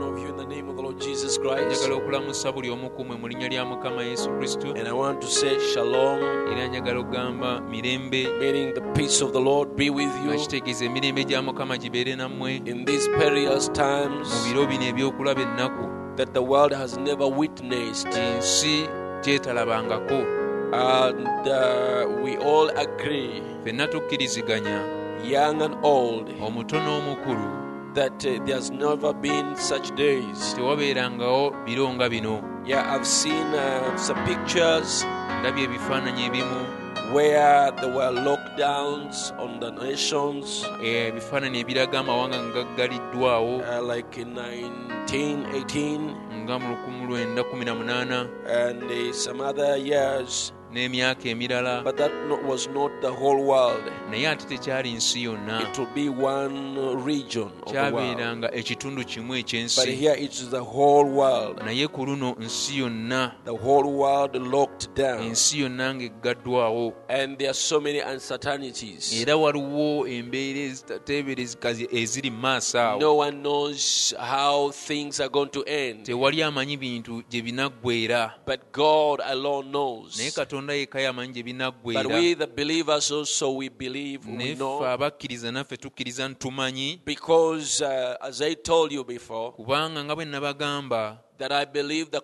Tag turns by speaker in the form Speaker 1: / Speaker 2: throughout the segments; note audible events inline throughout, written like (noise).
Speaker 1: name of the Lord Jesus Christ.
Speaker 2: njagala okulamusa buli omu ku mwe mu linnya lya mukama yesu kristo
Speaker 1: And I want to say shalom,
Speaker 2: era njagala okugamba mirembe
Speaker 1: meaning the peace of the Lord be with
Speaker 2: nga
Speaker 1: you
Speaker 2: kitegeeza emirembe gya mukama gibeere nammwe
Speaker 1: in these perilous
Speaker 2: mu
Speaker 1: times
Speaker 2: biro bino ebyokulaba ennaku
Speaker 1: that the world has never witnessed.
Speaker 2: ensi gyetalabangako
Speaker 1: And uh, we all agree,
Speaker 2: ffenna tukkiriziganya
Speaker 1: young and old,
Speaker 2: omuto n'omukulu
Speaker 1: that uh, there's never been such days.
Speaker 2: tewabeerangawo biro nga bino
Speaker 1: Yeah, I've seen uh, some pictures
Speaker 2: ndabye ebifaananyi ebimu
Speaker 1: where there were lockdowns on the nations,
Speaker 2: eh, ebifaananyi ebiraga amawanga nga gaggaliddwawo
Speaker 1: uh, like in 1918
Speaker 2: nga mu 1918
Speaker 1: and uh, some other years.
Speaker 2: n'emyaka emirala
Speaker 1: But that no, was not the whole world.
Speaker 2: naye ate tekyali nsi yonna
Speaker 1: It will be one uh, region of the world.
Speaker 2: kyabeeranga ekitundu kimu
Speaker 1: But
Speaker 2: ekyensi
Speaker 1: here it's the whole world.
Speaker 2: naye ku luno nsi yonna
Speaker 1: The whole world locked down.
Speaker 2: ensi yonna ng'eggaddwawo
Speaker 1: And there are so many uncertainties.
Speaker 2: era waliwo embeera ezitateeberezeka zi- eziri mu maaso awo
Speaker 1: No one knows how things are going to end.
Speaker 2: tewali amanyi bintu gye binaggwera
Speaker 1: But God alone
Speaker 2: naye
Speaker 1: knows.
Speaker 2: katonda yekka yamanyi gye
Speaker 1: But
Speaker 2: binaggwera
Speaker 1: we, the believers, also we believe we
Speaker 2: neffe
Speaker 1: know.
Speaker 2: abakkiriza naffe tukkiriza ntumanyi
Speaker 1: Because, uh, as I told you before,
Speaker 2: kubanga nga bwe nabagamba
Speaker 1: that I believe the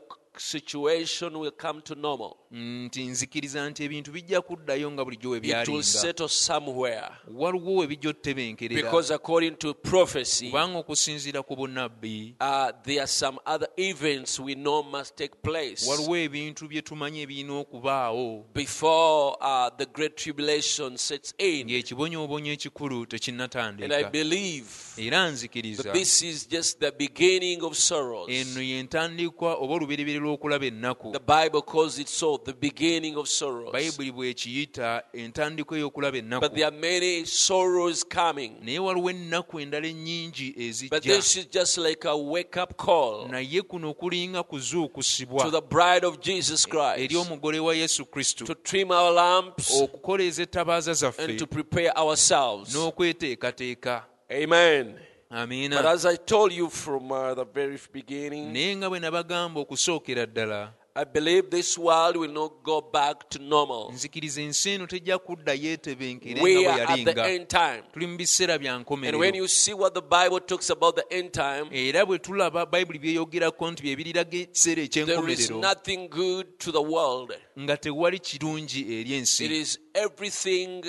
Speaker 1: situation will come to normal.
Speaker 2: nti nzikiriza nti ebintu bijja kuddayo nga bulijjo we
Speaker 1: It will
Speaker 2: byalinga
Speaker 1: settle somewhere.
Speaker 2: waliwo we bijja otutebenkerera
Speaker 1: Because, according to prophecy,
Speaker 2: kubanga okusinziira ku bunnabbi
Speaker 1: uh, there are some other events we know must take place
Speaker 2: waliwo ebintu bye tumanyi ebirina okubaawo
Speaker 1: before uh, the great tribulation sets in.
Speaker 2: ng'ekibonyoobonyo ekikulu
Speaker 1: And I
Speaker 2: tekinnatandika
Speaker 1: believe
Speaker 2: era
Speaker 1: that
Speaker 2: nzikiriza
Speaker 1: this is just the beginning of sorrows.
Speaker 2: eno yentandikwa oba olubereberye lw'okulaba ennaku
Speaker 1: The Bible calls it so, the beginning of sorrows.
Speaker 2: bayibuli bw'ekiyita entandikwa ey'okulaba ennaku
Speaker 1: But there are many sorrows coming.
Speaker 2: naye waliwo ennaku endala ennyingi
Speaker 1: But
Speaker 2: ezijja
Speaker 1: this is just like a wake up call
Speaker 2: naye kuno kulinga kuzuukusibwa
Speaker 1: to the bride of Jesus
Speaker 2: eri
Speaker 1: Christ
Speaker 2: omugole wa yesu kristo
Speaker 1: to trim our lamps
Speaker 2: okukoleeza ettabaaza zaffe
Speaker 1: and to prepare ourselves.
Speaker 2: n'okweteekateeka
Speaker 1: Amen.
Speaker 2: amiina
Speaker 1: But as I told you from uh, the very beginning,
Speaker 2: naye nga bwe nabagamba okusookera ddala
Speaker 1: I believe this world will not go back to normal.
Speaker 2: nzikiriza ensi eno tejja kudda yeetebenkere nga
Speaker 1: We
Speaker 2: bwe
Speaker 1: are at the
Speaker 2: yalinga
Speaker 1: end time.
Speaker 2: tuli mu biseera bya
Speaker 1: And when
Speaker 2: nkomerero
Speaker 1: you see what the Bible talks about the end time,
Speaker 2: era bwe tulaba bayibuli byeyogerako nti bye biriraga ekiseera
Speaker 1: there is
Speaker 2: eky'enkomerero
Speaker 1: nothing good to the world.
Speaker 2: nga tewali kirungi eri ensi
Speaker 1: It is everything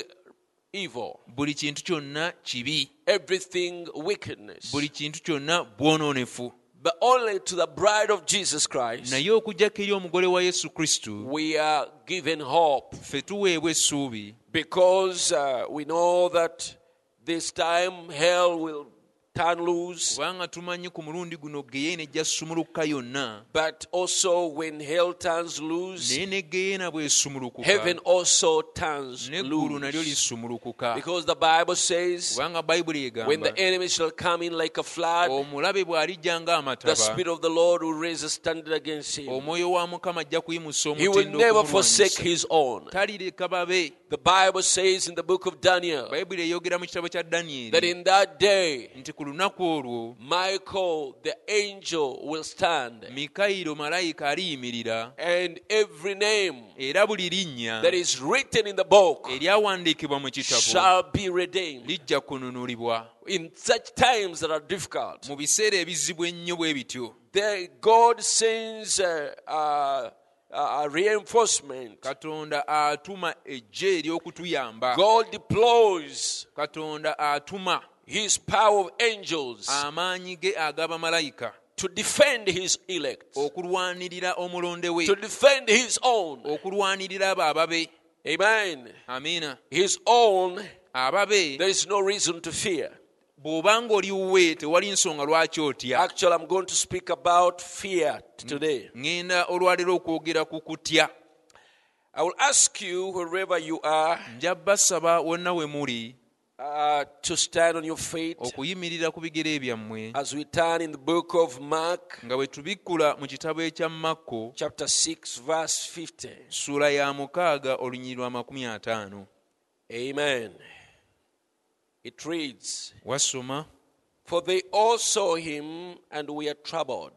Speaker 1: evil,
Speaker 2: buli kintu kyonna kibi
Speaker 1: everything wickedness.
Speaker 2: buli kintu kyonna bwonoonefu
Speaker 1: But only to the bride of Jesus Christ
Speaker 2: naye okujjako eri omugole wa yesu kristo
Speaker 1: we are given hope
Speaker 2: ffe tuweebwa essuubi
Speaker 1: because uh, we know that this time hell will turn loose.
Speaker 2: kubanga tumanyi ku mulundi guno geyeena ejja sumuluka yonna
Speaker 1: But also, when hell turns loose,
Speaker 2: naye ne geyeena bwesumulukuka
Speaker 1: heaven also turns
Speaker 2: n'eggulu nalyo
Speaker 1: loose.
Speaker 2: lisumulukuka
Speaker 1: Because the Bible says,
Speaker 2: kubanga bayibuli
Speaker 1: when
Speaker 2: egamba
Speaker 1: the enemy shall come in like a flood,
Speaker 2: omulabe bw'alijja
Speaker 1: the
Speaker 2: ng'amataba
Speaker 1: Spirit of the Lord will raise a standard against him.
Speaker 2: omwoyo wa mukama ajja kuyimusa
Speaker 1: He will
Speaker 2: omutindo
Speaker 1: never
Speaker 2: okumulwanyisa.
Speaker 1: forsake his own.
Speaker 2: talireka babe
Speaker 1: The Bible says in the book of Daniel
Speaker 2: bayibuli eyogera mu kitabo kya
Speaker 1: that
Speaker 2: daniyeri
Speaker 1: in that day,
Speaker 2: nti ku lunaku olwo
Speaker 1: Michael, the angel, will stand,
Speaker 2: mikayiro malayika aliyimirira
Speaker 1: and every name
Speaker 2: era buli linnya
Speaker 1: that is written in the book
Speaker 2: eryawandiikibwa mu kitabo
Speaker 1: shall be redeemed.
Speaker 2: lijja kununulibwa
Speaker 1: In such times that are difficult,
Speaker 2: mu biseera ebizibu ennyo bwe bityo
Speaker 1: there God sends a, a, a reinforcement.
Speaker 2: katonda atuma ejje eryokutuyamba
Speaker 1: God deploys
Speaker 2: katonda atuma
Speaker 1: His power of angels
Speaker 2: amaanyi ge ag'abamalayika
Speaker 1: to defend His elect,
Speaker 2: okulwanirira omulonde we
Speaker 1: to defend His own.
Speaker 2: okulwanirira abo ababe
Speaker 1: Amen.
Speaker 2: amiina
Speaker 1: His own,
Speaker 2: ababe
Speaker 1: there is no reason to fear.
Speaker 2: bw'obanga oli wuwe tewali nsonga lwaki otya
Speaker 1: Actually, I'm going to speak about fear today.
Speaker 2: ŋŋenda olwaleero okwogera ku kutya
Speaker 1: I will ask you, wherever you are,
Speaker 2: nja basaba wonna we muli
Speaker 1: uh, to stand on your feet
Speaker 2: okuyimirira ku bigere byammwe
Speaker 1: as we turn in the book of Mark,
Speaker 2: nga bwe tubikkula mu kitabo ekya makko
Speaker 1: chapter 6, verse 50.
Speaker 2: ssuula ya mukaaga olunyiri lwa makumi ataano
Speaker 1: Amen. It reads,
Speaker 2: wasoma
Speaker 1: For they all saw him and were troubled,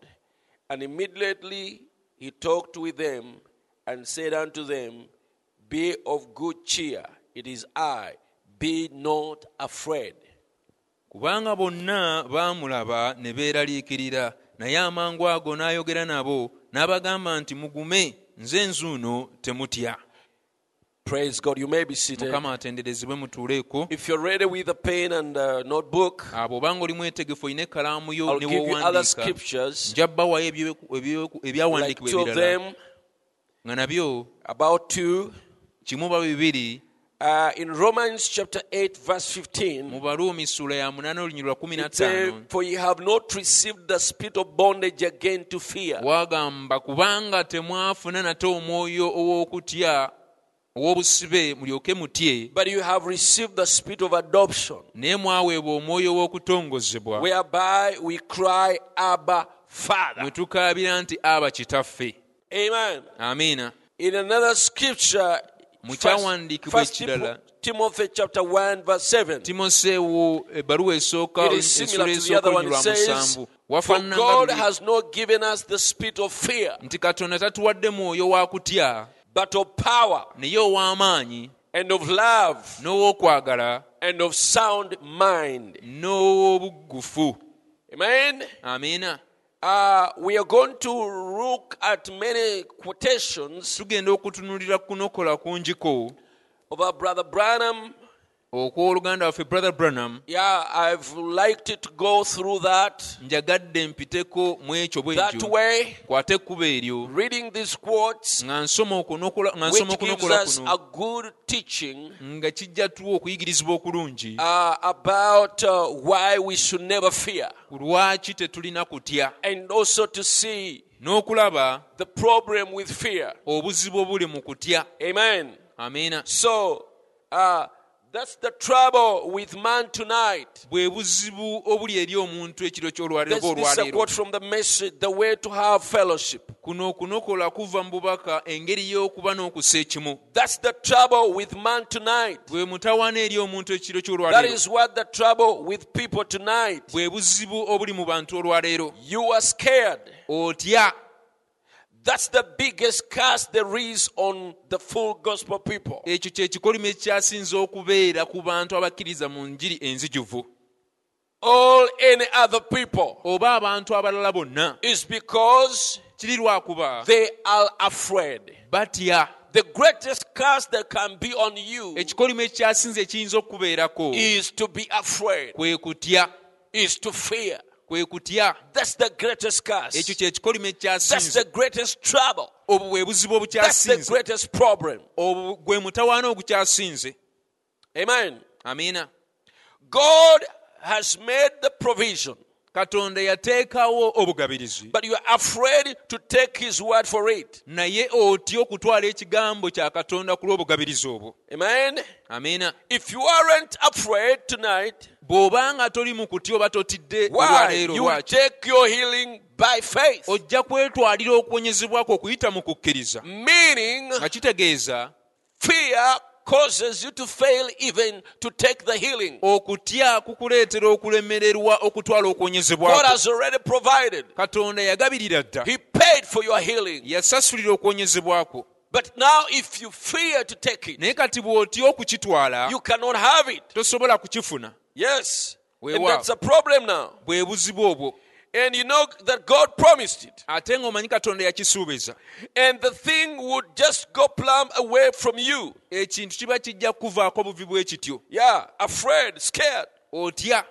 Speaker 1: And immediately he talked with them and said unto them, Be of good cheer, it is I, be not afraid.
Speaker 2: kubanga bonna baamulaba ne beeraliikirira naye amangu ago n'ayogera nabo n'abagamba nti mugume nze nzuuno temutya
Speaker 1: Praise God. You may be seated.
Speaker 2: mukama atenderezebwe mutuuleeko
Speaker 1: If you're ready with a pen and a notebook,
Speaker 2: abo obanga oli mwetegefu olina ekkalaamu yo
Speaker 1: I'll
Speaker 2: ne
Speaker 1: give you other
Speaker 2: woowandiika
Speaker 1: scriptures,
Speaker 2: nja bbawayo ebyeku- ebyeku-
Speaker 1: like
Speaker 2: ebyawandiikibwa
Speaker 1: two of
Speaker 2: ebirala
Speaker 1: them,
Speaker 2: nga nabyo
Speaker 1: about two.
Speaker 2: kimu ba bibiri
Speaker 1: Uh, in Romans chapter 8, verse 15,
Speaker 2: mu baluumi sula ya 8 olunyi lwa
Speaker 1: It says,
Speaker 2: 15
Speaker 1: For ye have not received the spirit of bondage again to fear,
Speaker 2: wagamba kubanga temwafuna nate omwoyo ow'okutya ow'obusibe mulyoke mutye
Speaker 1: but you have received the spirit of adoption,
Speaker 2: naye mwaweebwa omwoyo w'okutongozebwa
Speaker 1: whereby we cry, Abba,
Speaker 2: mwe
Speaker 1: Father.
Speaker 2: tukaabira nti aba kitaffe
Speaker 1: Amen.
Speaker 2: amiina
Speaker 1: In another scripture,
Speaker 2: Mu
Speaker 1: first,
Speaker 2: kyawandiikibwa
Speaker 1: first
Speaker 2: ekirala.
Speaker 1: Timo- Timothy chapter 1, verse 7.
Speaker 2: timoseewo ebbaluwa esooka
Speaker 1: It is similar
Speaker 2: esula
Speaker 1: to the
Speaker 2: esooka
Speaker 1: other one.
Speaker 2: olunyi
Speaker 1: It
Speaker 2: lwa
Speaker 1: says,
Speaker 2: musanvu
Speaker 1: For
Speaker 2: wafaanana nga
Speaker 1: God
Speaker 2: luli
Speaker 1: has not given us the spirit of fear,
Speaker 2: nti katonda tatuwadde mwoyo wa kutya
Speaker 1: but of power
Speaker 2: naye ow'amaanyi
Speaker 1: and of love
Speaker 2: n'ow'okwagala
Speaker 1: and of sound mind.
Speaker 2: n'ow'obuggufu
Speaker 1: Amen.
Speaker 2: amiina
Speaker 1: Uh, we are going to look at many quotations
Speaker 2: tugenda okutunulira kunokola kungiko
Speaker 1: of our brother Branham.
Speaker 2: okw'oluganda waffe brother branham
Speaker 1: Yeah, I've liked to go through that
Speaker 2: njagadde mpiteko mu ekyo
Speaker 1: that
Speaker 2: bwekyo
Speaker 1: way,
Speaker 2: kwate ekkuba eryo
Speaker 1: reading these quotes,
Speaker 2: nga nsoma okunokola- nga nsoma
Speaker 1: which gives
Speaker 2: okunokola
Speaker 1: us a
Speaker 2: Mm, kuno
Speaker 1: good teaching
Speaker 2: nga kijja tuwa okuyigirizibwa okulungi
Speaker 1: uh, about uh, why we should never fear,
Speaker 2: lwaki tetulina kutya
Speaker 1: and also to see
Speaker 2: n'okulaba
Speaker 1: the problem with fear.
Speaker 2: obuzibu obuli mu kutya
Speaker 1: Amen.
Speaker 2: amiina
Speaker 1: So uh, that's the trouble with man tonight.
Speaker 2: bwe buzibu obuli eri omuntu ekiro
Speaker 1: This,
Speaker 2: ky'olwaleero oba
Speaker 1: this is a
Speaker 2: olwaleero
Speaker 1: quote from the message, The Way to Have Fellowship.
Speaker 2: kuno okunokola kuva mu bubaka engeri y'okuba n'okusa ekimu
Speaker 1: That's the trouble with man tonight.
Speaker 2: bwe mutawaana eri omuntu ekiro
Speaker 1: That
Speaker 2: ky'olwaleero
Speaker 1: is what the trouble with people tonight.
Speaker 2: bwe buzibu obuli mu bantu olwaleero
Speaker 1: You are scared.
Speaker 2: otya
Speaker 1: That's the biggest curse there is on the full gospel people.
Speaker 2: ekyo kyekikolimo ekyasinze okubeera ku bantu abakkiriza mu njiri enzijuvu
Speaker 1: All any other people
Speaker 2: oba abantu abalala bonna
Speaker 1: is because
Speaker 2: kiri lwakuba
Speaker 1: they are afraid.
Speaker 2: batya
Speaker 1: The greatest curse that can be on you
Speaker 2: ekikolimo ekyasinze ekiyinza okubeerako
Speaker 1: is to be afraid,
Speaker 2: kwe kutya
Speaker 1: is to fear.
Speaker 2: kwe kutya
Speaker 1: That's the greatest
Speaker 2: ekyo
Speaker 1: curse.
Speaker 2: kyekikolimo
Speaker 1: That's the
Speaker 2: ekyasinze
Speaker 1: greatest trouble.
Speaker 2: obwo bwe buzibu
Speaker 1: That's the
Speaker 2: obukyasinze
Speaker 1: greatest problem.
Speaker 2: obwo gwe mutawaana ogukyasinze
Speaker 1: Amen.
Speaker 2: amiina
Speaker 1: God has made the provision,
Speaker 2: katonda yateekawo obugabirizi
Speaker 1: but you are afraid to take His word for it.
Speaker 2: naye otya okutwala ekigambo kya katonda ku lw'obugabirizi obwo
Speaker 1: Amen.
Speaker 2: amiina
Speaker 1: If you aren't afraid tonight,
Speaker 2: bw'obanga toli mu kutya oba totidde
Speaker 1: why?
Speaker 2: olwaleero
Speaker 1: You will
Speaker 2: lwaki
Speaker 1: take your healing by faith,
Speaker 2: ojja kwetwalira okuwonyezebwa kwo okuyita mu kukkiriza
Speaker 1: meaning
Speaker 2: nga kitegeeza
Speaker 1: fear causes you to fail even to take the healing.
Speaker 2: okutya kukuleetera okulemererwa okutwala okuwonyezebwa
Speaker 1: God
Speaker 2: kwo.
Speaker 1: has already provided,
Speaker 2: katonda yagabirira dda
Speaker 1: He paid for your healing.
Speaker 2: yasasulira okuwonyezebwa kwo
Speaker 1: But now, if you fear to take it,
Speaker 2: naye kati bw'otya okukitwala
Speaker 1: you cannot have it.
Speaker 2: tosobola kukifuna
Speaker 1: Yes.
Speaker 2: We
Speaker 1: and
Speaker 2: were.
Speaker 1: that's a problem now.
Speaker 2: bwe buzibu obwo
Speaker 1: And you know that God promised it.
Speaker 2: ate ng'omanyi katonda yakisuubiza
Speaker 1: And the thing would just go plumb away from you.
Speaker 2: ekintu kiba kijja kuvaako buvi bwe kityo
Speaker 1: Yeah, afraid, scared.
Speaker 2: otya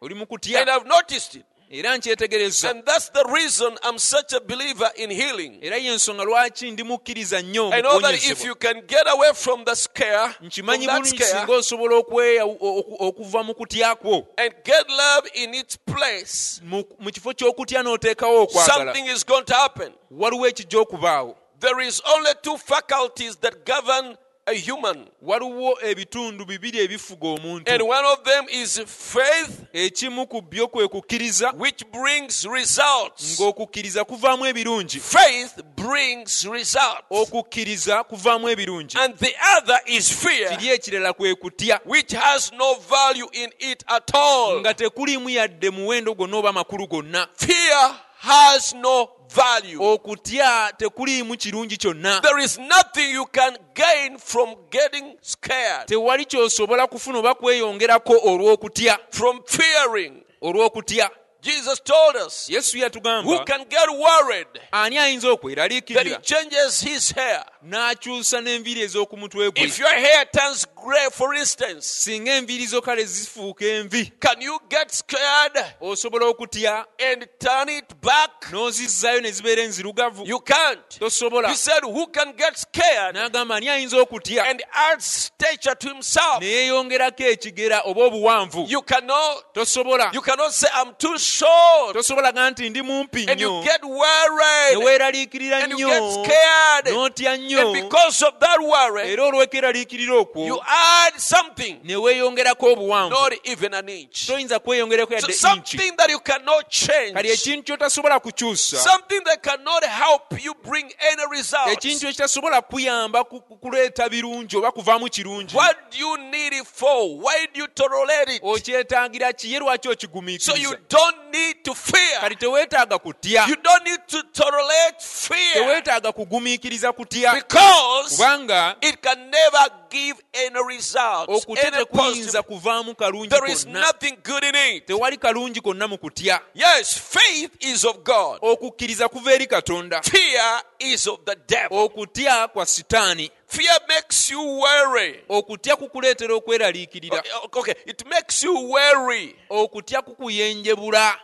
Speaker 2: oli mu
Speaker 1: And
Speaker 2: kutya
Speaker 1: I've noticed it.
Speaker 2: era nkyetegereza
Speaker 1: And that's the reason I'm such a believer in healing.
Speaker 2: era yensonga lwaki ndi mukkiriza nnyo mu
Speaker 1: I know that if
Speaker 2: kuwonyezebwa.
Speaker 1: you can get away from the scare, from
Speaker 2: nkimanyi
Speaker 1: that
Speaker 2: bulungi
Speaker 1: scare,
Speaker 2: singa osobola okweya oku- okuva mu kutya kwo
Speaker 1: and get love in its place,
Speaker 2: mu mu kifo ky'okutya n'oteekawo okwagala
Speaker 1: something is going to happen.
Speaker 2: waliwo ekijja okubaawo
Speaker 1: There is only two faculties that govern a human,
Speaker 2: waliwo ebitundu bibiri ebifuga omuntu
Speaker 1: and one of them is faith,
Speaker 2: ekimu ku byo kwe kukkiriza
Speaker 1: which brings results.
Speaker 2: ng'okukkiriza kuvaamu ebirungi
Speaker 1: Faith brings
Speaker 2: Oh,
Speaker 1: results.
Speaker 2: okukkiriza kuvaamu ebirungi
Speaker 1: And the other is fear,
Speaker 2: kiri ekirala kwe kutya
Speaker 1: which has no value in it at all.
Speaker 2: nga tekuliimu yadde muwendo gwonna oba amakulu gonna
Speaker 1: Fear has no
Speaker 2: Oh.
Speaker 1: value.
Speaker 2: okutya tekuliimu kirungi kyonna
Speaker 1: There is nothing you can gain from getting scared,
Speaker 2: tewali ky'osobola kufuna oba kweyongerako olw'okutya
Speaker 1: from fearing.
Speaker 2: olw'okutya
Speaker 1: Jesus told us
Speaker 2: yesu
Speaker 1: who
Speaker 2: yatugamba
Speaker 1: can get worried
Speaker 2: ani ayinza
Speaker 1: that he
Speaker 2: okweraliikirira
Speaker 1: changes his hair.
Speaker 2: n'akyusa n'enviiri ez'oku mutwe gwe
Speaker 1: If your hair turns gray, for instance,
Speaker 2: singa enviiri zo kale zifuuka envi
Speaker 1: can you get scared
Speaker 2: osobola okutya
Speaker 1: and turn it back?
Speaker 2: n'ozizzaayo ne zibeera enzirugavu
Speaker 1: You can't.
Speaker 2: tosobola
Speaker 1: He said, Who can get scared
Speaker 2: n'agamba ani ayinza okutya
Speaker 1: and add stature to himself?
Speaker 2: ne yeeyongerako ekigera oba obuwanvu
Speaker 1: You cannot
Speaker 2: tosobola
Speaker 1: you cannot say I'm too short
Speaker 2: tosobola ga nti ndi mumpi
Speaker 1: and
Speaker 2: nnyo
Speaker 1: you get worried
Speaker 2: neweeraliikirira
Speaker 1: and you
Speaker 2: nnyo
Speaker 1: get scared.
Speaker 2: n'otya
Speaker 1: And
Speaker 2: nnyo
Speaker 1: because of that worry,
Speaker 2: era olwekeraliikirira
Speaker 1: you
Speaker 2: okwo
Speaker 1: add something,
Speaker 2: neweeyongerako obuwanvu
Speaker 1: not even an inch.
Speaker 2: toyinza kweeyongerako
Speaker 1: So
Speaker 2: yadde nki
Speaker 1: something that you cannot
Speaker 2: kali
Speaker 1: change.
Speaker 2: ekintu kyotasobola kukyusa
Speaker 1: Something that cannot help you bring any results.
Speaker 2: ekintu ekitasobola kuyamba ku- ku- kuleeta birungi oba kuvaamu kirungi
Speaker 1: What do you need it for? Why do you tolerate
Speaker 2: Oh,
Speaker 1: it?
Speaker 2: okyetaagira kiye lwaki
Speaker 1: So you
Speaker 2: okigumiikiriza
Speaker 1: don't need to fear.
Speaker 2: kati teweetaaga kutya
Speaker 1: You don't need to tolerate fear
Speaker 2: teweetaaga kugumiikiriza kutya
Speaker 1: because
Speaker 2: kubanga
Speaker 1: it can never give any results.
Speaker 2: okutya
Speaker 1: Any
Speaker 2: tekuyinza
Speaker 1: positive.
Speaker 2: kuvaamu kalungi
Speaker 1: There is
Speaker 2: konna
Speaker 1: nothing good in it.
Speaker 2: tewali kalungi konna mu kutya
Speaker 1: Yes, faith is of
Speaker 2: Oh.
Speaker 1: God.
Speaker 2: okukkiriza kuva eri katonda
Speaker 1: Fear is of the devil.
Speaker 2: okutya kwa sitaani
Speaker 1: Fear makes you worry.
Speaker 2: okutya kukuleetera okweraliikirira
Speaker 1: Okay, it makes you worry.
Speaker 2: okutya kukuyenjebula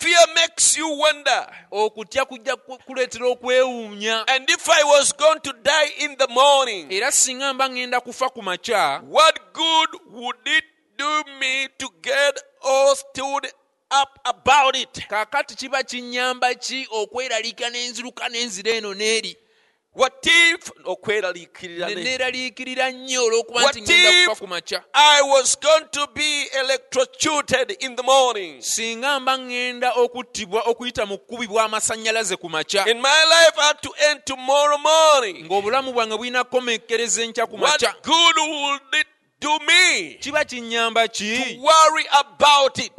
Speaker 1: Fear makes you wonder.
Speaker 2: okutya kujja ku- kuleetera okwewuunya
Speaker 1: And if I was going to die in the morning,
Speaker 2: era singa mba ŋŋenda kufa ku makya
Speaker 1: what good would it do me to get all stood up about it?
Speaker 2: kaakati kiba kinnyamba ki okweraliika n'enziruka n'enzira eno n'eri
Speaker 1: What if
Speaker 2: ne
Speaker 1: okweraliikirira ne-
Speaker 2: neeraliikirira nnyo olw'okuba
Speaker 1: What
Speaker 2: nti ŋŋenda
Speaker 1: if-
Speaker 2: kufa ku makya
Speaker 1: I was going to be electrocuted in the morning.
Speaker 2: singa mba ŋŋenda okuttibwa okuyita mu kkubi bw'amasannyalaze ku makya
Speaker 1: In my life had to end tomorrow morning.
Speaker 2: ng'obulamu bwange bulina kukomekkereza enkya ku
Speaker 1: What
Speaker 2: makya
Speaker 1: good would it do me
Speaker 2: kiba kinnyamba
Speaker 1: to
Speaker 2: ki
Speaker 1: worry about it?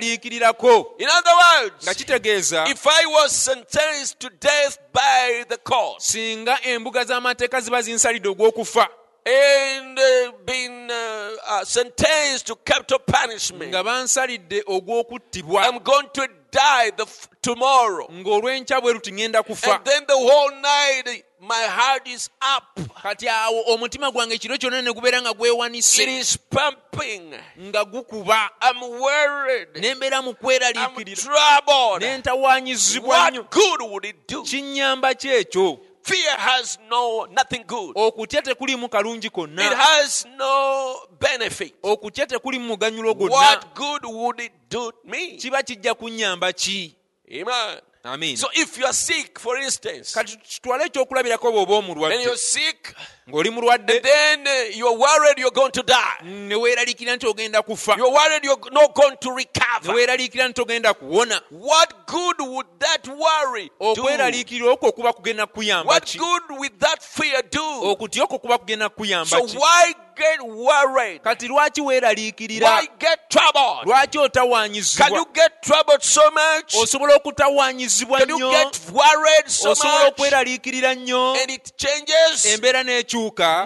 Speaker 2: okukyeraliikirirako
Speaker 1: In other
Speaker 2: nga Ah.
Speaker 1: words,
Speaker 2: kitegeeza
Speaker 1: If I was sentenced to death by the court
Speaker 2: singa embuga z'amateeka ziba zinsalidde ogw'okufa
Speaker 1: and uh, been uh, uh, sentenced to capital punishment,
Speaker 2: nga bansalidde ogw'okuttibwa
Speaker 1: I'm going to die the f- tomorrow.
Speaker 2: ng'olw'enkya bwe luti ŋŋenda kufa
Speaker 1: And then the whole night, my heart is up.
Speaker 2: kati awo omutima gwange ekiro kyonna ne gubeera nga
Speaker 1: It
Speaker 2: gwewanise
Speaker 1: is pumping.
Speaker 2: nga gukuba
Speaker 1: I'm worried.
Speaker 2: ne mbeera mu
Speaker 1: I'm
Speaker 2: kweraliikirira ne
Speaker 1: troubled.
Speaker 2: ntawaanyizibwa nnyo
Speaker 1: What good would it do?
Speaker 2: kinnyamba ki ekyo
Speaker 1: Fear has no nothing good.
Speaker 2: okutya tekulimu kalungi
Speaker 1: It
Speaker 2: konna
Speaker 1: has no benefit.
Speaker 2: okutya tekulimu muganyulo gwonna
Speaker 1: What good would it do me?
Speaker 2: kiba kijja kunnyamba ki
Speaker 1: Amen.
Speaker 2: amiina
Speaker 1: So if you are sick, for instance,
Speaker 2: kati kitwale ekyokulabirako bw'oba
Speaker 1: and you're
Speaker 2: omulwadde
Speaker 1: sick,
Speaker 2: ng'oli
Speaker 1: and
Speaker 2: mulwadde
Speaker 1: then uh, you're worried you're going to die.
Speaker 2: ne weeraliikira nti ogenda kufa
Speaker 1: You're worried you're not going to
Speaker 2: ne
Speaker 1: recover.
Speaker 2: weeraliikira nti ogenda kuwona
Speaker 1: What good would that worry
Speaker 2: Oh,
Speaker 1: do?
Speaker 2: okweraliikirira okwo kuba kugenda kuyamba
Speaker 1: What
Speaker 2: ki
Speaker 1: good would that fear do?
Speaker 2: okutya okwo kuba kugenda kuyamba
Speaker 1: So
Speaker 2: ki
Speaker 1: why get worried?
Speaker 2: kati lwaki weeraliikirira
Speaker 1: Why get troubled?
Speaker 2: lwaki
Speaker 1: Can you
Speaker 2: otawaanyizibwa
Speaker 1: get troubled so much?
Speaker 2: osobola okutawaanyizibwa
Speaker 1: Can you
Speaker 2: nnyo
Speaker 1: get worried so
Speaker 2: osobola
Speaker 1: much?
Speaker 2: okweraliikirira nnyo
Speaker 1: And it changes?
Speaker 2: embeera n'ekyuka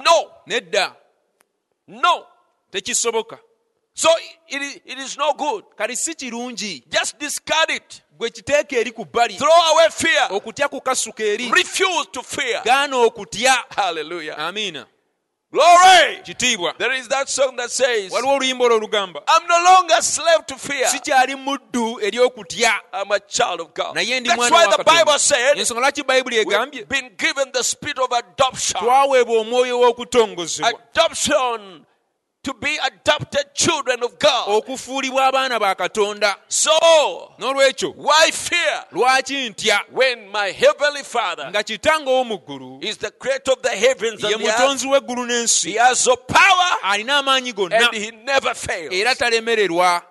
Speaker 1: No,
Speaker 2: nedda
Speaker 1: no.
Speaker 2: tekisoboka
Speaker 1: So it is, it is no good.
Speaker 2: kali si kirungi
Speaker 1: Just discard it.
Speaker 2: gwe kiteeka eri ku bbali
Speaker 1: Throw away fear.
Speaker 2: okutya kukasuka eri
Speaker 1: refuse to fear.
Speaker 2: gaana okutya
Speaker 1: Hallelujah.
Speaker 2: amiina
Speaker 1: Glory.
Speaker 2: kitiibwa
Speaker 1: There is that song that says,
Speaker 2: waliwo oluyimba olwo olugamba
Speaker 1: I'm no longer slave to fear.
Speaker 2: sikyali muddu eri okutya
Speaker 1: I'm a child of God.
Speaker 2: naye ndi
Speaker 1: That's
Speaker 2: mwana wa
Speaker 1: why the Bible
Speaker 2: katonda
Speaker 1: said,
Speaker 2: ensonga lwaki bayibuli egambye
Speaker 1: We've been given the spirit of adoption.
Speaker 2: twaweebwa omwoyo w'okutongozebwa
Speaker 1: Adoption to be adopted children of
Speaker 2: Oh.
Speaker 1: God.
Speaker 2: okufuulibwa abaana ba katonda
Speaker 1: So,
Speaker 2: n'olwekyo
Speaker 1: why fear
Speaker 2: lwaki ntya
Speaker 1: when my heavenly Father
Speaker 2: nga kitange w'omu ggulu
Speaker 1: is the creator of the heavens
Speaker 2: ye
Speaker 1: and the earth?
Speaker 2: mutonzi w'eggulu
Speaker 1: He
Speaker 2: n'ensi
Speaker 1: has all power
Speaker 2: alina amaanyi gonna
Speaker 1: and he never fails.
Speaker 2: era talemererwa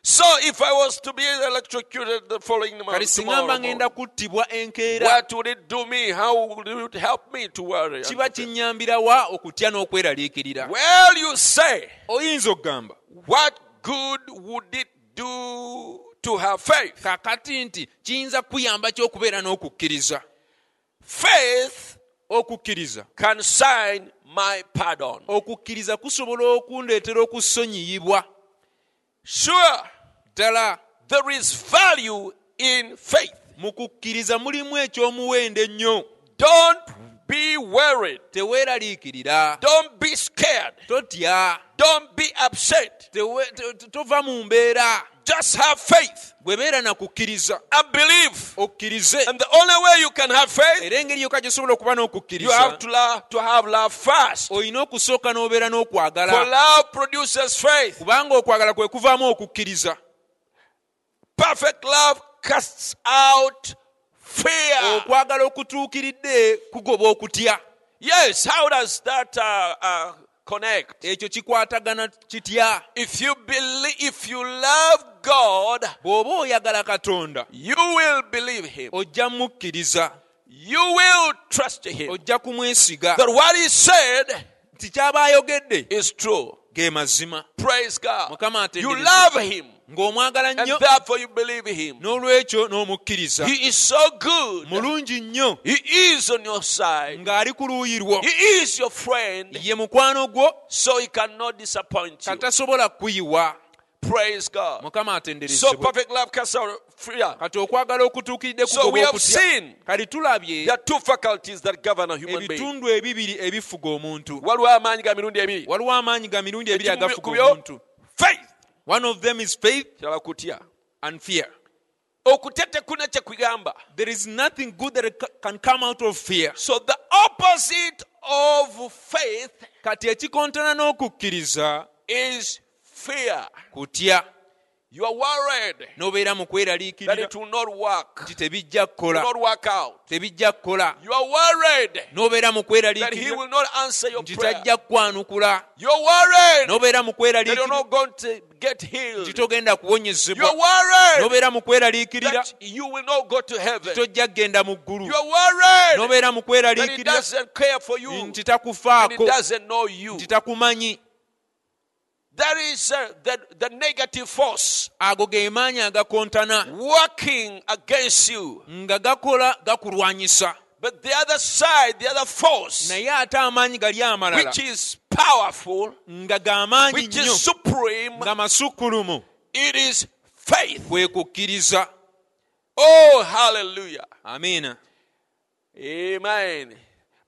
Speaker 1: So if I was to be electrocuted the following
Speaker 2: kale
Speaker 1: month,
Speaker 2: singa
Speaker 1: tomorrow
Speaker 2: mba ngenda
Speaker 1: morning,
Speaker 2: kuttibwa enkeera
Speaker 1: what would it do me? How would it help me to worry? and
Speaker 2: kiba
Speaker 1: to fear?
Speaker 2: kinyambira wa okutya n'okweraliikirira
Speaker 1: Well, you say,
Speaker 2: oyinza okugamba
Speaker 1: what good would it do to have faith.
Speaker 2: kakati nti kiyinza kuyamba ki okubeera n'okukkiriza
Speaker 1: Faith
Speaker 2: okukkiriza
Speaker 1: can sign my pardon.
Speaker 2: okukkiriza kusobola okundeetera okusonyiyibwa
Speaker 1: Sure,
Speaker 2: ddala
Speaker 1: there is value in faith.
Speaker 2: mu kukkiriza mulimu eky'omuwendo ennyo
Speaker 1: Don't be worried.
Speaker 2: teweeraliikirira
Speaker 1: Don't be scared.
Speaker 2: totya
Speaker 1: Don't be upset.
Speaker 2: Tewe- to- to- tova mu mbeera
Speaker 1: Just have faith
Speaker 2: bwe beera na kukkiriza
Speaker 1: and believe.
Speaker 2: okkirize
Speaker 1: And the only way you can have faith,
Speaker 2: era engeri yokka gyosobola okuba
Speaker 1: you have
Speaker 2: n'okukkiriza
Speaker 1: to, love, to have love first.
Speaker 2: olina okusooka n'obeera
Speaker 1: For
Speaker 2: n'okwagala
Speaker 1: love produces faith.
Speaker 2: kubanga okwagala kwe kuvaamu okukkiriza
Speaker 1: Perfect love casts out fear.
Speaker 2: okwagala okutuukiridde kugoba okutya
Speaker 1: Yes, how does that uh, uh, connect?
Speaker 2: ekyo kikwatagana kitya
Speaker 1: If you believe, if you love God,
Speaker 2: bw'oba oyagala katonda
Speaker 1: you will believe Him.
Speaker 2: ojja mukkiriza
Speaker 1: You will trust Him.
Speaker 2: ojja kumwesiga
Speaker 1: That what He said
Speaker 2: nti ky'aba ayogedde
Speaker 1: is true.
Speaker 2: ge mazima
Speaker 1: Praise God.
Speaker 2: mukama
Speaker 1: You
Speaker 2: atenderezebwe.
Speaker 1: love Him,
Speaker 2: ng'omwagala
Speaker 1: and
Speaker 2: nnyo
Speaker 1: therefore you believe Him.
Speaker 2: n'olwekyo n'omukkiriza
Speaker 1: He is so good.
Speaker 2: mulungi nnyo
Speaker 1: He is on your side.
Speaker 2: ng'ali ku luuyi lwo
Speaker 1: He is your friend,
Speaker 2: ye mukwano gwo
Speaker 1: so He cannot disappoint you.
Speaker 2: katasobola kuyiwa
Speaker 1: Praise God.
Speaker 2: mukama
Speaker 1: So
Speaker 2: atenderezebwe
Speaker 1: perfect love casts out fear.
Speaker 2: kati okwagala okutuukiridde
Speaker 1: So we
Speaker 2: kugoba
Speaker 1: have
Speaker 2: okutya
Speaker 1: seen
Speaker 2: kali
Speaker 1: There
Speaker 2: tulabye
Speaker 1: are two faculties that govern a human being.
Speaker 2: ebitundu ebibiri ebifuga omuntu
Speaker 1: waliwo amaanyi ga mirundi ebiri
Speaker 2: waliwo amaanyi ga mirundi ebiri
Speaker 1: Ekimu
Speaker 2: agafuga
Speaker 1: ku byo-
Speaker 2: omuntu
Speaker 1: faith
Speaker 2: one of them is faith
Speaker 1: kirala kutya
Speaker 2: and fear
Speaker 1: okutya tekuna kye kugamba
Speaker 2: there is nothing good that ca- can come out of fear
Speaker 1: so the opposite of faith
Speaker 2: kati ekikontana n'okukkiriza
Speaker 1: is fear
Speaker 2: kutya
Speaker 1: you are worried
Speaker 2: n'obeera mu
Speaker 1: that
Speaker 2: kweraliikirira
Speaker 1: it will not work
Speaker 2: nti tebijja
Speaker 1: will
Speaker 2: kukola
Speaker 1: not work out
Speaker 2: tebijja kukola
Speaker 1: you are worried
Speaker 2: n'obeera mu
Speaker 1: that he
Speaker 2: kweraliikirira
Speaker 1: will not answer your
Speaker 2: nti
Speaker 1: prayer
Speaker 2: tajja kukwanukula
Speaker 1: you are worried
Speaker 2: n'obeera mu
Speaker 1: that you are
Speaker 2: kweraliikirira
Speaker 1: not going to get
Speaker 2: nti
Speaker 1: healed
Speaker 2: togenda
Speaker 1: you
Speaker 2: kuwonyezebwa
Speaker 1: are worried
Speaker 2: n'obeera mu kweraliikirira
Speaker 1: that you will not go to heaven
Speaker 2: tojja kgenda mu ggulu
Speaker 1: you are worried
Speaker 2: n'obeera mu
Speaker 1: that he
Speaker 2: kweraliikirira
Speaker 1: doesn't care for you and
Speaker 2: nti
Speaker 1: he
Speaker 2: takufaako
Speaker 1: doesn't know you
Speaker 2: nti takumanyi
Speaker 1: There is uh, the, the negative force
Speaker 2: ago ge maanyi agakontana
Speaker 1: working against you.
Speaker 2: nga gakola gakulwanyisa
Speaker 1: But the other side, the other force,
Speaker 2: naye ate amaanyi gali amalala
Speaker 1: which is powerful,
Speaker 2: nga g'amaanyi
Speaker 1: which
Speaker 2: nnyo
Speaker 1: is supreme,
Speaker 2: nga masukkulumu
Speaker 1: it is faith.
Speaker 2: kwe kukkiriza
Speaker 1: Oh, hallelujah.
Speaker 2: amiina
Speaker 1: Amen.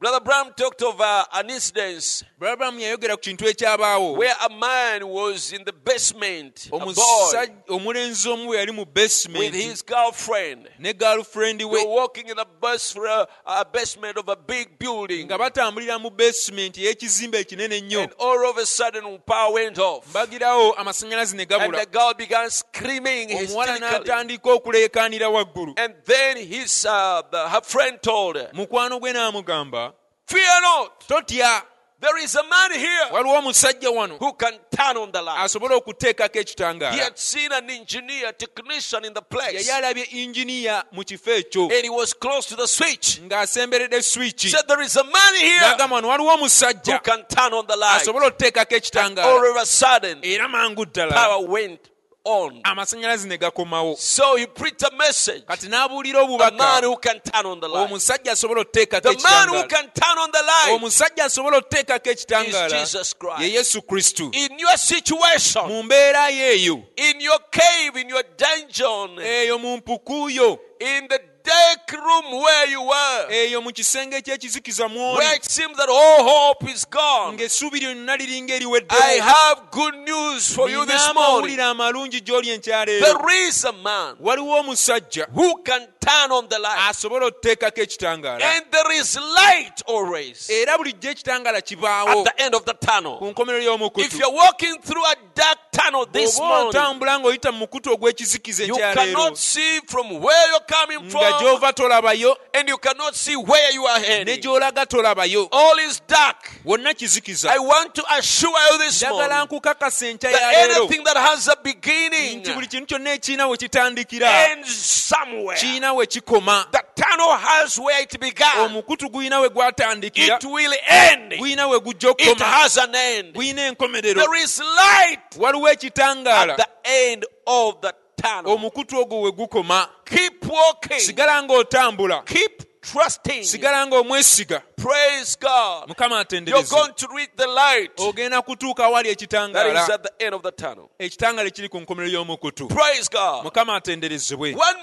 Speaker 1: Brother Bram talked of uh, an incident
Speaker 2: bulabulamu yayogera ku kintu ekyabaawo
Speaker 1: where a man was in the basement, a boy,
Speaker 2: Omusajja- omulenzi omu bwe yali mu
Speaker 1: with
Speaker 2: basement
Speaker 1: his girlfriend.
Speaker 2: ne girlfriend
Speaker 1: They
Speaker 2: we
Speaker 1: were walking in the bus, uh, uh, basement of a big building,
Speaker 2: nga batambulira mu basement y'ekizimbe ekinene ennyo
Speaker 1: and all of a sudden, power went off.
Speaker 2: bagirawo amasannyalazi ne
Speaker 1: And
Speaker 2: gabula
Speaker 1: the girl began screaming
Speaker 2: omuwala
Speaker 1: hysterically.
Speaker 2: n'atandika okuleekaanira waggulu
Speaker 1: And then his uh, the- her friend told her,
Speaker 2: mukwano gwe n'amugamba
Speaker 1: "Fear not.
Speaker 2: totya
Speaker 1: There is a man here
Speaker 2: waliwo omusajja wano
Speaker 1: who can turn on the light."
Speaker 2: asobole okuteekako
Speaker 1: He
Speaker 2: ekitangaala
Speaker 1: had seen an engineer, technician in the place,
Speaker 2: yali alabye injiniya mu kifo ekyo
Speaker 1: and he was close to the
Speaker 2: Mm-hmm.
Speaker 1: switch.
Speaker 2: ng'asemberedde
Speaker 1: He
Speaker 2: swiki
Speaker 1: said, "There is a man here
Speaker 2: n'agamba wano waliwo
Speaker 1: who
Speaker 2: omusajja
Speaker 1: can turn on the light."
Speaker 2: asobole okuteekako
Speaker 1: All
Speaker 2: ekitangaala
Speaker 1: of a sudden,
Speaker 2: era mangu ddala
Speaker 1: power went on.
Speaker 2: amasannyalazi ne gakomawo
Speaker 1: So he preached a message.
Speaker 2: Ah. kati n'abuulira
Speaker 1: The man
Speaker 2: obubaka
Speaker 1: who can turn on the light.
Speaker 2: omusajja asobola okuteekako
Speaker 1: The man who
Speaker 2: ekitangaala
Speaker 1: can turn on the light
Speaker 2: omusajja asobola okuteekako
Speaker 1: is
Speaker 2: ekitangaala
Speaker 1: Jesus Christ.
Speaker 2: ye yesu kristo
Speaker 1: in your situation,
Speaker 2: mu mbeera yeeyo
Speaker 1: in your cave, in your dungeon,
Speaker 2: eyo mu mpuku yo
Speaker 1: in the dark room where you were,
Speaker 2: eyo mu kisenge ky'ekizikiza
Speaker 1: where
Speaker 2: mwoli
Speaker 1: it seems that all hope is gone.
Speaker 2: ng'essubi lyonna liringa
Speaker 1: I
Speaker 2: eriweddewo
Speaker 1: have good news for you this morning.
Speaker 2: amawulire amalungi gy'oli enkyaleero
Speaker 1: There is a man
Speaker 2: waliwo omusajja
Speaker 1: who can turn on the light,
Speaker 2: asobola okuteekako ekitangaala
Speaker 1: and there is light always
Speaker 2: era bulijjo ekitangaala kibaawo
Speaker 1: at the end of the
Speaker 2: Eh, oh. ku
Speaker 1: tunnel.
Speaker 2: nkomerero
Speaker 1: If
Speaker 2: y'omukutu
Speaker 1: you're walking through a dark tunnel this
Speaker 2: oba
Speaker 1: morning,
Speaker 2: otambula ng'oyita mu mukutu ogw'ekizikiza
Speaker 1: you
Speaker 2: ekyaleero
Speaker 1: cannot see from where you're coming
Speaker 2: nga
Speaker 1: from,
Speaker 2: gy'ova tolabayo
Speaker 1: and you cannot see where you are
Speaker 2: ne
Speaker 1: heading.
Speaker 2: gy'olaga tolabayo
Speaker 1: All is dark.
Speaker 2: wonna kizikiza
Speaker 1: I want to assure you this
Speaker 2: njagala
Speaker 1: morning
Speaker 2: nkukakasa enkya ya
Speaker 1: that
Speaker 2: leero
Speaker 1: anything that has a beginning
Speaker 2: nti buli kintu kyonna ekiina we kitandikira
Speaker 1: ends somewhere. The
Speaker 2: kiina we kikoma
Speaker 1: tunnel has where it began.
Speaker 2: omukutu guyina we gwatandikira
Speaker 1: It will end.
Speaker 2: guyina we gujja
Speaker 1: It
Speaker 2: okukoma
Speaker 1: has an end.
Speaker 2: guyina enkomerero
Speaker 1: There is light
Speaker 2: waliwo
Speaker 1: at
Speaker 2: ekitangaala
Speaker 1: the end of the tano
Speaker 2: omukutu ogwo we gukoma
Speaker 1: keep walking
Speaker 2: sigala ng'otambula
Speaker 1: keep trusting
Speaker 2: sigala ng'omwesiga
Speaker 1: praise god
Speaker 2: mukama
Speaker 1: you're
Speaker 2: atendereze
Speaker 1: going to reach the light
Speaker 2: ogenda kutuuka awali
Speaker 1: that is
Speaker 2: ekitangaala
Speaker 1: at the end of the tunnel
Speaker 2: ekitangala kiri ku nkomero y'omukutu
Speaker 1: praise god
Speaker 2: mukama atenderezebwe
Speaker 1: when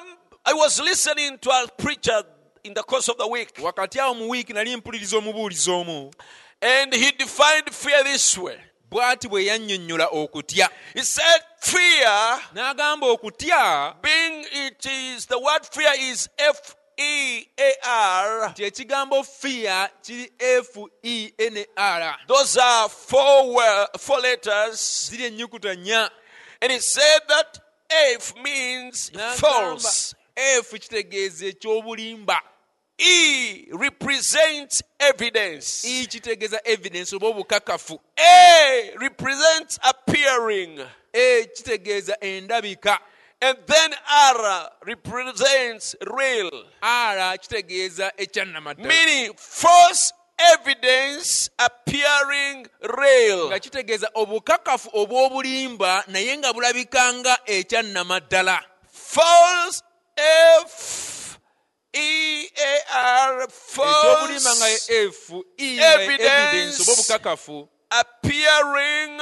Speaker 1: i was listening to a preacher in the course of the week
Speaker 2: wakati awo mu wiiki nali mpuliriza omubuulizi omu
Speaker 1: and he defined fear this way
Speaker 2: bw'ati bwe yannyonnyola okutya
Speaker 1: he said fear
Speaker 2: n'agamba okutya
Speaker 1: being it is the word fear is f e a r
Speaker 2: kyekigambo fiya kiri E fer
Speaker 1: those are four wo- four letters
Speaker 2: ziri ennyukuta nnya
Speaker 1: and he said that f means
Speaker 2: N'agamba
Speaker 1: false
Speaker 2: efu kitegeeza ekyobulimba
Speaker 1: e represents evidence
Speaker 2: i kitegeeza evidence oba obukakafu
Speaker 1: a represents appearing
Speaker 2: e kitegeeza endabika
Speaker 1: and then r represents real
Speaker 2: r kitegeeza ekyanamaddala
Speaker 1: meaning false evidence appearing real
Speaker 2: nga kitegeeza obukakafu obw'obulimba naye nga bulabika nga ekyannamaddala
Speaker 1: False F E A R
Speaker 2: ekyobulimba nga
Speaker 1: false
Speaker 2: efu e nga
Speaker 1: Evidence.
Speaker 2: evidence oba obukakafu
Speaker 1: appearing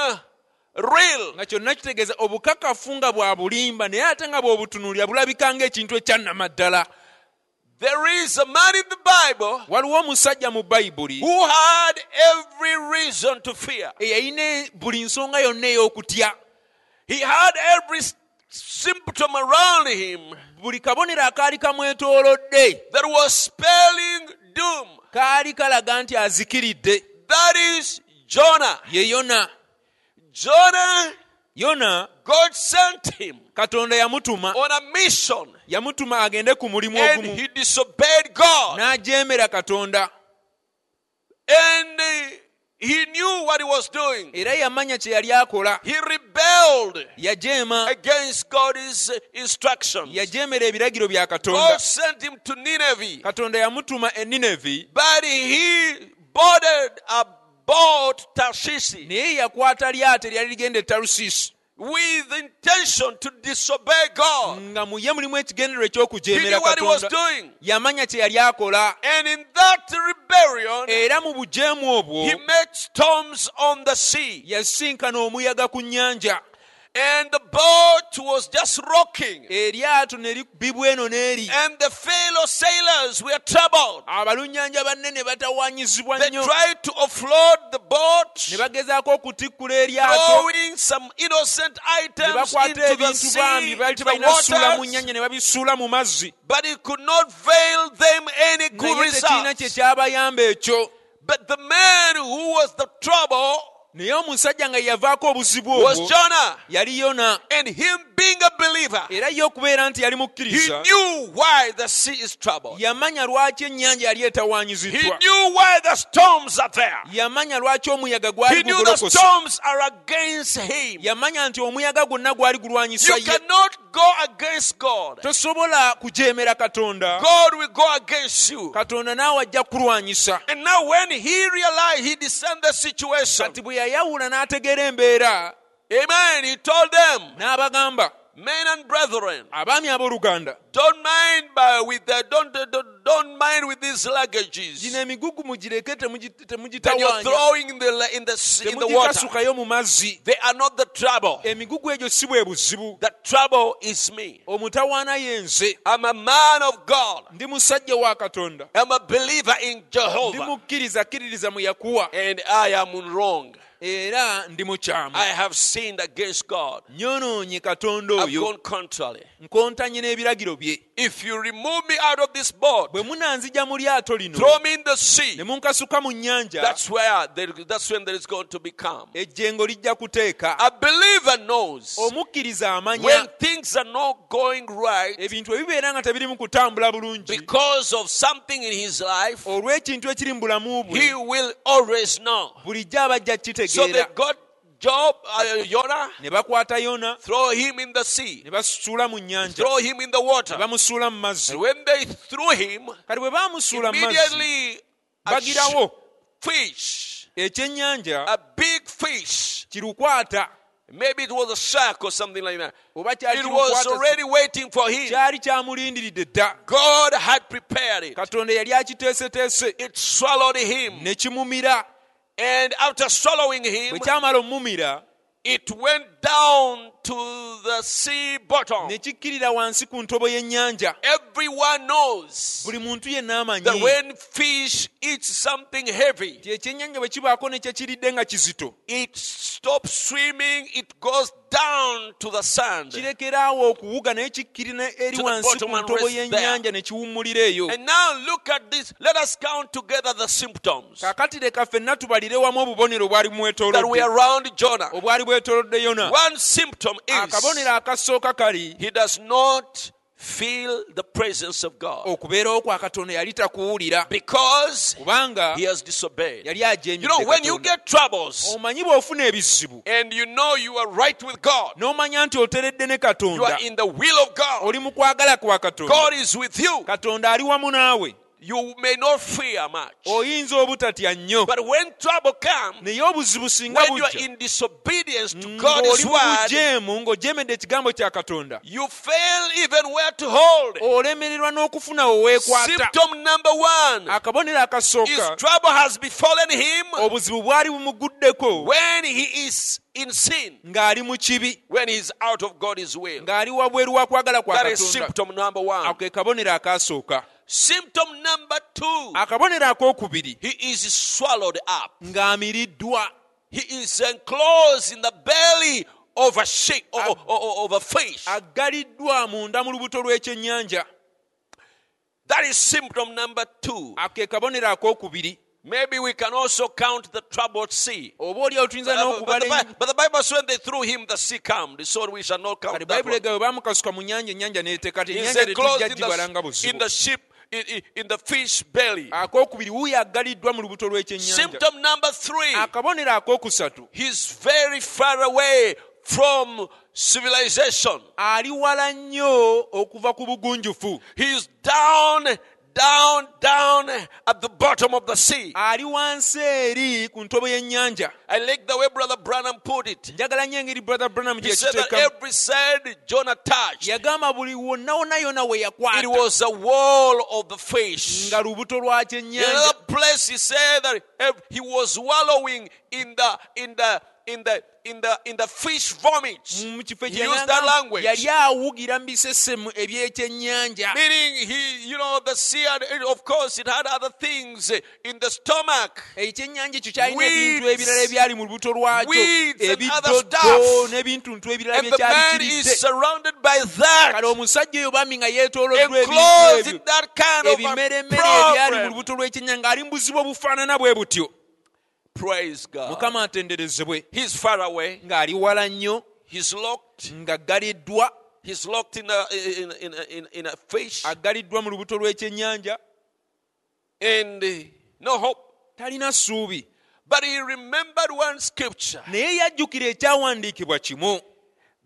Speaker 1: real.
Speaker 2: nga kyonna kitegeeza obukakafu nga bwa bulimba naye ate nga bw'obutunuulira bulabika ng'ekintu ekyannamaddala
Speaker 1: There is a man in the Bible
Speaker 2: waliwo omusajja mu bayibuli
Speaker 1: who had every reason to fear.
Speaker 2: eyalina buli nsonga yonna ey'okutya
Speaker 1: He had every s- symptom around him
Speaker 2: buli kabonero akaali kamwetoolodde
Speaker 1: that was spelling doom.
Speaker 2: kaali kalaga nti azikiridde
Speaker 1: That is Jonah.
Speaker 2: ye yona
Speaker 1: Jonah,
Speaker 2: yona
Speaker 1: God sent him
Speaker 2: katonda yamutuma
Speaker 1: on a mission
Speaker 2: yamutuma agende ku mulimu
Speaker 1: and
Speaker 2: ogumu
Speaker 1: he disobeyed God.
Speaker 2: n'ajeemera katonda
Speaker 1: And uh, he knew what he was doing.
Speaker 2: era yamanya kye yali akola
Speaker 1: He rebelled
Speaker 2: yajeema
Speaker 1: against God's uh, instructions.
Speaker 2: yajeemera ebiragiro bya
Speaker 1: God
Speaker 2: katonda
Speaker 1: sent him to Nineveh,
Speaker 2: katonda yamutuma e ninevi
Speaker 1: but he boarded a boat Tarshish
Speaker 2: naye yakwata lyato eryali ligenda e tarusisi
Speaker 1: with intention to disobey God.
Speaker 2: nga mu ye mulimu ekigendero
Speaker 1: He knew
Speaker 2: ekyokujeemera
Speaker 1: what he was
Speaker 2: katonda
Speaker 1: doing.
Speaker 2: yamanya kye yali akola
Speaker 1: And in that rebellion,
Speaker 2: era mu bujeemu obwo
Speaker 1: he made storms on the sea.
Speaker 2: yasinkana omuyaga ku nnyanja
Speaker 1: And the boat was just rocking.
Speaker 2: eryato ne libibwa eno n'eri
Speaker 1: And the fellow sailors were troubled.
Speaker 2: abalunnyanja banne ne batawaanyizibwa
Speaker 1: They
Speaker 2: nnyo
Speaker 1: tried to offload the
Speaker 2: ne
Speaker 1: boat,
Speaker 2: bagezaako okutikkula eryato
Speaker 1: throwing some innocent
Speaker 2: ne
Speaker 1: items into
Speaker 2: bakwata
Speaker 1: the
Speaker 2: ebintu bambi
Speaker 1: sea,
Speaker 2: baali
Speaker 1: into
Speaker 2: tebalina suula
Speaker 1: the
Speaker 2: mu
Speaker 1: waters,
Speaker 2: nnyanja ne babisuula mu mazzi
Speaker 1: but it could not veil them any good
Speaker 2: naye tekiina kye
Speaker 1: result.
Speaker 2: kyabayamba ekyo
Speaker 1: But the man who was the trouble
Speaker 2: naye omusajja nga yavaako obuzibu
Speaker 1: was
Speaker 2: obwo
Speaker 1: Jonah,
Speaker 2: yali yona
Speaker 1: and him being a believer,
Speaker 2: era ye okubeera nti yali
Speaker 1: he
Speaker 2: mukkiriza
Speaker 1: knew why the sea is troubled.
Speaker 2: yamanya lwaki ennyanja yali
Speaker 1: He
Speaker 2: etawaanyiziddwa
Speaker 1: knew why the storms are there.
Speaker 2: yamanya lwaki omuyaga
Speaker 1: He
Speaker 2: gwali
Speaker 1: knew the
Speaker 2: gugolokosa
Speaker 1: storms are against him.
Speaker 2: yamanya nti omuyaga gwonna gwali
Speaker 1: You
Speaker 2: gulwanyisa ye
Speaker 1: cannot go against God.
Speaker 2: tosobola kujeemera katonda
Speaker 1: God will go against you.
Speaker 2: katonda naawe ajja kulwanyisa
Speaker 1: And now, when he realized, he discerned the situation.
Speaker 2: kati bwe yayawula n'ategeera embeera
Speaker 1: Amen. He told them,
Speaker 2: n'abagamba
Speaker 1: men and brethren,
Speaker 2: abaami abooluganda
Speaker 1: don't mind by with the, don't, don't don't mind with these
Speaker 2: gino
Speaker 1: luggages
Speaker 2: emigugu mugireke temugit-
Speaker 1: that you're
Speaker 2: temugitawaanya
Speaker 1: throwing in the in the s- in the water.
Speaker 2: temugikasukayo mu mazzi
Speaker 1: They are not the trouble.
Speaker 2: emigugu egyo si bwe buzibu
Speaker 1: The trouble is me.
Speaker 2: omutawaana ye nze
Speaker 1: I'm a man of God.
Speaker 2: ndi musajja wa katonda
Speaker 1: I'm a believer in
Speaker 2: ndi
Speaker 1: Jehovah,
Speaker 2: mukkiriza kkiririza mu yakuwa
Speaker 1: and I am wrong.
Speaker 2: era ndi mukyamu
Speaker 1: I have sinned against God.
Speaker 2: nyonoonye katonda
Speaker 1: I've
Speaker 2: oyo
Speaker 1: gone contrary.
Speaker 2: nkontanye n'ebiragiro bye
Speaker 1: If you remove me out of this boat,
Speaker 2: bwe munanzija mu lyato lino
Speaker 1: throw me in the sea.
Speaker 2: ne munkasuka mu nnyanja
Speaker 1: That's where there, that's when there is going to become.
Speaker 2: ejjengo lijja kuteeka
Speaker 1: A believer knows
Speaker 2: omukkiriza
Speaker 1: when
Speaker 2: amanya
Speaker 1: things are not going right
Speaker 2: ebintu ebibeera nga tebiri mu kutambula bulungi
Speaker 1: because of something in his life,
Speaker 2: olw'ekintu ekiri mu
Speaker 1: he
Speaker 2: bulamu bwe
Speaker 1: will always know.
Speaker 2: bulijjo abajja
Speaker 1: So they
Speaker 2: kukitegeera
Speaker 1: got Job, uh, Jonah,
Speaker 2: ne bakwata yona
Speaker 1: throw him in the sea,
Speaker 2: ne basuula mu nnyanja
Speaker 1: throw him in the
Speaker 2: ne
Speaker 1: water.
Speaker 2: bamusuula mu mazzi
Speaker 1: And when they threw him,
Speaker 2: kati bwe baamusuula mu mazzi
Speaker 1: immediately a
Speaker 2: bagirawo
Speaker 1: sh- fish,
Speaker 2: ekyennyanja
Speaker 1: a big fish,
Speaker 2: kirukwata
Speaker 1: Maybe it was a shark or something like that.
Speaker 2: oba kyali
Speaker 1: It was
Speaker 2: kimukwata-
Speaker 1: already waiting for him.
Speaker 2: kyali kyamulindiridde dda
Speaker 1: God had prepared it.
Speaker 2: katonda yali akiteeseteese
Speaker 1: It swallowed him.
Speaker 2: ne kimumira
Speaker 1: And after swallowing him,
Speaker 2: bwe kyamala omumira
Speaker 1: it went down to the sea bottom.
Speaker 2: ne kikkirira wansi ku ntobo y'ennyanja
Speaker 1: Everyone knows
Speaker 2: buli muntu yenna
Speaker 1: that
Speaker 2: amanyi
Speaker 1: when fish eats something heavy,
Speaker 2: ti ekyennyanja bwe kibaako ne kyekiridde nga kizito
Speaker 1: it stops swimming, it goes down to the sand.
Speaker 2: (laughs) kirekeraawo okuwuga naye kikkirina eri
Speaker 1: To the
Speaker 2: wansi ku
Speaker 1: bottom and
Speaker 2: ntobo
Speaker 1: rest
Speaker 2: y'ennyanja ne kiwummulira eyo
Speaker 1: And now look at this. Let us count together the symptoms
Speaker 2: kaakati leka ffenna tubalire wamu obubonero obwali
Speaker 1: that were
Speaker 2: bumwetoolodde
Speaker 1: around Jonah.
Speaker 2: obwali bwetoolodde yona
Speaker 1: One symptom is
Speaker 2: akabonero akasooka kali
Speaker 1: he does not feel the presence of God
Speaker 2: okubeerawo kwa katonda yali takuwulira
Speaker 1: because
Speaker 2: kubanga
Speaker 1: he has disobeyed.
Speaker 2: yali
Speaker 1: You know, when you
Speaker 2: ajeemidde
Speaker 1: get troubles
Speaker 2: omanyi bw'ofuna ebizibu
Speaker 1: and you know you are right with God,
Speaker 2: n'omanya nti oteredde ne
Speaker 1: you
Speaker 2: katonda
Speaker 1: are in the will of God,
Speaker 2: oli mu kwagala kwa katonda
Speaker 1: God is with you,
Speaker 2: katonda ali wamu naawe
Speaker 1: you may not fear much.
Speaker 2: oyinza obutatya nnyo
Speaker 1: But when trouble comes,
Speaker 2: naye obuzibu singa
Speaker 1: when you are
Speaker 2: bujja
Speaker 1: in disobedience to God's
Speaker 2: ng'oli mu
Speaker 1: word,
Speaker 2: bujeemu ng'ojeemedde ekigambo kya katonda
Speaker 1: you fail even where to hold.
Speaker 2: Oh, olemererwa n'okufuna we weekwata
Speaker 1: Symptom number one
Speaker 2: akabonero
Speaker 1: is
Speaker 2: akasooka
Speaker 1: trouble has befallen him
Speaker 2: obuzibu bwali bumuguddeko
Speaker 1: when he is in sin,
Speaker 2: ng'ali mu kibi
Speaker 1: when he is out of God's will.
Speaker 2: ng'ali wabweru wa kwagala kwa
Speaker 1: That is
Speaker 2: katonda
Speaker 1: symptom number one.
Speaker 2: ako ke kabonero akasooka
Speaker 1: Symptom number two,
Speaker 2: akabonero ak'okubiri
Speaker 1: he is swallowed up.
Speaker 2: ng'amiriddwa
Speaker 1: He is enclosed in the belly of a sheep, or, or- or- or of a fish.
Speaker 2: aggaliddwa munda mu lubuto lw'ekyennyanja
Speaker 1: That is symptom number two.
Speaker 2: ako ke kabonero ak'okubiri
Speaker 1: Maybe we can also count the troubled sea.
Speaker 2: oba olyawo tuyinza
Speaker 1: But, uh, but the,
Speaker 2: n'okubala
Speaker 1: Bi- but the Bible says when they threw him, the sea calmed. So we shall not count
Speaker 2: kati
Speaker 1: that
Speaker 2: bayibuli
Speaker 1: one.
Speaker 2: egawe bamukasuka mu nnyanja ennyanja n'eteekata
Speaker 1: He's
Speaker 2: ennyanja
Speaker 1: enclosed
Speaker 2: tetujja
Speaker 1: in
Speaker 2: gibala nga
Speaker 1: the, in
Speaker 2: buzibu
Speaker 1: the ship, in, in- in the fish belly.
Speaker 2: ak'okubiri wuuyo aggaliddwa mu lubuto lw'ekyennyanja
Speaker 1: Symptom number three,
Speaker 2: akabonero ak'okusatu
Speaker 1: he's very far away from civilization.
Speaker 2: ali wala nnyo okuva ku bugunjufu
Speaker 1: He's down, down, down at the bottom of the sea.
Speaker 2: ali wansi eri ku ntobo y'ennyanja
Speaker 1: I like the way Brother Branham put it.
Speaker 2: njagala nnyo engeri brother branham
Speaker 1: He said that
Speaker 2: gyekiteeka
Speaker 1: every side Jonah touched, it
Speaker 2: yagamba buli wonna wonna yonna we yakwata
Speaker 1: was a wall of the fish.
Speaker 2: nga lubuto lwa
Speaker 1: In
Speaker 2: kyennyanja
Speaker 1: another place, he said that ev- he was wallowing in the in the in the in the in the fish vomit,
Speaker 2: mu kifo
Speaker 1: He
Speaker 2: kye
Speaker 1: used
Speaker 2: yagamba,
Speaker 1: that language.
Speaker 2: yali awugira mu bisesemu eby'ekyennyanja
Speaker 1: (laughs) meaning he, you know, the sea. Had, it- of course, it had other things in the stomach.
Speaker 2: ekyennyanja ekyo kyalina
Speaker 1: Weeds.
Speaker 2: ebintu ebirala ebyali mu lubuto lwakyo
Speaker 1: Weeds and other
Speaker 2: ebiddodo
Speaker 1: stuff.
Speaker 2: n'ebintuntu ebirala
Speaker 1: And the man is
Speaker 2: byekyabikiridde
Speaker 1: surrounded by
Speaker 2: kale
Speaker 1: that,
Speaker 2: omusajja oyo bami nga yeetooloddwa
Speaker 1: enclosed
Speaker 2: ebintu
Speaker 1: in that kind
Speaker 2: ebyo
Speaker 1: of a
Speaker 2: ebimeremere ebyali mu
Speaker 1: problem.
Speaker 2: lubuto lw'ekyennyanja ng'ali mu buzibu obufaanana bwe butyo
Speaker 1: Praise God.
Speaker 2: mukama atenderezebwe
Speaker 1: He's far away.
Speaker 2: ng'ali wala nnyo
Speaker 1: He's locked.
Speaker 2: ng'aggaliddwa
Speaker 1: He's locked in a in in in, in a fish,
Speaker 2: aggaliddwa mu lubuto lw'ekyennyanja
Speaker 1: and uh, no hope.
Speaker 2: talina ssuubi
Speaker 1: But he remembered one scripture.
Speaker 2: naye yajjukira ekyawandiikibwa kimu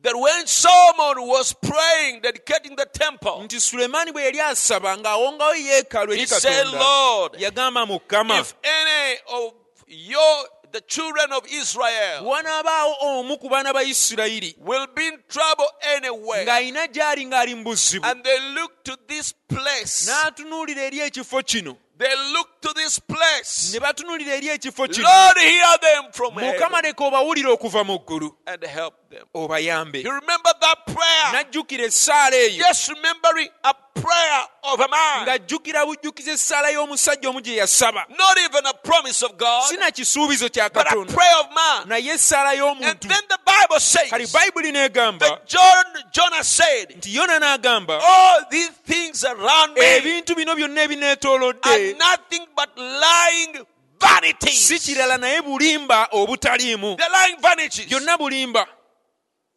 Speaker 1: that when Solomon was praying, dedicating the temple,
Speaker 2: nti sulemaani bwe yali asaba ng'awongawo yeekaalu eri
Speaker 1: he said,
Speaker 2: katonda
Speaker 1: Lord,
Speaker 2: yagamba mukama
Speaker 1: if any of your the children of Israel
Speaker 2: wanaabaawo omu ku baana ba isirayiri
Speaker 1: will be in trouble anywhere,
Speaker 2: ng'alina gy'ali ng'ali mu buzibu
Speaker 1: and they look to this place,
Speaker 2: n'atunuulira eri ekifo kino
Speaker 1: they look to this
Speaker 2: ne
Speaker 1: place,
Speaker 2: batunuulira eri ekifo kino
Speaker 1: Lord, hear them from
Speaker 2: mukama
Speaker 1: heaven
Speaker 2: leka obawulire okuva mu ggulu
Speaker 1: and help them.
Speaker 2: obayambe
Speaker 1: You remember that prayer?
Speaker 2: n'ajjukira essaala eyo
Speaker 1: Just remembering a prayer of a man,
Speaker 2: ng'ajjukira bujjukiza essaala y'omusajja omu gye yasaba
Speaker 1: not even a promise of God,
Speaker 2: sina kisuubizo kya
Speaker 1: but a
Speaker 2: katonda
Speaker 1: prayer of man.
Speaker 2: naye essaala
Speaker 1: And
Speaker 2: y'omuntu
Speaker 1: then the Bible
Speaker 2: kali
Speaker 1: says,
Speaker 2: bayibuli n'egamba
Speaker 1: But John, Jonah said,
Speaker 2: nti yona n'agamba
Speaker 1: All these things around Oh, me
Speaker 2: ebintu bino byonna
Speaker 1: are
Speaker 2: ebineetoolodde
Speaker 1: nothing but lying vanities.
Speaker 2: si kirala naye bulimba obutaliimu
Speaker 1: They're lying vanities.
Speaker 2: byonna bulimba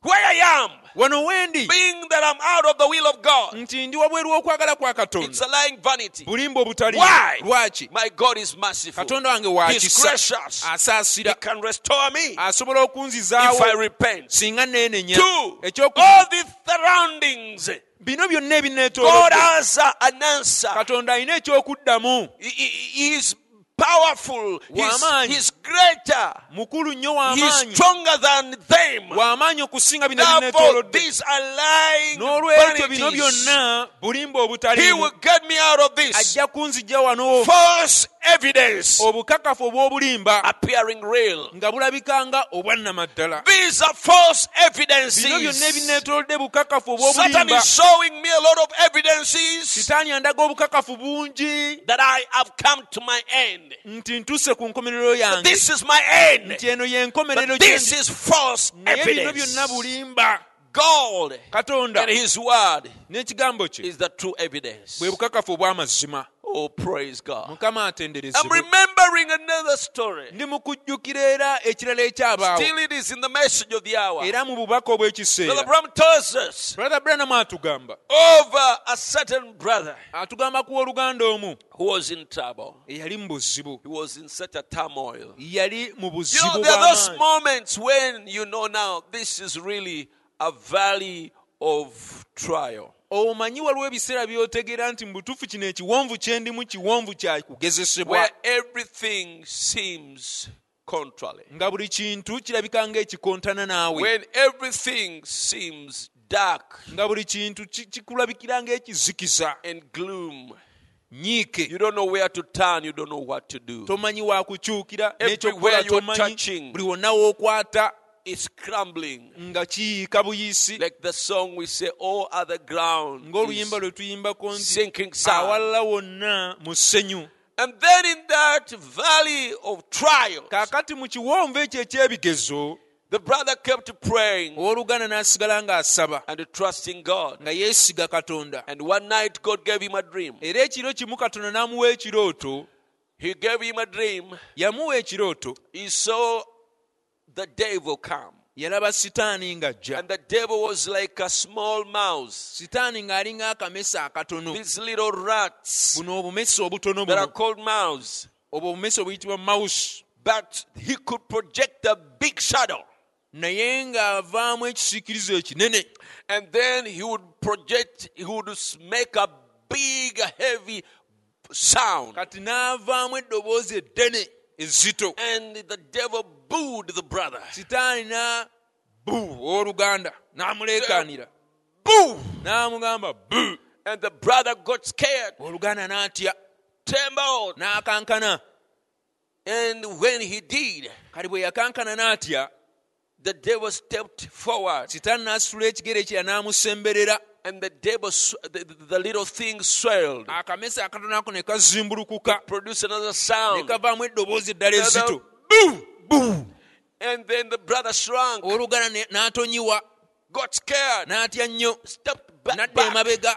Speaker 1: Where I am,
Speaker 2: wano wendi
Speaker 1: being that I'm out of the will of God,
Speaker 2: nti ndi wabweru w'okwagala kwa
Speaker 1: it's
Speaker 2: katonda
Speaker 1: a lying vanity.
Speaker 2: bulimba obutaliimu
Speaker 1: Why?
Speaker 2: lwaki
Speaker 1: My God is merciful.
Speaker 2: katonda wange wa
Speaker 1: He's
Speaker 2: kisa
Speaker 1: gracious.
Speaker 2: Ah,
Speaker 1: He
Speaker 2: asaasira
Speaker 1: can restore me
Speaker 2: asobola
Speaker 1: if
Speaker 2: okunzizaawo
Speaker 1: I repent.
Speaker 2: singa neenenya
Speaker 1: Two,
Speaker 2: ekyokubiri
Speaker 1: all these surroundings,
Speaker 2: bino byonna
Speaker 1: God ah.
Speaker 2: ebineetoolodde
Speaker 1: has a- an answer.
Speaker 2: katonda alina ekyokuddamu
Speaker 1: He- He he is powerful, he's,
Speaker 2: Wamaanyi.
Speaker 1: he's greater,
Speaker 2: mukulu nnyo
Speaker 1: he's
Speaker 2: w'amaanyi
Speaker 1: stronger than them.
Speaker 2: w'amaanyi okusinga bino
Speaker 1: Therefore,
Speaker 2: ebinetolodde
Speaker 1: these are lying
Speaker 2: n'olwekyo bino
Speaker 1: vanities.
Speaker 2: byonna bulimba
Speaker 1: He
Speaker 2: obutaliimu
Speaker 1: will get me out of this.
Speaker 2: ajja kunzija wano
Speaker 1: False evidence
Speaker 2: obukakafu obw'obulimba
Speaker 1: Oh, appearing real.
Speaker 2: nga bulabikanga obwannamaddala
Speaker 1: These are false
Speaker 2: bino byonna
Speaker 1: evidences.
Speaker 2: ebinetolodde bukakafu
Speaker 1: Satan
Speaker 2: obw'obulimba
Speaker 1: is showing me a lot of evidences
Speaker 2: sitaani andaga obukakafu bungi
Speaker 1: that I have come to my end.
Speaker 2: nti ntuse ku nkomerero yange
Speaker 1: This is my end.
Speaker 2: nti eno y'enkomerero
Speaker 1: But
Speaker 2: gye
Speaker 1: this
Speaker 2: ndi.
Speaker 1: is false
Speaker 2: naye bino byonna
Speaker 1: evidence.
Speaker 2: bulimba
Speaker 1: God
Speaker 2: katonda
Speaker 1: and His Word
Speaker 2: n'ekigambo kye
Speaker 1: is the true evidence.
Speaker 2: bwe bukakafu obw'amazima
Speaker 1: Oh, praise God.
Speaker 2: mukama
Speaker 1: I'm
Speaker 2: atenderezebwe
Speaker 1: remembering another story.
Speaker 2: ndi mu kujjukira era ekirala ekyabaawo
Speaker 1: Still, it is in the message of the hour.
Speaker 2: era mu bubaka
Speaker 1: Brother
Speaker 2: obw'ekiseera
Speaker 1: Bram tells us
Speaker 2: brother branam atugamba
Speaker 1: over a certain brother
Speaker 2: atugamba ku oluganda omu
Speaker 1: who was in trouble.
Speaker 2: eyali mu buzibu
Speaker 1: He was in such a turmoil.
Speaker 2: yali mu
Speaker 1: You
Speaker 2: buzibu
Speaker 1: know, there are those
Speaker 2: bw'amaanyi.
Speaker 1: moments when you know now this is really a valley of trial.
Speaker 2: omanyi waliwo ebiseera by'otegeera nti mu butuufu kino ekiwonvu kye ndimu kiwonvu kya kugezesebwa
Speaker 1: Where everything seems contrary.
Speaker 2: nga buli kintu kirabika ng'ekikontana naawe
Speaker 1: When everything seems dark
Speaker 2: nga buli kintu ki- kikulabikira ng'ekizikiza
Speaker 1: and gloom,
Speaker 2: nyiike
Speaker 1: you don't know where to turn, you don't know what to do.
Speaker 2: tomanyi waakukyukira
Speaker 1: Everywhere
Speaker 2: n'ekyokukola
Speaker 1: you're
Speaker 2: tomanyi
Speaker 1: touching.
Speaker 2: buli wonna w'okwata
Speaker 1: It's crumbling.
Speaker 2: nga kiyiika buyiisi
Speaker 1: Like the song we say, all other ground
Speaker 2: ng'oluyimba
Speaker 1: is
Speaker 2: lwe tuyimbako nti
Speaker 1: sinking sand.
Speaker 2: awalala wonna mu ssenyu
Speaker 1: And then in that valley of trial,
Speaker 2: kaakati mu kiwonvu ekyo eky'ebigezo
Speaker 1: the brother kept praying
Speaker 2: owooluganda n'asigala ng'asaba
Speaker 1: and trusting God.
Speaker 2: nga yeesiga katonda
Speaker 1: And one night, God gave him a dream.
Speaker 2: era ekiro kimu katonda n'amuwa ekirooto
Speaker 1: He gave him a dream.
Speaker 2: yamuwa ekirooto
Speaker 1: He saw the devil come.
Speaker 2: yalaba sitaani ng'ajja
Speaker 1: And the devil was like a small mouse,
Speaker 2: sitaani ng'ali ng'akamesa akatono
Speaker 1: these little rats
Speaker 2: buno obumesa obutono
Speaker 1: that are
Speaker 2: buno
Speaker 1: called mouths.
Speaker 2: obwo obumesa obuyitibwa mawusi
Speaker 1: But he could project a big shadow.
Speaker 2: naye ng'avaamu ekisiikirizo ekinene
Speaker 1: And then he would project, he would s- make a big, heavy sound.
Speaker 2: kati n'avaamu eddoboozi eddene ezzito
Speaker 1: And the devil booed the brother.
Speaker 2: sitaani na bu owooluganda n'amuleekaanira
Speaker 1: Boo!
Speaker 2: n'amugamba bu
Speaker 1: And the brother got scared,
Speaker 2: owooluganda n'atya
Speaker 1: trembled.
Speaker 2: n'akankana
Speaker 1: And when he did,
Speaker 2: kali bwe yakankana n'atya
Speaker 1: the devil stepped forward.
Speaker 2: sitaani n'asitula ekigere kye n'amusemberera
Speaker 1: And the devil, sw- the, the, the little thing swelled,
Speaker 2: akamesa akatono ako ne kazimbulukuka
Speaker 1: produced another
Speaker 2: ne
Speaker 1: sound.
Speaker 2: kavaamu eddoboozi eddala
Speaker 1: Another
Speaker 2: ezzito
Speaker 1: boo! Boo! And then the brother shrunk,
Speaker 2: owooluganda ne- n'atonyiwa
Speaker 1: got scared,
Speaker 2: n'atya nnyo
Speaker 1: stepped ba-
Speaker 2: n'adda
Speaker 1: back.
Speaker 2: emabega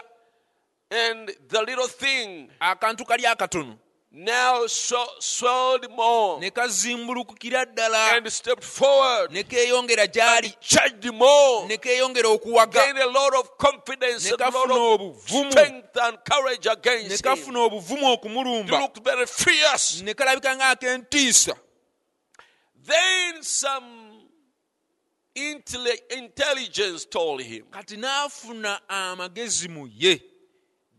Speaker 1: And the little thing
Speaker 2: akantu kali akatono
Speaker 1: now so, swelled more
Speaker 2: ne kazimbulukukira ddala
Speaker 1: and stepped forward,
Speaker 2: ne keeyongera gy'ali
Speaker 1: charged more,
Speaker 2: ne keeyongera okuwaga
Speaker 1: gained a lot of confidence,
Speaker 2: ne
Speaker 1: a lot
Speaker 2: kafuna
Speaker 1: of
Speaker 2: obuvumu
Speaker 1: strength and courage
Speaker 2: ne
Speaker 1: against him.
Speaker 2: kafuna obuvumu
Speaker 1: He
Speaker 2: okumulumba
Speaker 1: looked very fierce.
Speaker 2: ne kalabika ng'ak'entiisa
Speaker 1: Then some intelli- intelligence told him.
Speaker 2: kati n'afuna amagezi mu ye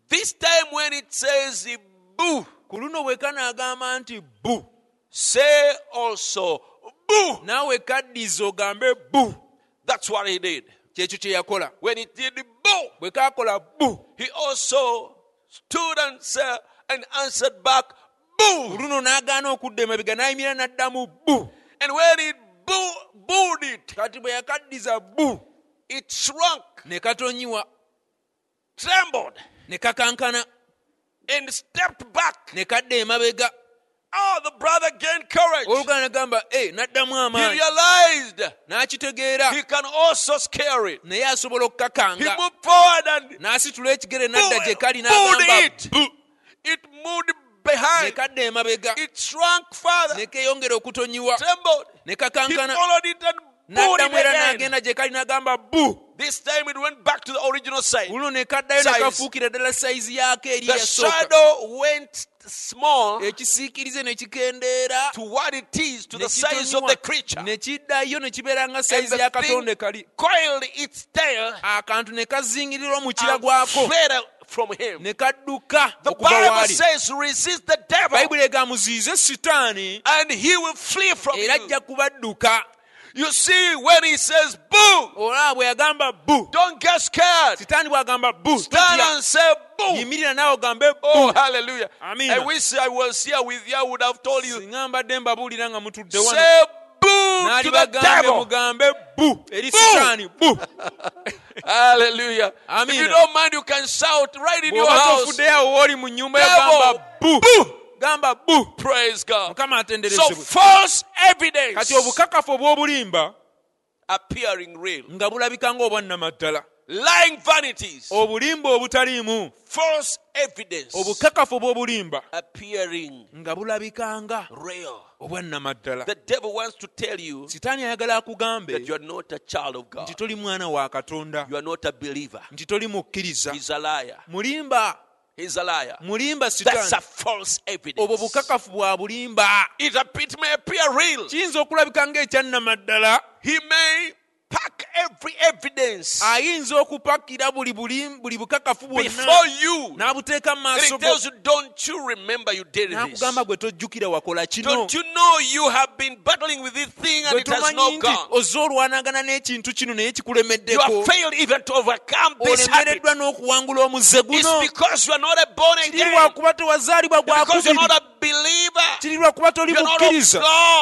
Speaker 1: This time when it says he boo,
Speaker 2: ku luno bwe kanaagamba nti bu
Speaker 1: say also boo.
Speaker 2: naawe kaddiza ogambe bu
Speaker 1: That's what he did.
Speaker 2: kyekyo kye yakola
Speaker 1: When he did boo,
Speaker 2: bwe kaakola bu
Speaker 1: he also stood and said and answered back
Speaker 2: ku
Speaker 1: boo.
Speaker 2: luno n'agaana okudda emabega n'ayimira n'addamu bu
Speaker 1: And when he boo booed it,
Speaker 2: kati bwe yakaddiza bu
Speaker 1: it shrunk,
Speaker 2: ne katonyiwa
Speaker 1: trembled,
Speaker 2: ne kakankana
Speaker 1: and stepped back.
Speaker 2: ne kadda emabega
Speaker 1: Oh, the brother gained courage.
Speaker 2: olugana nagamba e n'addamu
Speaker 1: He
Speaker 2: amaanyi
Speaker 1: realized
Speaker 2: n'akitegeera
Speaker 1: he can also scare it.
Speaker 2: naye asobola
Speaker 1: He
Speaker 2: okukakanga
Speaker 1: moved forward and
Speaker 2: n'asitula ekigere n'adda gye kali
Speaker 1: pulled
Speaker 2: n'agamba
Speaker 1: it.
Speaker 2: bu
Speaker 1: It moved
Speaker 2: ne
Speaker 1: behind.
Speaker 2: kadda emabega
Speaker 1: It shrunk further,
Speaker 2: ne keeyongera okutonyiwa
Speaker 1: trembled.
Speaker 2: ne
Speaker 1: He
Speaker 2: kakankana
Speaker 1: followed it and pulled
Speaker 2: n'addamu era
Speaker 1: it again.
Speaker 2: n'agenda gye kali n'agamba bu
Speaker 1: This time it went back to the original side.
Speaker 2: kuno ne kaddayo ne
Speaker 1: Size.
Speaker 2: kafuukira ddala sayizi yaako eri
Speaker 1: The
Speaker 2: eyasooka
Speaker 1: shadow went small
Speaker 2: ekisiikirize ne kikendeera
Speaker 1: to what it is, to
Speaker 2: ne
Speaker 1: the size of the creature.
Speaker 2: kitonyiwa, ne kiddayo ne kibeera nga
Speaker 1: And
Speaker 2: sayizi ya
Speaker 1: the
Speaker 2: katonda
Speaker 1: thing
Speaker 2: ekali
Speaker 1: coiled its tail
Speaker 2: akantu ne kazingirirwa mu kira
Speaker 1: and
Speaker 2: gwako
Speaker 1: fled, from him.
Speaker 2: ne kadduka
Speaker 1: The
Speaker 2: okuva
Speaker 1: Bible
Speaker 2: waali
Speaker 1: says, resist the devil
Speaker 2: bayibuli ega muziize sitaani
Speaker 1: and he will flee from
Speaker 2: era
Speaker 1: you.
Speaker 2: ajja kubadduka
Speaker 1: You see, when he says boo,
Speaker 2: ola bwe yagamba bu
Speaker 1: don't get scared.
Speaker 2: sitaani bw'agamba bu
Speaker 1: Stand
Speaker 2: tutya.
Speaker 1: and say boo.
Speaker 2: yimirira naawe ogambe
Speaker 1: Oh,
Speaker 2: bu
Speaker 1: hallelujah.
Speaker 2: Amen.
Speaker 1: I wish I was here with you. I would have told you,
Speaker 2: singa mbadde mbabuulira nga mutudde wano
Speaker 1: say boo to the
Speaker 2: n'alibagambe
Speaker 1: devil.
Speaker 2: mugambe bu eri sitaani bu
Speaker 1: Hallelujah.
Speaker 2: Amen.
Speaker 1: If you don't mind, you can shout right in your
Speaker 2: bw'oba
Speaker 1: house.
Speaker 2: tofuddeyawo wooli mu nnyumba yo
Speaker 1: Devil,
Speaker 2: gamba bu gamba bu
Speaker 1: Praise God.
Speaker 2: mukama
Speaker 1: So
Speaker 2: atenderezebwe
Speaker 1: false
Speaker 2: kati
Speaker 1: evidence
Speaker 2: obukakafu obw'obulimba
Speaker 1: appearing real.
Speaker 2: nga bulabika ng'obwannamaddala
Speaker 1: Lying vanities.
Speaker 2: obulimba obutaliimu
Speaker 1: False evidence
Speaker 2: obukakafu obw'obulimba
Speaker 1: appearing
Speaker 2: nga bulabikanga
Speaker 1: real.
Speaker 2: obwannamaddala
Speaker 1: The devil wants to tell you
Speaker 2: sitaani ayagala
Speaker 1: that
Speaker 2: akugambe
Speaker 1: you are not a child of God.
Speaker 2: nti toli mwana wa katonda
Speaker 1: You are not a believer.
Speaker 2: nti toli mukkiriza
Speaker 1: He's a liar.
Speaker 2: mulimba
Speaker 1: He's a liar.
Speaker 2: mulimba
Speaker 1: That's a
Speaker 2: sitaani
Speaker 1: false
Speaker 2: obwo
Speaker 1: evidence.
Speaker 2: bukakafu bwa bulimba
Speaker 1: It, ap- it may appear real.
Speaker 2: kiyinza okulabika ng'ekyannamaddala
Speaker 1: He may pack every evidence
Speaker 2: ayinza okupakira buli bulim- buli bukakafu bwonna
Speaker 1: before you.
Speaker 2: n'abuteeka mu
Speaker 1: And
Speaker 2: maaso
Speaker 1: he
Speaker 2: go
Speaker 1: tells you, don't you remember you did this?
Speaker 2: n'akugamba gwe tojjukira wakola kino
Speaker 1: Don't you know you have been battling with this thing and
Speaker 2: gwe
Speaker 1: it has
Speaker 2: tomanyi
Speaker 1: not
Speaker 2: nti
Speaker 1: gone?
Speaker 2: ozze olwanagana n'ekintu kino naye
Speaker 1: You have
Speaker 2: kikulemeddeko
Speaker 1: failed even to overcome this habit.
Speaker 2: olemereddwa n'okuwangula omuze guno
Speaker 1: It's because you are not a born
Speaker 2: kiri
Speaker 1: again.
Speaker 2: lwakuba tewazaalibwa
Speaker 1: Because you're
Speaker 2: gwakubiri
Speaker 1: not a believer.
Speaker 2: kiri lwakuba toli
Speaker 1: You're not of
Speaker 2: mukkiriza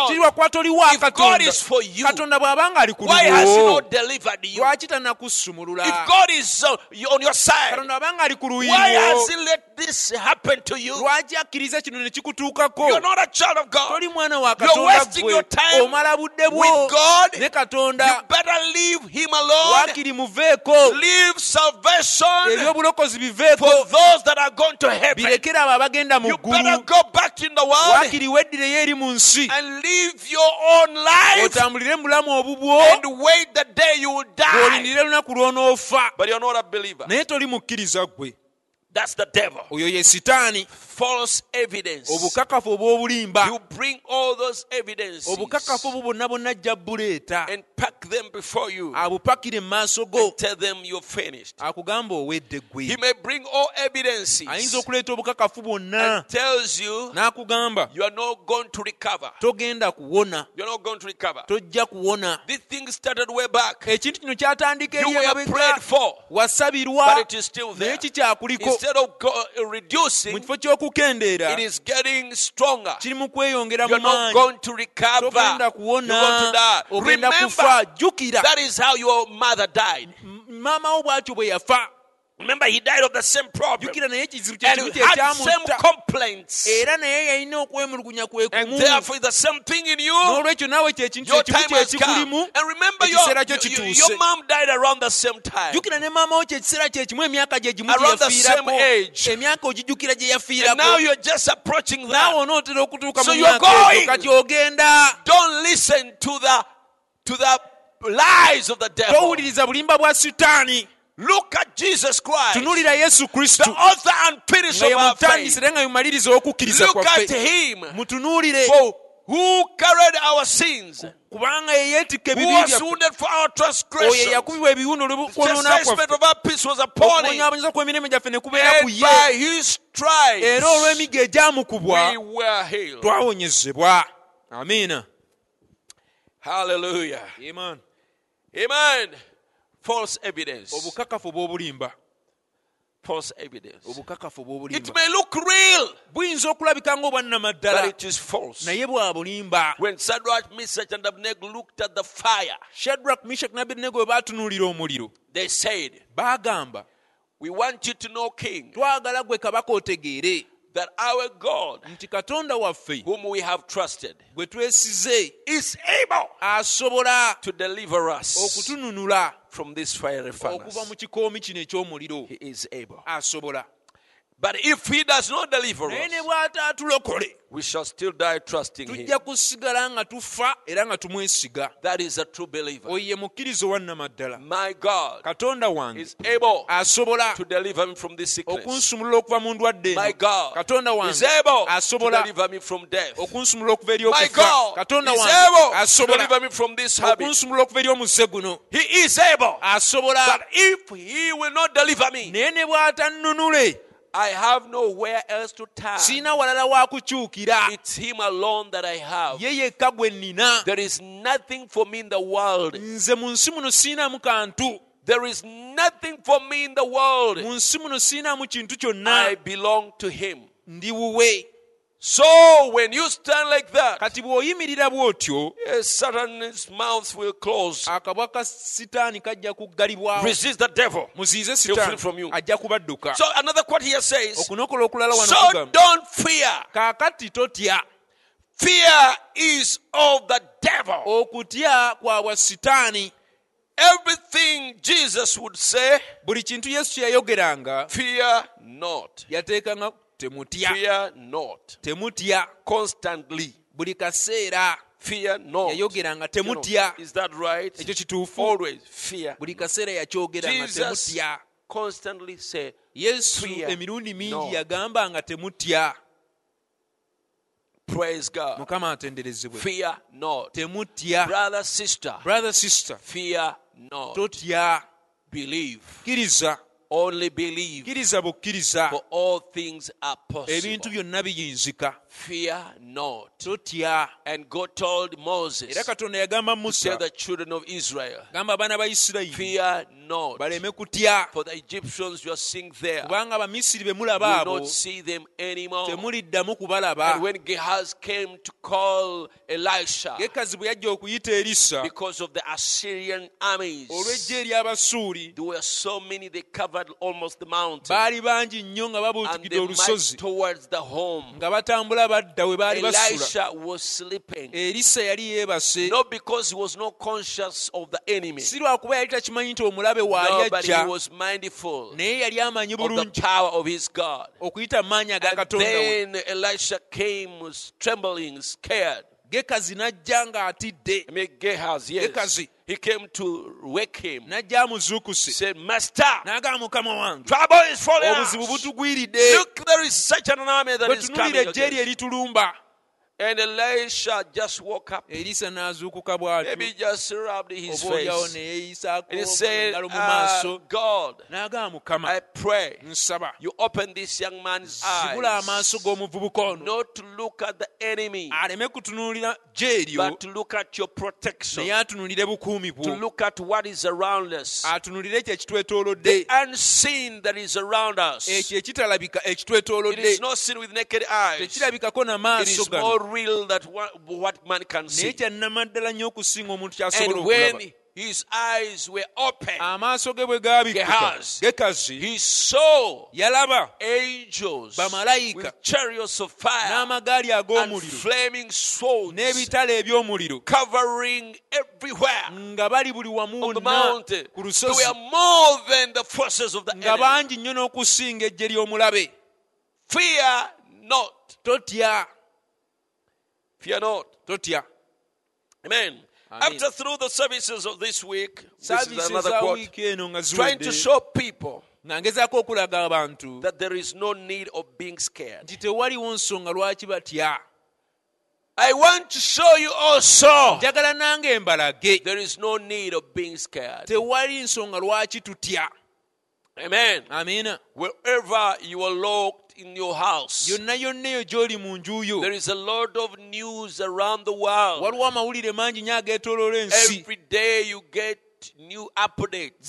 Speaker 2: kiri
Speaker 1: God.
Speaker 2: lwakuba toli wa
Speaker 1: If God
Speaker 2: katonda
Speaker 1: is for you,
Speaker 2: katonda bw'aba nga ali ku
Speaker 1: why has He
Speaker 2: luwo
Speaker 1: not delivered you?
Speaker 2: lwaki tanakusumulula
Speaker 1: If God is uh, you- on your side,
Speaker 2: katonda aba nga ali ku
Speaker 1: why has
Speaker 2: luyiwo
Speaker 1: He let this happen to you?
Speaker 2: lwaki akkiriza kino ne kikutuukako
Speaker 1: You're not a child of God.
Speaker 2: toli mwana wa
Speaker 1: You're
Speaker 2: katonda
Speaker 1: wasting
Speaker 2: gwe
Speaker 1: your time
Speaker 2: omala budde bwo
Speaker 1: with God.
Speaker 2: ne
Speaker 1: You
Speaker 2: katonda
Speaker 1: better leave Him alone.
Speaker 2: waakiri muveeko
Speaker 1: Leave salvation
Speaker 2: ebyobulokozi
Speaker 1: for
Speaker 2: biveeko
Speaker 1: those that are going to heaven.
Speaker 2: birekere abo abagenda mu
Speaker 1: You better
Speaker 2: ggulu
Speaker 1: go back in the world
Speaker 2: waakiri weddireyo eri mu nsi
Speaker 1: and live your own life
Speaker 2: otambulire mulamu obubwo
Speaker 1: and wait the day you will die.
Speaker 2: ng'olindira lunaku lw'onoofa
Speaker 1: But you're not a believer.
Speaker 2: naye toli mukkiriza ggwe
Speaker 1: That's the devil.
Speaker 2: oyo ye sitaani
Speaker 1: False evidence.
Speaker 2: obukakafu obw'obulimba
Speaker 1: You bring all those evidence
Speaker 2: obukakafu obwo bwonna bwonna ajja buleeta
Speaker 1: and pack them before you
Speaker 2: abupakire mu maaso
Speaker 1: and
Speaker 2: go
Speaker 1: tell them you're finished.
Speaker 2: akugamba owedde
Speaker 1: He
Speaker 2: ggwe
Speaker 1: may bring all evidences
Speaker 2: ayinza okuleeta obukakafu bwonna
Speaker 1: and tells you
Speaker 2: n'akugamba
Speaker 1: you are not going to recover.
Speaker 2: togenda kuwona
Speaker 1: You're not going to recover.
Speaker 2: tojja kuwona
Speaker 1: This thing started way back.
Speaker 2: ekintu kino kyatandika eri
Speaker 1: You were prayed
Speaker 2: emabega
Speaker 1: for, but
Speaker 2: wasabirwa
Speaker 1: it is still
Speaker 2: naye
Speaker 1: there.
Speaker 2: kikyakuliko
Speaker 1: Instead of go, uh,
Speaker 2: mu
Speaker 1: reducing,
Speaker 2: kifo ky'okukendeera
Speaker 1: it is getting stronger.
Speaker 2: kiri mu kweyongera mu
Speaker 1: You're not
Speaker 2: maanyi
Speaker 1: going to recover.
Speaker 2: togenda
Speaker 1: You're going
Speaker 2: kuwona
Speaker 1: to die.
Speaker 2: ogenda
Speaker 1: Remember,
Speaker 2: kufa jjukira
Speaker 1: that is how your mother died.
Speaker 2: M- maama wo bw'atyo bwe yafa
Speaker 1: Remember, he died of the same problem.
Speaker 2: jjukira naye kizibu
Speaker 1: And
Speaker 2: kyekimu
Speaker 1: he had same
Speaker 2: kyekyamutta
Speaker 1: complaints.
Speaker 2: era naye yalina okwemulugunya kwe
Speaker 1: And
Speaker 2: kumu
Speaker 1: therefore, the same thing in you.
Speaker 2: n'olwekyo naawe kyekintu
Speaker 1: Your
Speaker 2: kyekimu
Speaker 1: time has come.
Speaker 2: kyekikulimu
Speaker 1: And remember,
Speaker 2: ekiseera
Speaker 1: your,
Speaker 2: kyo
Speaker 1: your,
Speaker 2: kituuse
Speaker 1: your mom died around the same time.
Speaker 2: jjukira ne maama wo kyekiseera kyekimu emyaka gye gimu
Speaker 1: Around the
Speaker 2: gyeyafiirako
Speaker 1: same age.
Speaker 2: emyaka ogijjukira gye
Speaker 1: And now
Speaker 2: yafiirako
Speaker 1: you're just approaching
Speaker 2: naawe
Speaker 1: that.
Speaker 2: onootera okutuuka
Speaker 1: So
Speaker 2: mu
Speaker 1: you're
Speaker 2: myaka
Speaker 1: going.
Speaker 2: egyo kati ogenda
Speaker 1: Don't listen to the to the lies of the devil.
Speaker 2: towuliriza bulimba bwa sitaani
Speaker 1: Look at Jesus Christ,
Speaker 2: tunuulira yesu
Speaker 1: the
Speaker 2: kristu
Speaker 1: author and finisher
Speaker 2: nga ye
Speaker 1: of our
Speaker 2: mutandisi
Speaker 1: faith.
Speaker 2: era nga ye mumaliriza ow'okukkiriza
Speaker 1: Look at
Speaker 2: kwaffe
Speaker 1: him
Speaker 2: mutunuulire
Speaker 1: for who carried our sins,
Speaker 2: kubanga ye yeetikka
Speaker 1: who
Speaker 2: ebibi
Speaker 1: was
Speaker 2: byaffe
Speaker 1: wounded for our
Speaker 2: oyo
Speaker 1: transgressions.
Speaker 2: eyakubibwa ebiwundo olw'okwonoona kwaffe
Speaker 1: chastisement of our peace was upon him.
Speaker 2: okubonyaabonyiza kw'emirembe gyaffe ne kubeera ku
Speaker 1: And
Speaker 2: ye
Speaker 1: by his stripes
Speaker 2: era olw'emigo
Speaker 1: we
Speaker 2: egyamukubwa
Speaker 1: were healed.
Speaker 2: twawonyezebwa amiina
Speaker 1: Hallelujah.
Speaker 2: Amen.
Speaker 1: Amen. False evidence.
Speaker 2: obukakafu bw'obulimba
Speaker 1: False evidence.
Speaker 2: obukakafu
Speaker 1: It
Speaker 2: bw'obulimba
Speaker 1: may look real,
Speaker 2: buyinza okulabika
Speaker 1: but
Speaker 2: ng'obwannamaddala
Speaker 1: it is false.
Speaker 2: naye bwa bulimba
Speaker 1: When Shadrach, Meshach, and Abednego looked at the fire,
Speaker 2: shadrack mishak nabedunego bwe baatunuulira omuliro
Speaker 1: they said,
Speaker 2: baagamba
Speaker 1: We want you to know, King,
Speaker 2: twagala gwe kabaka otegeere
Speaker 1: that our God,
Speaker 2: nti katonda waffe
Speaker 1: whom we have trusted,
Speaker 2: gwe twesize
Speaker 1: is able
Speaker 2: asobola
Speaker 1: to deliver us
Speaker 2: okutununula
Speaker 1: from this fiery
Speaker 2: okuva
Speaker 1: furnace.
Speaker 2: mu kikoomi kino eky'omuliro
Speaker 1: He is able.
Speaker 2: asobola
Speaker 1: But if he does not deliver
Speaker 2: naye
Speaker 1: us,
Speaker 2: ne bw'ataatulokole
Speaker 1: we shall still die trusting him.
Speaker 2: tujja kusigala nga tufa era nga tumwesiga
Speaker 1: That is a true believer.
Speaker 2: oyo ye mukkirizo wannamaddala
Speaker 1: My God
Speaker 2: katonda wange
Speaker 1: is able
Speaker 2: asobola
Speaker 1: to deliver me from this sickness.
Speaker 2: okunsumulula okuva mu ndwadde eno.
Speaker 1: My God
Speaker 2: katonda
Speaker 1: is
Speaker 2: wange
Speaker 1: able to
Speaker 2: asobola
Speaker 1: deliver me from death.
Speaker 2: okunsumula okuva eri
Speaker 1: My
Speaker 2: okufa
Speaker 1: God
Speaker 2: katonda
Speaker 1: is
Speaker 2: wange
Speaker 1: able to
Speaker 2: asobola
Speaker 1: deliver me from this habit.
Speaker 2: okunsumula okuva eri omuze guno
Speaker 1: He is able. But
Speaker 2: asobola
Speaker 1: if he will not deliver me,
Speaker 2: naye Ah. ne bw'atannunule
Speaker 1: I have nowhere else to turn.
Speaker 2: siina walala wa kukyukira
Speaker 1: It's him alone that I have.
Speaker 2: ye yekka gwe nnina
Speaker 1: There is nothing for me in the world.
Speaker 2: nze mu nsi muno siinamu kantu
Speaker 1: There is nothing for me in the world.
Speaker 2: mu nsi muno siinamu kintu
Speaker 1: I
Speaker 2: kyonna
Speaker 1: belong to him.
Speaker 2: ndiwuwe
Speaker 1: So when you stand like that,
Speaker 2: kati bw'oyimirira bw'otyo
Speaker 1: yes, Satan's mouth will close.
Speaker 2: akabwa ka sitaani kajja kuggalibwawo
Speaker 1: Resist the devil.
Speaker 2: muziize
Speaker 1: flee
Speaker 2: sitaani
Speaker 1: from you.
Speaker 2: ajja kubadduka
Speaker 1: So another quote here says,
Speaker 2: okunokola okulala wano
Speaker 1: So
Speaker 2: kugamba,
Speaker 1: don't fear.
Speaker 2: kaakati totya
Speaker 1: Fear is of the devil.
Speaker 2: okutya kwabwa sitaani
Speaker 1: Everything Jesus would say,
Speaker 2: buli kintu yesu kye yayogeranga
Speaker 1: fear not.
Speaker 2: yateekanga temutya
Speaker 1: Fear not.
Speaker 2: temutya
Speaker 1: Constantly.
Speaker 2: buli kaseera
Speaker 1: Fear not.
Speaker 2: yayogeranga
Speaker 1: You know,
Speaker 2: temutya
Speaker 1: Is that right?
Speaker 2: ekyo kituufu
Speaker 1: Always fear.
Speaker 2: buli kaseera yakyogeranga
Speaker 1: Jesus
Speaker 2: temutya
Speaker 1: constantly said,
Speaker 2: yesu
Speaker 1: Fear
Speaker 2: emirundi
Speaker 1: not.
Speaker 2: mingi yagambanga temutya
Speaker 1: Praise God.
Speaker 2: mukama atenderezebwe
Speaker 1: Fear not.
Speaker 2: temutya
Speaker 1: Brother, sister,
Speaker 2: brother sister
Speaker 1: fear not.
Speaker 2: totya
Speaker 1: Believe.
Speaker 2: kkiriza
Speaker 1: Only believe.
Speaker 2: kkiriza
Speaker 1: For
Speaker 2: bukkiriza
Speaker 1: all things are
Speaker 2: ebintu
Speaker 1: possible.
Speaker 2: byonna biyinzika
Speaker 1: Fear not.
Speaker 2: totya
Speaker 1: And God told
Speaker 2: era
Speaker 1: Moses
Speaker 2: katonda yagamba musa
Speaker 1: tell the children of Israel,
Speaker 2: gamba abaana ba isirayiri
Speaker 1: fear not.
Speaker 2: baleme kutya
Speaker 1: For the Egyptians you are seeing there, you
Speaker 2: kubanga abamisiri be
Speaker 1: will
Speaker 2: mulaba
Speaker 1: not
Speaker 2: abo
Speaker 1: see them anymore.
Speaker 2: temuliddamu
Speaker 1: And
Speaker 2: kubalaba
Speaker 1: when Gehazi came to call Elisha
Speaker 2: gekazi bwe yajja okuyita erisa
Speaker 1: because of the Assyrian armies,
Speaker 2: olw'ejja ery'abasuuli
Speaker 1: there were so many they covered almost the mountain
Speaker 2: baali bangi nnyo nga
Speaker 1: and
Speaker 2: babuutikidde
Speaker 1: they
Speaker 2: olusozi
Speaker 1: marched towards the home.
Speaker 2: nga batambula badda we baali basula
Speaker 1: Elisha was sleeping,
Speaker 2: erisa yali yeebase
Speaker 1: not because he was not conscious of the enemy,
Speaker 2: si lwakuba yali takimanyi nti omulabe
Speaker 1: no, but
Speaker 2: waali
Speaker 1: he
Speaker 2: ajja
Speaker 1: was mindful
Speaker 2: naye yali amanyi
Speaker 1: of the
Speaker 2: bulungi
Speaker 1: power of his God.
Speaker 2: okuyita maanyi aga
Speaker 1: And
Speaker 2: katonda we
Speaker 1: then Elisha came was trembling, scared.
Speaker 2: gekazi n'ajja ng'atidde
Speaker 1: I mean, Gehazi, yes.
Speaker 2: Gehazi.
Speaker 1: He came to wake him.
Speaker 2: n'ajja amuzuukuse
Speaker 1: Said, Master,
Speaker 2: n'agamba mukama wange
Speaker 1: trouble is falling. us.
Speaker 2: obuzibu butugwiridde
Speaker 1: Look, there is such an army that is
Speaker 2: bwetunuulira
Speaker 1: coming.
Speaker 2: ejje
Speaker 1: against
Speaker 2: eryo eritulumba
Speaker 1: And Elisha just woke up.
Speaker 2: erisa n'azuukuka bw'atyo
Speaker 1: Maybe just rubbed his
Speaker 2: obaolyawo
Speaker 1: face.
Speaker 2: ne
Speaker 1: And he said,
Speaker 2: yeeyisaako Oh, mu
Speaker 1: "Ah,
Speaker 2: maaso
Speaker 1: God,
Speaker 2: n'agamba mukama
Speaker 1: I pray
Speaker 2: nsaba
Speaker 1: you open this young man's
Speaker 2: zibula
Speaker 1: eyes
Speaker 2: amaaso g'omuvubuka ono
Speaker 1: not to look at the enemy,
Speaker 2: aleme kutunuulira gye eryo
Speaker 1: but to look at your protection,
Speaker 2: naye atunuulire bukuumi
Speaker 1: to
Speaker 2: bwo
Speaker 1: look at what is around us.
Speaker 2: atunuulire
Speaker 1: The
Speaker 2: ekyo ekitwetoolodde
Speaker 1: unseen that is around us.
Speaker 2: ekyo
Speaker 1: It
Speaker 2: ekitalabika
Speaker 1: is
Speaker 2: ekitwetoolodde
Speaker 1: not seen with naked eyes.
Speaker 2: tekirabikako
Speaker 1: It
Speaker 2: n'amaaso
Speaker 1: is
Speaker 2: gano
Speaker 1: more real than what, what man can
Speaker 2: naye
Speaker 1: see.
Speaker 2: kyannamaddala nnyo okusinga omuntu kyasobola
Speaker 1: And
Speaker 2: okulaba
Speaker 1: when his eyes were open,
Speaker 2: amaaso ge bwe gaabikkuka
Speaker 1: Gehazi.
Speaker 2: gekazi
Speaker 1: he saw
Speaker 2: yalaba
Speaker 1: angels
Speaker 2: Bamalaika.
Speaker 1: with chariots of fire
Speaker 2: n'amagaali
Speaker 1: and
Speaker 2: ag'omuliro
Speaker 1: flaming swords
Speaker 2: n'ebitala eby'omuliro
Speaker 1: covering everywhere
Speaker 2: nga bali buli wamu
Speaker 1: on the
Speaker 2: wonna
Speaker 1: mountain.
Speaker 2: ku
Speaker 1: They
Speaker 2: lusozi
Speaker 1: were more than the forces of the
Speaker 2: nga
Speaker 1: enemy.
Speaker 2: bangi nnyo n'okusinga ejje ly'omulabe
Speaker 1: Fear not.
Speaker 2: totya
Speaker 1: Fear not.
Speaker 2: totya
Speaker 1: Amen.
Speaker 2: Amen.
Speaker 1: After through the services of this week, this is
Speaker 2: saavisi
Speaker 1: another
Speaker 2: eza
Speaker 1: quote,
Speaker 2: wiiki eno nga
Speaker 1: trying
Speaker 2: ziwedde
Speaker 1: to show people
Speaker 2: nga ngezaako okulaga abantu
Speaker 1: that there is no need of being scared.
Speaker 2: nti tewaliwo nsonga lwaki batya
Speaker 1: I want to show you also
Speaker 2: njagala nange mbalage
Speaker 1: there is no need of being scared.
Speaker 2: tewali nsonga lwaki tutya
Speaker 1: Amen.
Speaker 2: amiina
Speaker 1: Wherever you are locked in your house,
Speaker 2: yonna yonna eyo gy'oli mu nju yo
Speaker 1: there is a lot of news around the world.
Speaker 2: waliwo amawulire mangi nnyo ageetooloola ensi
Speaker 1: Every day you get new
Speaker 2: buli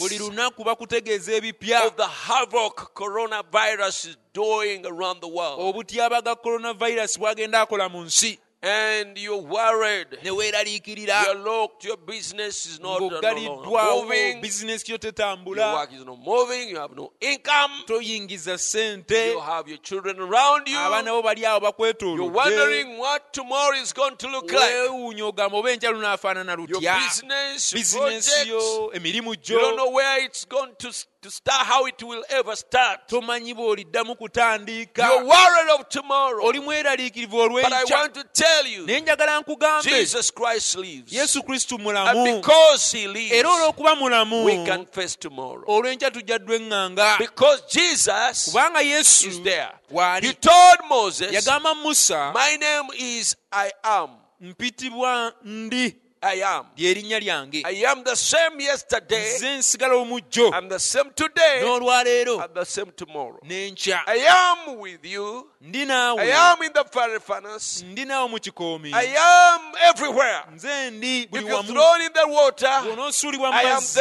Speaker 1: updates
Speaker 2: lunaku bakutegeeza ebipya
Speaker 1: of the havoc coronavirus is doing around the world.
Speaker 2: Oh. obutyabaga coronavirus bwagenda akola mu nsi
Speaker 1: and you're worried.
Speaker 2: ne weeraliikirira
Speaker 1: You're locked. Your business is not no longer
Speaker 2: ng'oggaliddwawo
Speaker 1: moving.
Speaker 2: bizinesi yo
Speaker 1: Your
Speaker 2: tetambula
Speaker 1: work is not moving. You have no income.
Speaker 2: toyingiza ssente
Speaker 1: You have your children around
Speaker 2: abaana
Speaker 1: you.
Speaker 2: bo bali awo
Speaker 1: You're
Speaker 2: bakwetoolodde
Speaker 1: wondering what tomorrow is going to look like.
Speaker 2: weewuunya ogamba oba enjalo naafaanana
Speaker 1: Your
Speaker 2: lutya
Speaker 1: business, your
Speaker 2: bizinesi
Speaker 1: projects.
Speaker 2: yo emirimu
Speaker 1: You don't
Speaker 2: gyo
Speaker 1: know where it's going to, to start, how it will ever start.
Speaker 2: tomanyi bw'oliddamu
Speaker 1: You're
Speaker 2: kutandika
Speaker 1: worried of tomorrow.
Speaker 2: oli mweraliikirivu
Speaker 1: But I
Speaker 2: olw'enkya
Speaker 1: want to tell you,
Speaker 2: naye njagala nkugambe
Speaker 1: Jesus Christ lives.
Speaker 2: yesu kristo
Speaker 1: And
Speaker 2: mulamu
Speaker 1: because He
Speaker 2: era
Speaker 1: lives,
Speaker 2: olw'okuba
Speaker 1: we
Speaker 2: mulamu
Speaker 1: can face tomorrow.
Speaker 2: olw'enkya tujja ddweŋŋanga
Speaker 1: Because Jesus
Speaker 2: kubanga
Speaker 1: is
Speaker 2: yesu
Speaker 1: there. He
Speaker 2: waali
Speaker 1: told Moses,
Speaker 2: yagamba musa
Speaker 1: My name is I am.
Speaker 2: mpitibwa ndi
Speaker 1: I am.
Speaker 2: lyerinnya lyange
Speaker 1: I am the same yesterday.
Speaker 2: nze nsigala omujjo
Speaker 1: I'm the same today.
Speaker 2: n'olwaleero
Speaker 1: I'm the same tomorrow.
Speaker 2: n'enkya
Speaker 1: I am with you.
Speaker 2: ndi
Speaker 1: I
Speaker 2: naawe
Speaker 1: am in the fiery furnace.
Speaker 2: ndi naawe mu kikoomi
Speaker 1: I am everywhere.
Speaker 2: nze ndi
Speaker 1: If
Speaker 2: buli
Speaker 1: you're
Speaker 2: wamu
Speaker 1: thrown in the water,
Speaker 2: bw'onoosuulibwa mu
Speaker 1: I am
Speaker 2: mazzi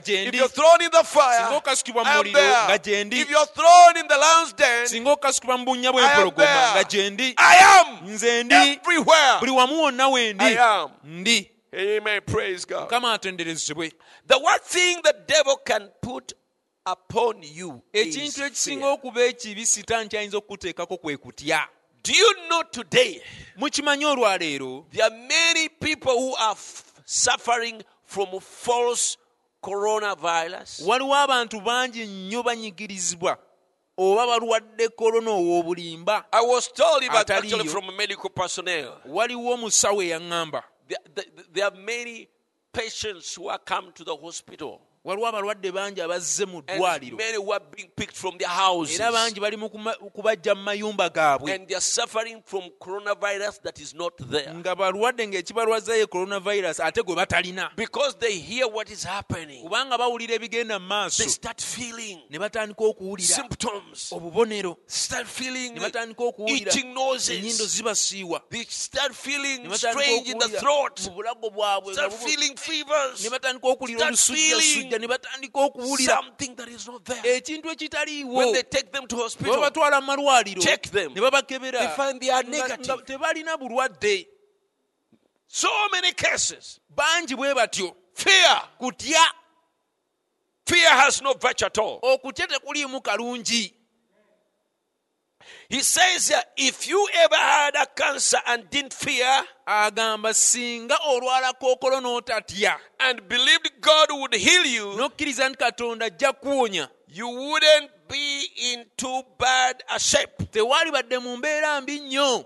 Speaker 1: there.
Speaker 2: gye
Speaker 1: If
Speaker 2: ndi
Speaker 1: you're thrown in the
Speaker 2: singa
Speaker 1: fire,
Speaker 2: okasukibwa mu
Speaker 1: I am
Speaker 2: muliro nga gye
Speaker 1: there.
Speaker 2: ndi
Speaker 1: If you're thrown in the lion's den,
Speaker 2: singa okasukibwa mu bunnya
Speaker 1: I am
Speaker 2: bw'empologoma nga gye
Speaker 1: there.
Speaker 2: ndi
Speaker 1: I am
Speaker 2: nze ndi
Speaker 1: everywhere.
Speaker 2: buli wamu wonna we ndi
Speaker 1: I am.
Speaker 2: ndi
Speaker 1: Amen. Praise God.
Speaker 2: mukama atenderezebwe
Speaker 1: The one thing the devil can put upon you is
Speaker 2: ekintu ekisinga
Speaker 1: fear.
Speaker 2: okuba ekibi sitaani kyayinza okukuteekako kwe kutya
Speaker 1: Do you know today
Speaker 2: mukimanyi olwaleero
Speaker 1: there are many people who are f- suffering from false coronavirus?
Speaker 2: waliwo abantu bangi nnyo banyigirizibwa oba balwadde kolona ow'obulimba
Speaker 1: I was told about
Speaker 2: Ataliyo.
Speaker 1: actually from medical personnel.
Speaker 2: waliwo omusawo eyaŋŋamba
Speaker 1: There, there, there are many patients who are come to the hospital
Speaker 2: waliwo abalwadde bangi abazze mu
Speaker 1: and
Speaker 2: ddwaliro
Speaker 1: many who are being picked from their houses
Speaker 2: era bangi bali mu kuma- kubajja mu mayumba gaabwe
Speaker 1: and they are suffering from coronavirus that is not there
Speaker 2: nga balwadde ng'ekibalwaza ye coronavirus ate gwe batalina
Speaker 1: because they hear what is happening.
Speaker 2: kubanga bawulira ebigenda mu maaso
Speaker 1: They start feeling
Speaker 2: ne batandika okuwulira
Speaker 1: symptoms.
Speaker 2: obubonero
Speaker 1: Start feeling
Speaker 2: ne batandika okuwulira
Speaker 1: itching
Speaker 2: ennyindo
Speaker 1: noses.
Speaker 2: zibasiiwa
Speaker 1: They start feeling
Speaker 2: ne batandika
Speaker 1: strange in the
Speaker 2: okuwulira
Speaker 1: throat.
Speaker 2: mu bulago bwabwe nga
Speaker 1: Start
Speaker 2: bubu-
Speaker 1: feeling fevers.
Speaker 2: ne batandika okuwulira
Speaker 1: Start
Speaker 2: olusujjasujja
Speaker 1: feeling
Speaker 2: ne batandika okuwulira
Speaker 1: Something that is not there.
Speaker 2: ekintu ekitaliiwo
Speaker 1: When they take them to
Speaker 2: bwe
Speaker 1: hospital,
Speaker 2: babatwala mu malwaliro
Speaker 1: Check them.
Speaker 2: ne
Speaker 1: they
Speaker 2: babakebera
Speaker 1: find they are
Speaker 2: nga- nga
Speaker 1: negative.
Speaker 2: tebalina bulwadde
Speaker 1: So many cases.
Speaker 2: bangi bwe batyo
Speaker 1: Fear.
Speaker 2: kutya
Speaker 1: Fear has no virtue at all.
Speaker 2: okutya tekuliimu kalungi
Speaker 1: He says that if you ever had a cancer and didn't fear
Speaker 2: agamba singa olwala kookolo n'otatya
Speaker 1: and believed God would heal you,
Speaker 2: n'okkiriza nti katonda ajja kuwonya
Speaker 1: you wouldn't be in too bad a shape.
Speaker 2: tewali badde mu mbeera mbi nnyo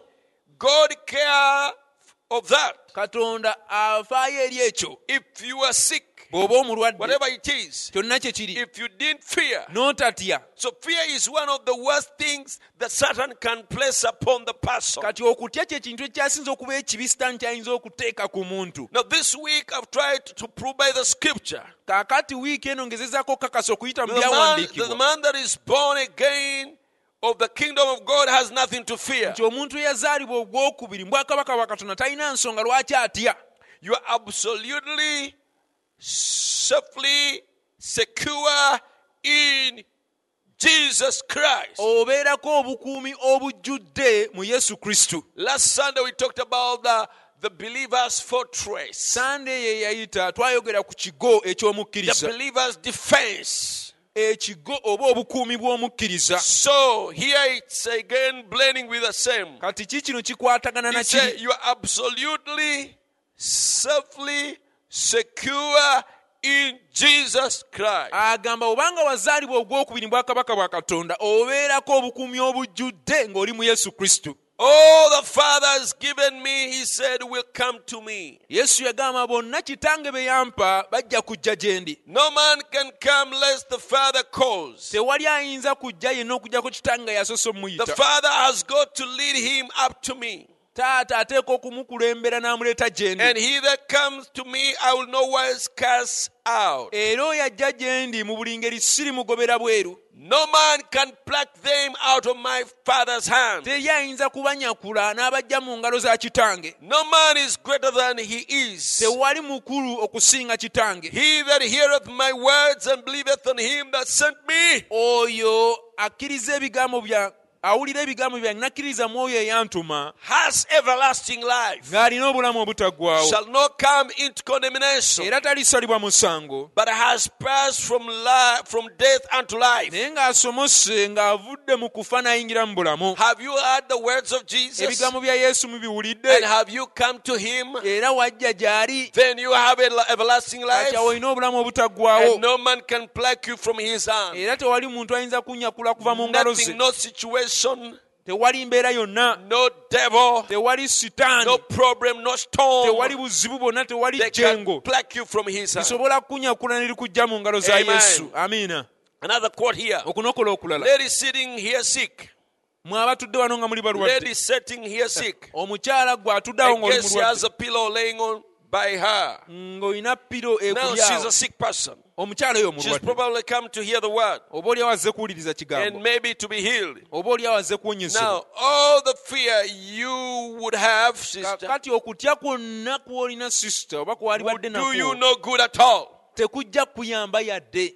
Speaker 1: God care of that.
Speaker 2: katonda afaayo eri ekyo
Speaker 1: If you are sick,
Speaker 2: bw'oba omulwadde
Speaker 1: whatever it is,
Speaker 2: kyonna kye kiri
Speaker 1: if you didn't fear.
Speaker 2: n'otatya
Speaker 1: So fear is one of the worst things that Satan can place upon the person.
Speaker 2: kati okutya kye kintu ekyasinza okuba ekibi sitaani kyayinza okuteeka ku muntu
Speaker 1: Now this week I've tried to prove by the scripture
Speaker 2: kaakati wiiki eno ngezezaako okukakasa okuyita
Speaker 1: that
Speaker 2: mu
Speaker 1: the man, that the
Speaker 2: byawandiikibwa
Speaker 1: man that is born again of the kingdom of God has nothing to fear.
Speaker 2: nti omuntu eyazaalibwa ogwokubiri mu bwakabaka bwa katonda talina nsonga lwaki atya
Speaker 1: You are absolutely safely secure in Jesus Christ.
Speaker 2: Oh. obeerako obukuumi obujjudde mu yesu kristo
Speaker 1: Last Sunday we talked about the, the believer's fortress,
Speaker 2: sande ye yayita twayogera ku kigo
Speaker 1: the
Speaker 2: eky'omukkiriza
Speaker 1: believer's defense.
Speaker 2: ekigo oba obukuumi bw'omukkiriza
Speaker 1: So here it's again blending with the same.
Speaker 2: kati ki kino kikwatagana na
Speaker 1: It says
Speaker 2: kiri
Speaker 1: you are absolutely safely secure in Jesus Christ.
Speaker 2: agamba obanga wazaalibwa ogwokubiri mu bwakabaka bwa katonda obeerako obukuumi obujjudde ng'oli mu yesu kristo
Speaker 1: All the Father has given me, he said, will come to me.
Speaker 2: yesu yagamba bonna kitange be yampa bajja kujja gye ndi
Speaker 1: No man can come lest the Father calls.
Speaker 2: tewali ayinza kujja yenna okugjako kitange nga yasose
Speaker 1: The
Speaker 2: omuyita
Speaker 1: Father has got to lead him up to me.
Speaker 2: taata ateeka okumukulembera n'amuleeta gye ndi
Speaker 1: And he that comes to me, I will no wise cast out.
Speaker 2: era oyo ajja gye ndi mu buli ngeri sirimugobera bweru
Speaker 1: No man can pluck them out of my Father's hand.
Speaker 2: teri ayinza kubanyakula n'abajja mu ngalo za kitange
Speaker 1: No man is greater than he is.
Speaker 2: tewali mukulu okusinga kitange
Speaker 1: He that heareth my words and believeth on him that sent me
Speaker 2: oyo akkiriza ebigambo bya awulira ebigambo byange nakkiririza mu oyo eyantuma
Speaker 1: has everlasting life,
Speaker 2: ng'alina obulamu obutaggwaawo
Speaker 1: shall not come into condemnation,
Speaker 2: era talisalibwa musango
Speaker 1: but has passed from, li- from death unto life.
Speaker 2: naye ng'asomose ng'avudde mu kufa n'ayingira mu bulamu
Speaker 1: Have you heard the words of Jesus?
Speaker 2: ebigambo bya yesu mubiwulidde
Speaker 1: And have you come to him?
Speaker 2: era wajja gy'ali
Speaker 1: Then you have a everlasting life,
Speaker 2: kati awo olina obulamu
Speaker 1: and
Speaker 2: obutaggwaawo
Speaker 1: no man can pluck you from his hand.
Speaker 2: era tewali muntu ayinza kunyakula kuva mu ngalo ze
Speaker 1: Nothing, no situation,
Speaker 2: tewali mbeera yonna
Speaker 1: no devil,
Speaker 2: tewali
Speaker 1: no
Speaker 2: sitaani
Speaker 1: problem, no storm
Speaker 2: tewali buzibu bwonna tewali
Speaker 1: that can
Speaker 2: jengo
Speaker 1: pluck you from his hand.
Speaker 2: lisobola kukunyakula ne likujja mu ngalo za
Speaker 1: Amen.
Speaker 2: yesu amiina
Speaker 1: Another quote here.
Speaker 2: okunokola okulala
Speaker 1: Lady sitting here sick.
Speaker 2: mwe abatudde wano nga muli balwadde
Speaker 1: Lady sitting here sick.
Speaker 2: omukyala gwe atudde awo
Speaker 1: And
Speaker 2: ng'oli
Speaker 1: guess she has
Speaker 2: mulwadde
Speaker 1: a pillow laying on by her.
Speaker 2: ng'olina piro
Speaker 1: Now she's a
Speaker 2: ekulyawo
Speaker 1: sick person.
Speaker 2: omukyala oyo
Speaker 1: She's
Speaker 2: omulwadde
Speaker 1: probably come to hear the word
Speaker 2: oba oli awazze kuwuliriza kigambo
Speaker 1: and maybe to be healed.
Speaker 2: oba oli awazze kuwonyezebwa
Speaker 1: Now, all the fear you would have, sister,
Speaker 2: kati okutya kwonna kwolina sisita oba kwalibadde
Speaker 1: do you
Speaker 2: nakwo
Speaker 1: no good at all.
Speaker 2: tekujja kuyamba yadde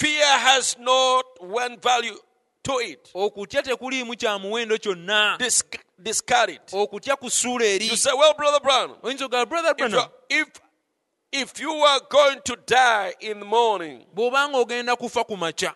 Speaker 1: Fear has not one value to it.
Speaker 2: okutya tekuliimu kya muwendo kyonna
Speaker 1: Dis- discard it.
Speaker 2: okutya kusuula eri
Speaker 1: You say, well, Brother Brown,
Speaker 2: oyinza ogala brother
Speaker 1: if,
Speaker 2: branam
Speaker 1: if, if you are going to die in the morning,
Speaker 2: bw'obanga ogenda kufa ku makya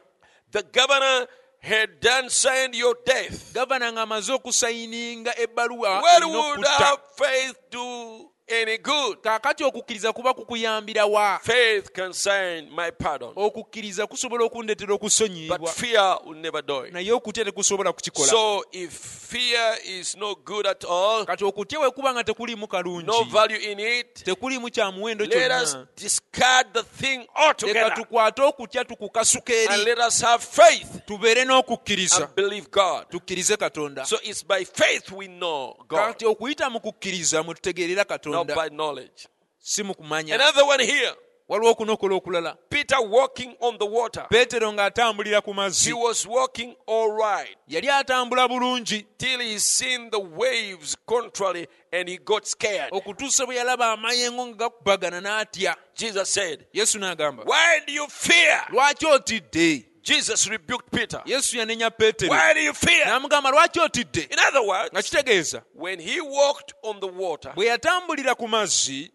Speaker 1: the governor had done signed your death.
Speaker 2: gavana ng'amaze okusayininga ebbaluwa erina
Speaker 1: Where would
Speaker 2: okutta
Speaker 1: our faith do any good?
Speaker 2: kaakati okukkiriza kuba kukuyambira wa
Speaker 1: Faith can sign my pardon,
Speaker 2: Oh, okukkiriza kusobola okundetera
Speaker 1: but
Speaker 2: okusonyiyibwa
Speaker 1: fear will never do it.
Speaker 2: naye okutya tekusobola kukikola
Speaker 1: So if fear is no good at all,
Speaker 2: kati okutya wekuba nga tekuliimu kalungi
Speaker 1: no value in it,
Speaker 2: tekuliimu kya muwendo
Speaker 1: let us
Speaker 2: kyonna
Speaker 1: discard the thing
Speaker 2: leka
Speaker 1: altogether
Speaker 2: tukwate okutya tukukasuka
Speaker 1: and
Speaker 2: eri
Speaker 1: let us have faith
Speaker 2: tubeere n'okukkiriza
Speaker 1: and believe God.
Speaker 2: tukkirize katonda
Speaker 1: So it's by faith we know God,
Speaker 2: kati okuyita mu kukkiriza mwe tutegeerera
Speaker 1: not
Speaker 2: katonda
Speaker 1: by knowledge.
Speaker 2: si mu kumanya
Speaker 1: Another one here
Speaker 2: waliwo okunokola okulala
Speaker 1: Peter walking on the water.
Speaker 2: peetero ng'atambulira ku
Speaker 1: He
Speaker 2: mazzi
Speaker 1: was walking all right
Speaker 2: yali atambula bulungi
Speaker 1: till he seen the waves contrary and he got scared.
Speaker 2: okutuusa bwe yalaba amayengo nga gakubagana n'atya
Speaker 1: Jesus said,
Speaker 2: yesu n'agamba
Speaker 1: Why do you fear?
Speaker 2: lwaki otidde
Speaker 1: Jesus rebuked Peter.
Speaker 2: yesu yanenya peetero
Speaker 1: Why do you fear?
Speaker 2: n'amugamba lwaki otidde
Speaker 1: In other words,
Speaker 2: nga kitegeeza
Speaker 1: when he walked on the water,
Speaker 2: bwe yatambulira ku mazzi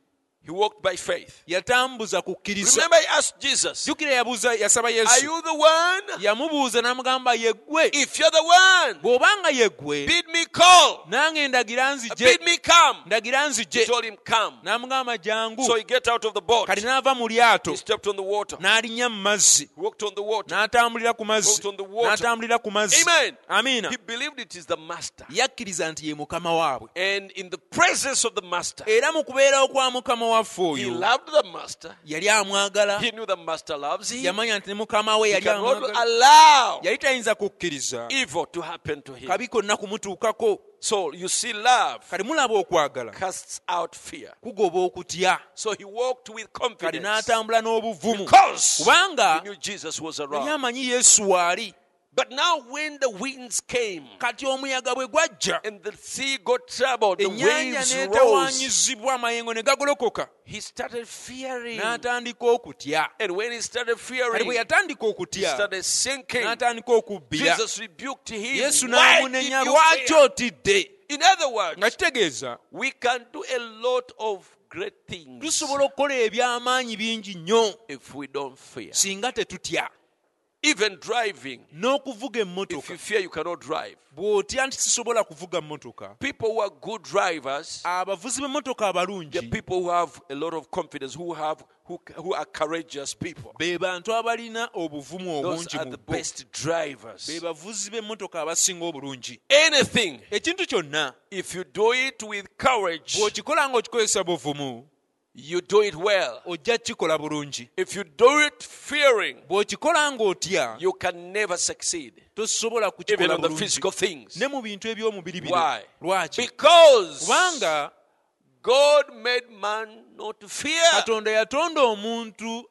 Speaker 1: he walked by faith.
Speaker 2: yatambuza kukkiriza
Speaker 1: Remember, he asked Jesus,
Speaker 2: jjukira yabuuza yasaba
Speaker 1: Are
Speaker 2: yesu
Speaker 1: you the one?
Speaker 2: yamubuuza n'amugamba yeggwe
Speaker 1: If you're the one,
Speaker 2: bw'obanga yeggwe
Speaker 1: bid me call, Uh,
Speaker 2: nange ndagira nzije
Speaker 1: bid me come.
Speaker 2: ndagira
Speaker 1: He
Speaker 2: nzije
Speaker 1: told him, Come.
Speaker 2: n'amugamba
Speaker 1: So
Speaker 2: jangu
Speaker 1: he get out of the boat.
Speaker 2: kati n'ava mu
Speaker 1: He
Speaker 2: lyato
Speaker 1: stepped on the water,
Speaker 2: n'alinnya mu mazzi
Speaker 1: walked on the water.
Speaker 2: n'atambulira ku mazzi
Speaker 1: Walked on the water.
Speaker 2: n'atambulira ku mazzi
Speaker 1: Amen.
Speaker 2: amiina
Speaker 1: He believed it is the master.
Speaker 2: yakkiriza nti ye mukama waabwe
Speaker 1: And in the presence of the master,
Speaker 2: era mu kubeerawo kwa mukama waffe
Speaker 1: he
Speaker 2: oyo
Speaker 1: loved the master.
Speaker 2: yali amwagala
Speaker 1: He knew the master loves him.
Speaker 2: yamanya nti ne mukama we
Speaker 1: He
Speaker 2: yali
Speaker 1: cannot
Speaker 2: amwagala
Speaker 1: allow
Speaker 2: yali tayinza kukkiriza
Speaker 1: evil to happen to him.
Speaker 2: kabi konna kumutuukako
Speaker 1: So you see, love
Speaker 2: kati mulaba okwagala
Speaker 1: casts out fear.
Speaker 2: kugoba okutya
Speaker 1: So he walked with
Speaker 2: kati
Speaker 1: confidence
Speaker 2: n'atambula n'obuvumu
Speaker 1: because
Speaker 2: kubanga
Speaker 1: he knew Jesus was
Speaker 2: yali
Speaker 1: around.
Speaker 2: amanyi yesu waali
Speaker 1: But now, when the winds came
Speaker 2: kati omuyaga bwe gwajja
Speaker 1: and the sea got troubled, the
Speaker 2: ennyanja
Speaker 1: waves rose,
Speaker 2: n'etawaanyizibwa amayengo ne gagolokoka
Speaker 1: he started fearing.
Speaker 2: n'atandika okutya
Speaker 1: And when he started
Speaker 2: kati bwe
Speaker 1: fearing,
Speaker 2: yatandika
Speaker 1: he
Speaker 2: okutya
Speaker 1: started sinking.
Speaker 2: n'atandika okubbira
Speaker 1: Jesus rebuked him.
Speaker 2: yesu
Speaker 1: Why did
Speaker 2: n'amunenya
Speaker 1: you
Speaker 2: lwaki
Speaker 1: fear?
Speaker 2: otidde
Speaker 1: In other words,
Speaker 2: nga kitegeeza
Speaker 1: we can do a lot of great things
Speaker 2: tusobola okukola eby'amaanyi bingi nnyo
Speaker 1: if we don't fear.
Speaker 2: singa tetutya
Speaker 1: Even driving,
Speaker 2: n'okuvuga
Speaker 1: if
Speaker 2: emmotoka
Speaker 1: you fear, you cannot drive.
Speaker 2: bw'otya nti sisobola kuvuga mmotoka
Speaker 1: People who are good drivers
Speaker 2: abavuzi b'emmotoka
Speaker 1: The
Speaker 2: abalungi
Speaker 1: people who have a lot of confidence, who have who, who are courageous people.
Speaker 2: be bantu abalina obuvumu
Speaker 1: Those
Speaker 2: obungi
Speaker 1: are
Speaker 2: mu
Speaker 1: the
Speaker 2: bo
Speaker 1: best drivers.
Speaker 2: be bavuzi b'emmotoka abasinga obulungi
Speaker 1: Anything,
Speaker 2: ekintu kyonna
Speaker 1: if you do it with courage,
Speaker 2: bw'okikola ng'okikozesa buvumu
Speaker 1: you do it well.
Speaker 2: ojja kukikola bulungi
Speaker 1: If you do it fearing,
Speaker 2: bw'okikola ng'otya
Speaker 1: you can never succeed,
Speaker 2: tosobola
Speaker 1: even
Speaker 2: kukikola
Speaker 1: on the
Speaker 2: Ah. bulungi
Speaker 1: physical things.
Speaker 2: ne mu bintu eby'omubiri bino
Speaker 1: Why?
Speaker 2: lwaki
Speaker 1: Because
Speaker 2: kubanga
Speaker 1: God made man not to fear,
Speaker 2: katonda yatonda omuntu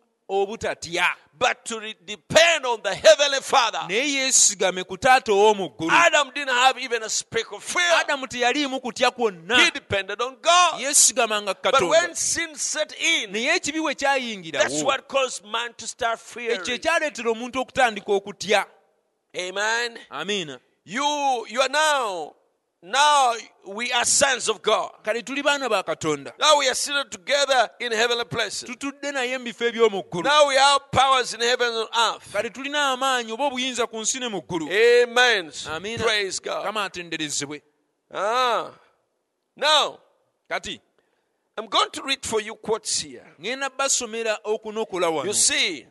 Speaker 2: obutatya
Speaker 1: but to re- depend on the Heavenly Father.
Speaker 2: naye yeesigame ku taata ow'omu ggulu
Speaker 1: Adam didn't have even a speck of fear,
Speaker 2: adamu teyaliimu kutya
Speaker 1: he
Speaker 2: kwonna
Speaker 1: depended on God.
Speaker 2: yeesigamanga ku
Speaker 1: But
Speaker 2: katonda
Speaker 1: when sin set in,
Speaker 2: naye ekibi bwe
Speaker 1: that's
Speaker 2: kyayingirawo
Speaker 1: what caused man to start fearing.
Speaker 2: ekyo ekyaleetera omuntu okutandika okutya
Speaker 1: Amen.
Speaker 2: amiina
Speaker 1: You, you are now, now we are sons of God.
Speaker 2: kale tuli baana ba katonda
Speaker 1: Now we are seated together in heavenly places.
Speaker 2: tutudde naye mu bifo eby'omu ggulu
Speaker 1: Now we have powers in heaven and earth.
Speaker 2: kale tulina amaanyi oba obuyinza ku nsi ne mu ggulu
Speaker 1: Amen.
Speaker 2: Amina.
Speaker 1: Praise God.
Speaker 2: kama atenderezebwe
Speaker 1: Ah. Now,
Speaker 2: kati
Speaker 1: I'm going to read for you quotes here.
Speaker 2: ŋŋenda basomera okunokola wano
Speaker 1: You see,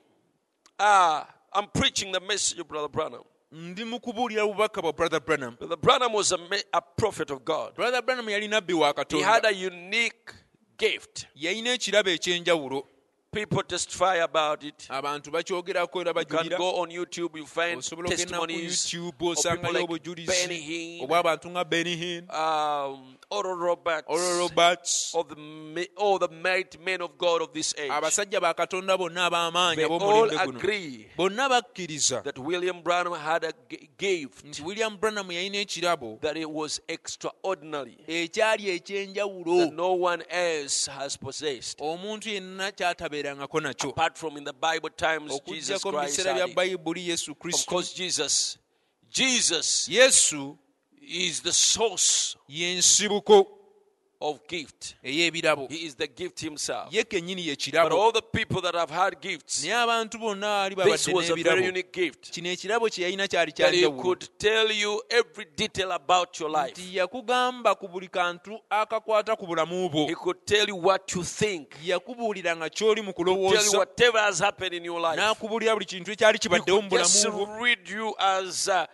Speaker 1: uh, I'm preaching the message of Brother Branham.
Speaker 2: ndi mu kubuulira bubaka bwa brother branham
Speaker 1: Brother Branham was a, ma- a prophet of God.
Speaker 2: brother branham yali nabbi wa
Speaker 1: He had
Speaker 2: katonda
Speaker 1: a unique gift.
Speaker 2: yalina ekirabo ekyenjawulo
Speaker 1: People testify about it.
Speaker 2: abantu bakyogerako era
Speaker 1: You can
Speaker 2: bajulira
Speaker 1: go on YouTube, you find
Speaker 2: osobola okugenda ku
Speaker 1: testimonies
Speaker 2: youtube
Speaker 1: of people
Speaker 2: osangayo
Speaker 1: like Benny
Speaker 2: obujulizi
Speaker 1: Hinn,
Speaker 2: obw'abantu nga benihin
Speaker 1: um, Oral Roberts,
Speaker 2: olo roberts
Speaker 1: of the, ma- all the mighty men of God of this age.
Speaker 2: abasajja ba katonda bonna ab'amaanyi
Speaker 1: They all
Speaker 2: ab'omulembe guno
Speaker 1: agree
Speaker 2: bonna bakkiriza
Speaker 1: that William Branham had a g- gift
Speaker 2: nti william branham yalina ekirabo
Speaker 1: that it was extraordinary,
Speaker 2: ekyali ekyenjawulo
Speaker 1: that no one else has possessed.
Speaker 2: omuntu yenna kyatabeerangako nakyo
Speaker 1: Apart from in the Bible times, Jesus
Speaker 2: okuggyako mu
Speaker 1: Christ.
Speaker 2: biseera
Speaker 1: Had
Speaker 2: bya
Speaker 1: it.
Speaker 2: bayibuli yesu
Speaker 1: Of
Speaker 2: kristo
Speaker 1: course, Jesus. Jesus
Speaker 2: yesu
Speaker 1: is the source
Speaker 2: yensibuko
Speaker 1: of gift.
Speaker 2: ey'ebirabo
Speaker 1: He is the gift himself.
Speaker 2: ye kennyini
Speaker 1: But
Speaker 2: yekirabo
Speaker 1: all the people that have had gifts,
Speaker 2: naye abantu bonna baali
Speaker 1: this
Speaker 2: babadde
Speaker 1: was a very
Speaker 2: n'ebirabo
Speaker 1: unique gift.
Speaker 2: kino ekirabo kye yalina kyali
Speaker 1: That he
Speaker 2: kyanjawulo
Speaker 1: could tell you every detail about your life.
Speaker 2: nti yakugamba ku buli kantu akakwata ku bulamu bwo
Speaker 1: He could tell you what you think.
Speaker 2: yakubuuliranga ky'oli mu
Speaker 1: Tell you
Speaker 2: kulowooza
Speaker 1: whatever has happened in your life.
Speaker 2: n'akubuulira buli kintu ekyali kibaddewo mu bulamu
Speaker 1: Just
Speaker 2: bwo
Speaker 1: read you as uh,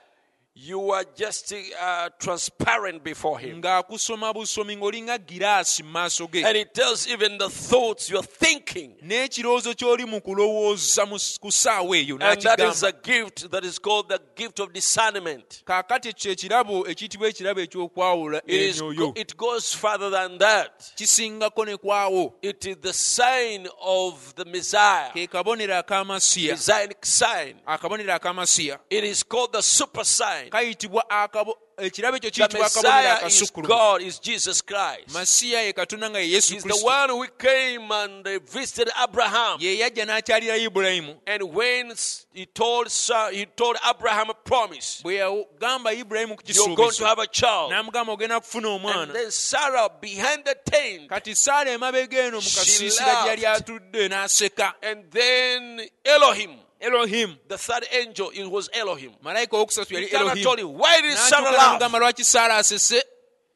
Speaker 1: you are just uh, transparent before him.
Speaker 2: ng'akusoma busomi ng'olinga giraasi mu maaso ge
Speaker 1: And he tells even the thoughts you're thinking.
Speaker 2: n'ekirowoozo ky'oli mu kulowooza mu s- ku ssaawa eyo
Speaker 1: And that is a
Speaker 2: n'akigamba
Speaker 1: gift that is called the gift of discernment.
Speaker 2: kaakati ekyo ekirabo ekiyitibwa ekirabo eky'okwawula
Speaker 1: It, is,
Speaker 2: emyoyo
Speaker 1: it goes further than that.
Speaker 2: kisingako ne kwawo
Speaker 1: It is the sign of the Messiah,
Speaker 2: ke kabonero ak'amasiya
Speaker 1: messianic sign.
Speaker 2: akabonero ak'amasiya
Speaker 1: It is called the super sign.
Speaker 2: kayitibwa akabo ekirabo
Speaker 1: The
Speaker 2: ekyo kiyitibwa akabonero
Speaker 1: Messiah is
Speaker 2: akasukkulumu
Speaker 1: God, is Jesus Christ.
Speaker 2: masiya ye katonda nga ye yesu
Speaker 1: He's the
Speaker 2: kristo
Speaker 1: one who came and uh, visited Abraham.
Speaker 2: ye yajja n'akyalira ibulayimu
Speaker 1: And when s- he told, Sa- he told Abraham a promise,
Speaker 2: bwe yagamba ibulayimu ku
Speaker 1: you're going to
Speaker 2: kisuubizo
Speaker 1: have a child.
Speaker 2: n'amugamba ogenda kufuna
Speaker 1: And
Speaker 2: omwana
Speaker 1: then Sarah, behind the tent,
Speaker 2: kati saala emabega eno mu
Speaker 1: She
Speaker 2: kasiisira gyali
Speaker 1: laughed.
Speaker 2: atudde n'aseka
Speaker 1: and then Elohim,
Speaker 2: elohimu
Speaker 1: the third angel, it was Elohim.
Speaker 2: malayika owokusatu yali
Speaker 1: Sarah told
Speaker 2: elohimu
Speaker 1: him, Why did Sarah
Speaker 2: n'akyogera
Speaker 1: laugh?
Speaker 2: n'amugamba lwaki saala asese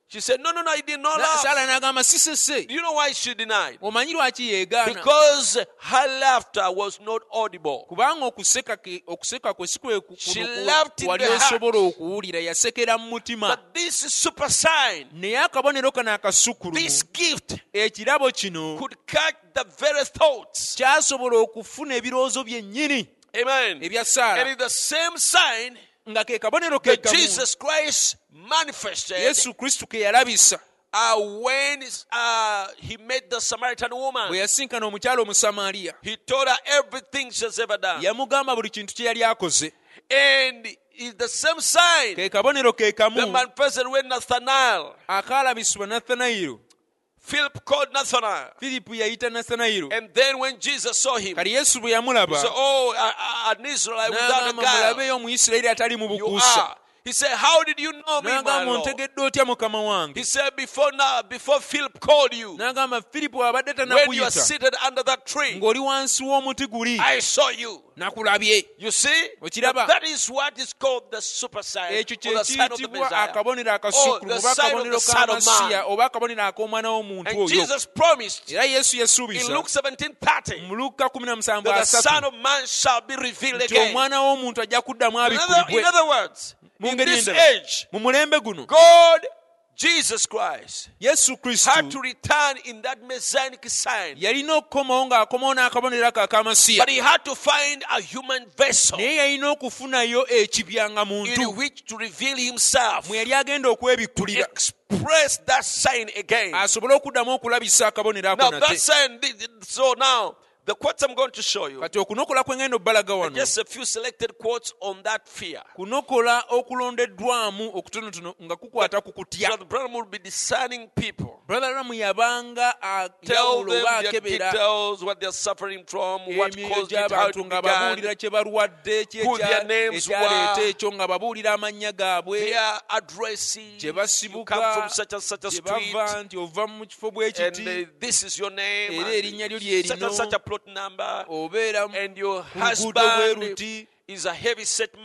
Speaker 1: She said, No, no, no, I did not
Speaker 2: Na-
Speaker 1: laugh.
Speaker 2: saala n'agamba sisese
Speaker 1: Do you know why she denied?
Speaker 2: omanyi lwaki yeegaana
Speaker 1: Because her laughter was not audible.
Speaker 2: kubanga okuseka ke- okuseka kwe si kwe ku-
Speaker 1: She
Speaker 2: kuno ku-
Speaker 1: laughed in
Speaker 2: wali
Speaker 1: the heart.
Speaker 2: osobola okuwulira yasekera mu mutima
Speaker 1: But this super sign,
Speaker 2: naye akabonero kano
Speaker 1: this
Speaker 2: akasukkulumu
Speaker 1: gift,
Speaker 2: ekirabo kino
Speaker 1: could catch the very thoughts.
Speaker 2: kyasobola okufuna ebirowoozo byennyini
Speaker 1: Amen.
Speaker 2: ebya
Speaker 1: And
Speaker 2: saala
Speaker 1: it's the same sign
Speaker 2: nga ke kabonero ke
Speaker 1: that
Speaker 2: kamu
Speaker 1: Jesus Christ manifested
Speaker 2: yesu kristo ke yalabisa
Speaker 1: uh, when uh, he met the Samaritan
Speaker 2: bwe
Speaker 1: woman.
Speaker 2: yasinkana omukyalo omusamaliya
Speaker 1: He told her everything she's ever done.
Speaker 2: yamugamba buli kintu kye yali akoze
Speaker 1: And it's the same sign
Speaker 2: ke kabonero ke
Speaker 1: that
Speaker 2: kamu
Speaker 1: manifested when Nathanael,
Speaker 2: akaalabisibwa nathanayiru
Speaker 1: Philip called Nathanael.
Speaker 2: firipu yayita nathanayiru
Speaker 1: And then when Jesus saw him,
Speaker 2: kati yesu bwe
Speaker 1: he said,
Speaker 2: yamulaba
Speaker 1: Eh. Oh, a- a- an Israelite without a
Speaker 2: n'agamba
Speaker 1: guile.
Speaker 2: mulabeyo omuyisirayiri atali mu
Speaker 1: You
Speaker 2: bukuusa
Speaker 1: are. He said, How did you know me, my
Speaker 2: n'agamba
Speaker 1: Lord?
Speaker 2: ontegedde otya mukama
Speaker 1: He
Speaker 2: wange
Speaker 1: said, Before now, before Philip called you,
Speaker 2: n'agamba firipu abadde
Speaker 1: when you are
Speaker 2: tanakuyita
Speaker 1: seated under that tree,
Speaker 2: ng'oli wansi w'omuti guli
Speaker 1: I saw you.
Speaker 2: nakulabye
Speaker 1: You see?
Speaker 2: Okiraba?
Speaker 1: That Eh, is what is called the super sign. or
Speaker 2: ekyo
Speaker 1: the sign of the
Speaker 2: kyekiyitibwa
Speaker 1: Messiah.
Speaker 2: akabonero
Speaker 1: Oh,
Speaker 2: akasukkulu
Speaker 1: the
Speaker 2: oba
Speaker 1: sign of
Speaker 2: akabonero
Speaker 1: the Son of
Speaker 2: k'amasiya
Speaker 1: Man.
Speaker 2: oba akabonero ak'omwana w'omuntu
Speaker 1: And
Speaker 2: oyo
Speaker 1: Jesus promised
Speaker 2: era yesu
Speaker 1: in
Speaker 2: yasuubiza
Speaker 1: Luke 17:30
Speaker 2: mu luka 17
Speaker 1: that the Son
Speaker 2: asatu,
Speaker 1: of Man shall be revealed
Speaker 2: nti
Speaker 1: again.
Speaker 2: omwana w'omuntu ajja kuddamu
Speaker 1: In other, in
Speaker 2: abikulibwe
Speaker 1: other words,
Speaker 2: mu
Speaker 1: in
Speaker 2: ngeri
Speaker 1: this
Speaker 2: endala.
Speaker 1: age,
Speaker 2: mu mulembe guno
Speaker 1: God, Jesus Christ,
Speaker 2: yesu
Speaker 1: had to
Speaker 2: kristo
Speaker 1: return in that messianic sign.
Speaker 2: yalina okukomawo ng'akomawo n'akabonero ako ak'amasiya
Speaker 1: But he had to find a human vessel
Speaker 2: naye yalina okufunayo ekibya nga muntu
Speaker 1: in which to reveal himself.
Speaker 2: mwe yali agenda okwebikkulira
Speaker 1: express that sign again.
Speaker 2: asobole okuddamu okulabisa akabonero ako
Speaker 1: Now that
Speaker 2: nate
Speaker 1: sign, thi- thi- so now The quotes I'm going to show you
Speaker 2: kati okunokola kwe ngenda obbalaga
Speaker 1: are
Speaker 2: wano
Speaker 1: just a few selected quotes on that fear.
Speaker 2: kunokola okulondeddwamu okutonotono nga kukwata ku
Speaker 1: So
Speaker 2: kutya
Speaker 1: the brother will be discerning people.
Speaker 2: brother ramu yabanga uh,
Speaker 1: Tell
Speaker 2: ajawulo
Speaker 1: them
Speaker 2: oba
Speaker 1: their
Speaker 2: akebera
Speaker 1: details, what they're suffering from, what
Speaker 2: emyoyo
Speaker 1: caused it, how it
Speaker 2: gy'abantu nga babuulira
Speaker 1: began,
Speaker 2: kye balwadde kye
Speaker 1: who their
Speaker 2: ekya-
Speaker 1: names
Speaker 2: ekyaleeta
Speaker 1: were,
Speaker 2: ekyo nga babuulira amannya gaabwe
Speaker 1: their addresses.
Speaker 2: gye
Speaker 1: You come
Speaker 2: basibuka
Speaker 1: from such and such a
Speaker 2: gye
Speaker 1: street,
Speaker 2: bava nti ova mu kifo bwe
Speaker 1: and
Speaker 2: kiti
Speaker 1: uh, this is your name,
Speaker 2: era erinnya lyo lye
Speaker 1: and such and such a
Speaker 2: lino
Speaker 1: plot number,
Speaker 2: obeera mu-
Speaker 1: and your
Speaker 2: ku luguudo bwe
Speaker 1: husband
Speaker 2: luti
Speaker 1: is a heavy set
Speaker 2: era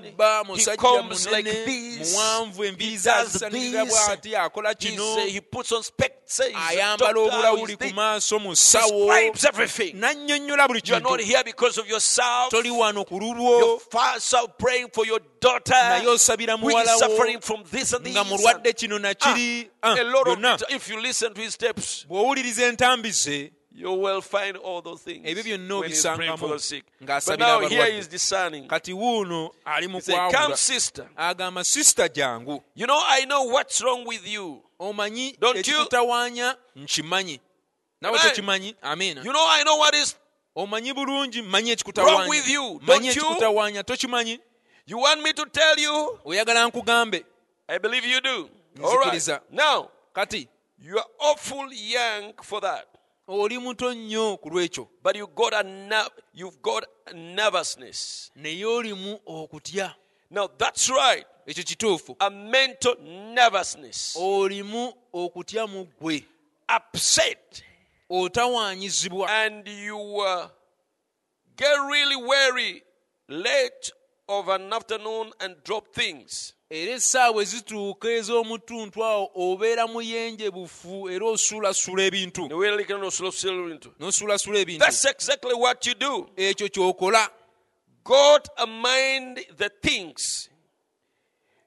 Speaker 1: man.
Speaker 2: bba
Speaker 1: He
Speaker 2: musajja
Speaker 1: combs like
Speaker 2: munene
Speaker 1: this.
Speaker 2: muwanvu enviiri
Speaker 1: does
Speaker 2: zazisanirira
Speaker 1: this.
Speaker 2: bw'ati akola
Speaker 1: He
Speaker 2: kino
Speaker 1: say- he puts on specs, says,
Speaker 2: ayambala
Speaker 1: "Doctor, who
Speaker 2: oburawuli
Speaker 1: is
Speaker 2: ku
Speaker 1: this?"
Speaker 2: maaso mu ssawo
Speaker 1: Describes everything.
Speaker 2: n'annyonnyola buli
Speaker 1: You are not
Speaker 2: kintu
Speaker 1: here because of yourself.
Speaker 2: toli wano ku
Speaker 1: Your
Speaker 2: lulwo
Speaker 1: father praying for your daughter.
Speaker 2: naye osabira
Speaker 1: Ah, Who is
Speaker 2: muwalawo
Speaker 1: suffering from this and this.
Speaker 2: nga mulwadde kino nakiri
Speaker 1: Ah, a
Speaker 2: Ah,
Speaker 1: lot
Speaker 2: byonna
Speaker 1: of, if you listen to his steps,
Speaker 2: bw'owuliriza entambi ze
Speaker 1: you will find all those things.
Speaker 2: Ebyo byonna
Speaker 1: when he's praying for
Speaker 2: obisangamu
Speaker 1: the sick. But
Speaker 2: ng'asabira
Speaker 1: now here
Speaker 2: abalwadde.
Speaker 1: he is discerning.
Speaker 2: kati wuuno ali mu
Speaker 1: He said, Come,
Speaker 2: kwawula
Speaker 1: sister.
Speaker 2: agamba sisita jangu
Speaker 1: You know, I know what's wrong with you.
Speaker 2: omanyi
Speaker 1: Don't you-
Speaker 2: ekikutawaanya nkimanyi nawe
Speaker 1: Amen.
Speaker 2: tokimanyi amiina
Speaker 1: You know, I know what is
Speaker 2: omanyi bulungi manyi
Speaker 1: Wrong with you,
Speaker 2: ekikutawaanya
Speaker 1: don't
Speaker 2: manyi
Speaker 1: you?
Speaker 2: ekikutawaanya tokimanyi
Speaker 1: You want me to tell you?
Speaker 2: oyagala nkugambe
Speaker 1: I believe you do. All right.
Speaker 2: Nzikiriza.
Speaker 1: Now,
Speaker 2: kati
Speaker 1: you are awful young for that.
Speaker 2: oli muto nnyo ku lwekyo
Speaker 1: But you got a nerv- you've got a nervousness.
Speaker 2: naye olimu okutya
Speaker 1: Now, that's right.
Speaker 2: ekyo kituufu
Speaker 1: A mental nervousness.
Speaker 2: olimu okutya mu ggwe
Speaker 1: Upset.
Speaker 2: otawaanyizibwa
Speaker 1: And you uh, get really wary late of an afternoon and drop things.
Speaker 2: era essaawa ezituuka ez'omutuntu awo obeera muyenje bufu era osuulasula ebintu
Speaker 1: The way they can also sell into.
Speaker 2: n'osuulasula ebintu
Speaker 1: That's exactly what you do.
Speaker 2: ekyo ky'okola
Speaker 1: God mind the things.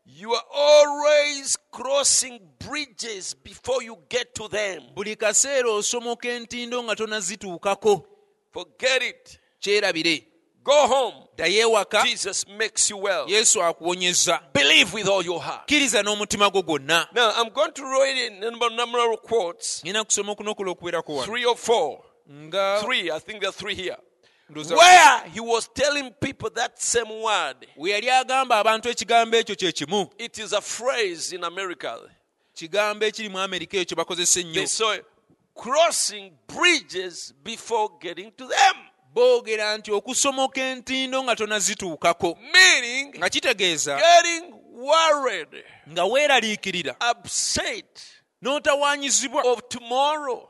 Speaker 1: You are always crossing bridges before you get to them.
Speaker 2: buli kaseera osomoka entindo nga tonazituukako
Speaker 1: Forget it.
Speaker 2: kyerabire
Speaker 1: Go home.
Speaker 2: ddayo ewaka
Speaker 1: Jesus makes you well.
Speaker 2: yesu akuwonyezza
Speaker 1: Believe with all your heart.
Speaker 2: kkiriza n'omutima gwo gwonna
Speaker 1: Now, I'm going to read in a number of quotes
Speaker 2: ngenda kusoma okunokola okuwerako wano
Speaker 1: three or four.
Speaker 2: nga
Speaker 1: Three, I think there are three here.
Speaker 2: ndowooza-
Speaker 1: Where he was telling people that same word.
Speaker 2: we yali agamba abantu ekigambo ekyo kye kimu
Speaker 1: It is a phrase in America.
Speaker 2: kigambo ekiri mu amerika ekyo bakozesa ennyo
Speaker 1: They saw it, crossing bridges before getting to them.
Speaker 2: boogera nti okusomoka entindo nga tonazituukako
Speaker 1: meaning
Speaker 2: nga kitegeeza
Speaker 1: getting worried,
Speaker 2: nga weeraliikirira
Speaker 1: upset
Speaker 2: n'otawaanyizibwa
Speaker 1: of tomorrow,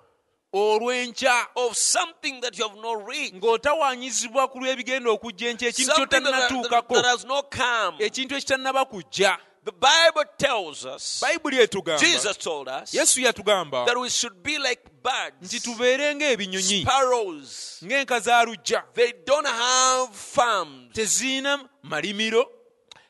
Speaker 2: olw'enkya
Speaker 1: of something that you have not reached,
Speaker 2: ng'otawaanyizibwa ku lw'ebigenda okujja enkya ekintu
Speaker 1: something that, that,
Speaker 2: kyotannatuukako
Speaker 1: that has not come.
Speaker 2: ekintu ekitannaba kujja
Speaker 1: The Bible tells us,
Speaker 2: bayibuli etugamba
Speaker 1: Jesus told us,
Speaker 2: yesu yatugamba
Speaker 1: that we should be like
Speaker 2: nti
Speaker 1: birds,
Speaker 2: tubeere ng'ebinyonyi
Speaker 1: sparrows.
Speaker 2: ng'enka za lujja
Speaker 1: They don't have farms,
Speaker 2: teziina malimiro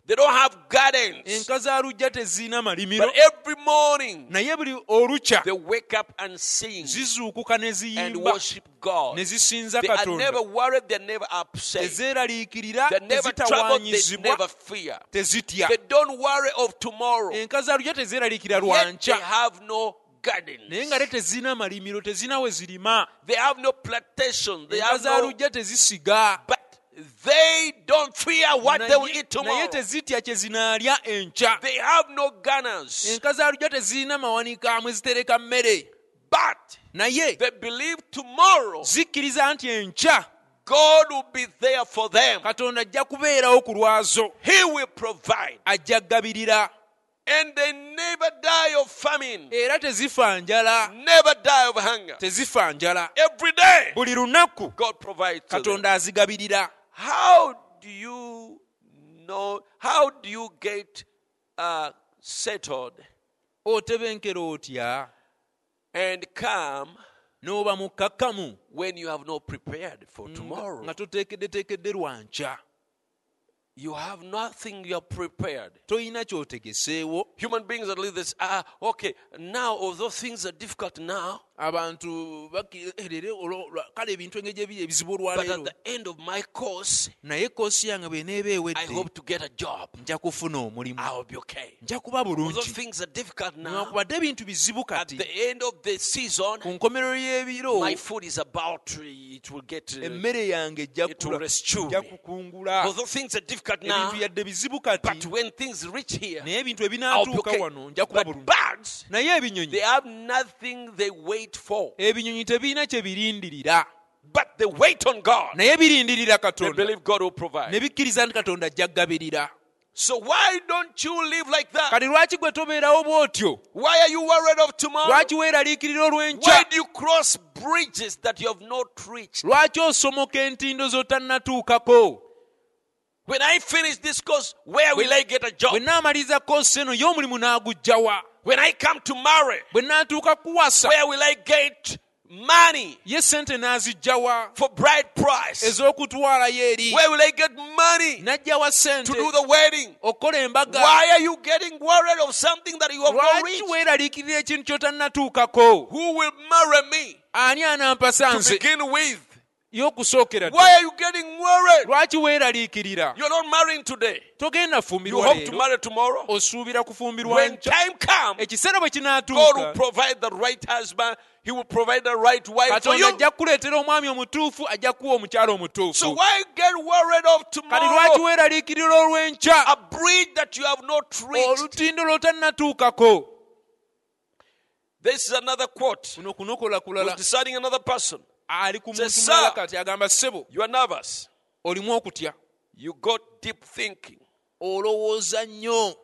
Speaker 1: they don't have gardens,
Speaker 2: enka za lujja teziina malimiro
Speaker 1: but every morning
Speaker 2: naye buli olukya
Speaker 1: they wake up and sing
Speaker 2: zizuukuka ne
Speaker 1: and
Speaker 2: ziyimba
Speaker 1: worship God.
Speaker 2: ne zisinza
Speaker 1: They are never
Speaker 2: katonda
Speaker 1: worried, they're never upset.
Speaker 2: tezeeraliikirira
Speaker 1: They never trouble, they never
Speaker 2: tezitawaanyizibwa
Speaker 1: fear.
Speaker 2: tezitya
Speaker 1: They don't worry of tomorrow.
Speaker 2: enka za lujja tezeeraliikirira
Speaker 1: Yet they
Speaker 2: lwanca
Speaker 1: have no
Speaker 2: naye
Speaker 1: gardens.
Speaker 2: nga te teziina malimiro teziina we zirima
Speaker 1: They have no plantation. They
Speaker 2: enka
Speaker 1: have
Speaker 2: za
Speaker 1: no,
Speaker 2: lujja tezisiga
Speaker 1: but they don't fear what they will
Speaker 2: Naye-
Speaker 1: eat
Speaker 2: naye
Speaker 1: tomorrow.
Speaker 2: tezitya kye zinaalya enkya
Speaker 1: They have no gunners.
Speaker 2: enka za lujja teziina mawanika mwe zitereka mmere
Speaker 1: But
Speaker 2: naye
Speaker 1: they believe tomorrow
Speaker 2: zikkiriza nti enkya
Speaker 1: God will be there for them.
Speaker 2: katonda ajja kubeerawo ku lwazo
Speaker 1: He will provide.
Speaker 2: ajja ggabirira
Speaker 1: And they never die of famine,
Speaker 2: era tezifa njala
Speaker 1: never die of hunger.
Speaker 2: tezifa njala
Speaker 1: Every day,
Speaker 2: buli lunaku
Speaker 1: God provides. to them.
Speaker 2: katonda azigabirira
Speaker 1: How do you know? How do you get uh, settled
Speaker 2: otebenkera otya
Speaker 1: and calm
Speaker 2: n'oba mukkakkamu
Speaker 1: when you have not prepared for
Speaker 2: Mm.
Speaker 1: tomorrow?
Speaker 2: nga toteekeddeteekedde lwanca
Speaker 1: You have nothing. You are prepared.
Speaker 2: tolina kyotegeseewo
Speaker 1: Human beings that live this. Ah, okay. Now, although things are difficult now,
Speaker 2: abantu bakerere olwo- lwa- kale ebintu engeri gye biri ebizibu
Speaker 1: But at
Speaker 2: olwaleero
Speaker 1: the end of my course,
Speaker 2: naye ekoosi yange bweneeba
Speaker 1: I
Speaker 2: ewedde
Speaker 1: hope Ah. to get a job.
Speaker 2: nja kufuna omulimu
Speaker 1: I'll be okay.
Speaker 2: nja kuba
Speaker 1: Although
Speaker 2: bulungi
Speaker 1: things are difficult now,
Speaker 2: newankubadde ebintu bizibu
Speaker 1: at
Speaker 2: kati
Speaker 1: the end of the season,
Speaker 2: ku nkomerero y'ebiro
Speaker 1: my food is about to, it will get. uh,
Speaker 2: emmere yange ejja
Speaker 1: It
Speaker 2: kula-
Speaker 1: will rescue
Speaker 2: ejja
Speaker 1: me.
Speaker 2: kukungula
Speaker 1: although things are difficult now,
Speaker 2: ebintu yadde bizibu
Speaker 1: but
Speaker 2: kati
Speaker 1: when things reach here,
Speaker 2: naye ebintu
Speaker 1: I'll be
Speaker 2: ebinaatuuka
Speaker 1: okay.
Speaker 2: wano nja kuba
Speaker 1: But
Speaker 2: bulungi
Speaker 1: birds,
Speaker 2: naye
Speaker 1: they
Speaker 2: ebinyonyi
Speaker 1: have nothing they wait for,
Speaker 2: ebinyonyi tebirina kye birindirira
Speaker 1: but they wait on God.
Speaker 2: naye birindirira
Speaker 1: They
Speaker 2: katonda
Speaker 1: believe God will
Speaker 2: ne
Speaker 1: provide.
Speaker 2: bikkiriza nti katonda ajja kugabirira
Speaker 1: So why don't you live like that?
Speaker 2: kati lwaki gwe tobeerawo bw'otyo
Speaker 1: Why are you worried of tomorrow?
Speaker 2: lwaki weeraliikirira
Speaker 1: Why
Speaker 2: olw'enkya
Speaker 1: do you cross bridges that you have not reached?
Speaker 2: lwaki osomoka entindo z'otannatuukako
Speaker 1: When I finish this course, where will I get a job?
Speaker 2: bwe naamaliriza koosi eno y'omulimu n'aguggyawa
Speaker 1: When I come to marry,
Speaker 2: bwe naatuuka kuwasa
Speaker 1: where will I get money
Speaker 2: ye sente n'aziggyawa
Speaker 1: for bride price?
Speaker 2: ez'okutwalayo eri
Speaker 1: Where will I get money
Speaker 2: n'ajjawa
Speaker 1: to
Speaker 2: sente
Speaker 1: do the wedding?
Speaker 2: okola embaga
Speaker 1: Why are you getting worried of something that you have not
Speaker 2: lwaki
Speaker 1: reached?
Speaker 2: weeraliikirira ekintu ky'otannatuukako
Speaker 1: Who will marry me
Speaker 2: ani anampasa
Speaker 1: to
Speaker 2: nze
Speaker 1: begin with?
Speaker 2: y'okusookera ddala.
Speaker 1: Why are you getting worried?
Speaker 2: lwaki weeraliikirira
Speaker 1: You're not marrying today.
Speaker 2: togenda
Speaker 1: You
Speaker 2: fumbirwa
Speaker 1: hope to
Speaker 2: leero
Speaker 1: marry
Speaker 2: Oh,
Speaker 1: tomorrow.
Speaker 2: osuubira kufumbirwa
Speaker 1: When
Speaker 2: nkya
Speaker 1: time comes,
Speaker 2: ekiseera bwe
Speaker 1: God will
Speaker 2: kinaatuuka
Speaker 1: provide the right husband. He will provide the right wife for
Speaker 2: katonda
Speaker 1: you.
Speaker 2: ajja kukuleetera omwami omutuufu ajja kuwa omukyala
Speaker 1: So
Speaker 2: omutuufu
Speaker 1: why get worried of
Speaker 2: kati lwaki
Speaker 1: tomorrow?
Speaker 2: weeraliikirira olw'enkya
Speaker 1: A bridge that you have not reached.
Speaker 2: olutindo lw'otannatuukako
Speaker 1: This is another quote.
Speaker 2: kuno kunokola
Speaker 1: Was
Speaker 2: kulala
Speaker 1: deciding another person.
Speaker 2: ali ku
Speaker 1: Says,
Speaker 2: muntu
Speaker 1: "Sir."
Speaker 2: mulala kati agamba ssebo
Speaker 1: You are nervous.
Speaker 2: olimu okutya
Speaker 1: You got deep thinking.
Speaker 2: olowooza nnyo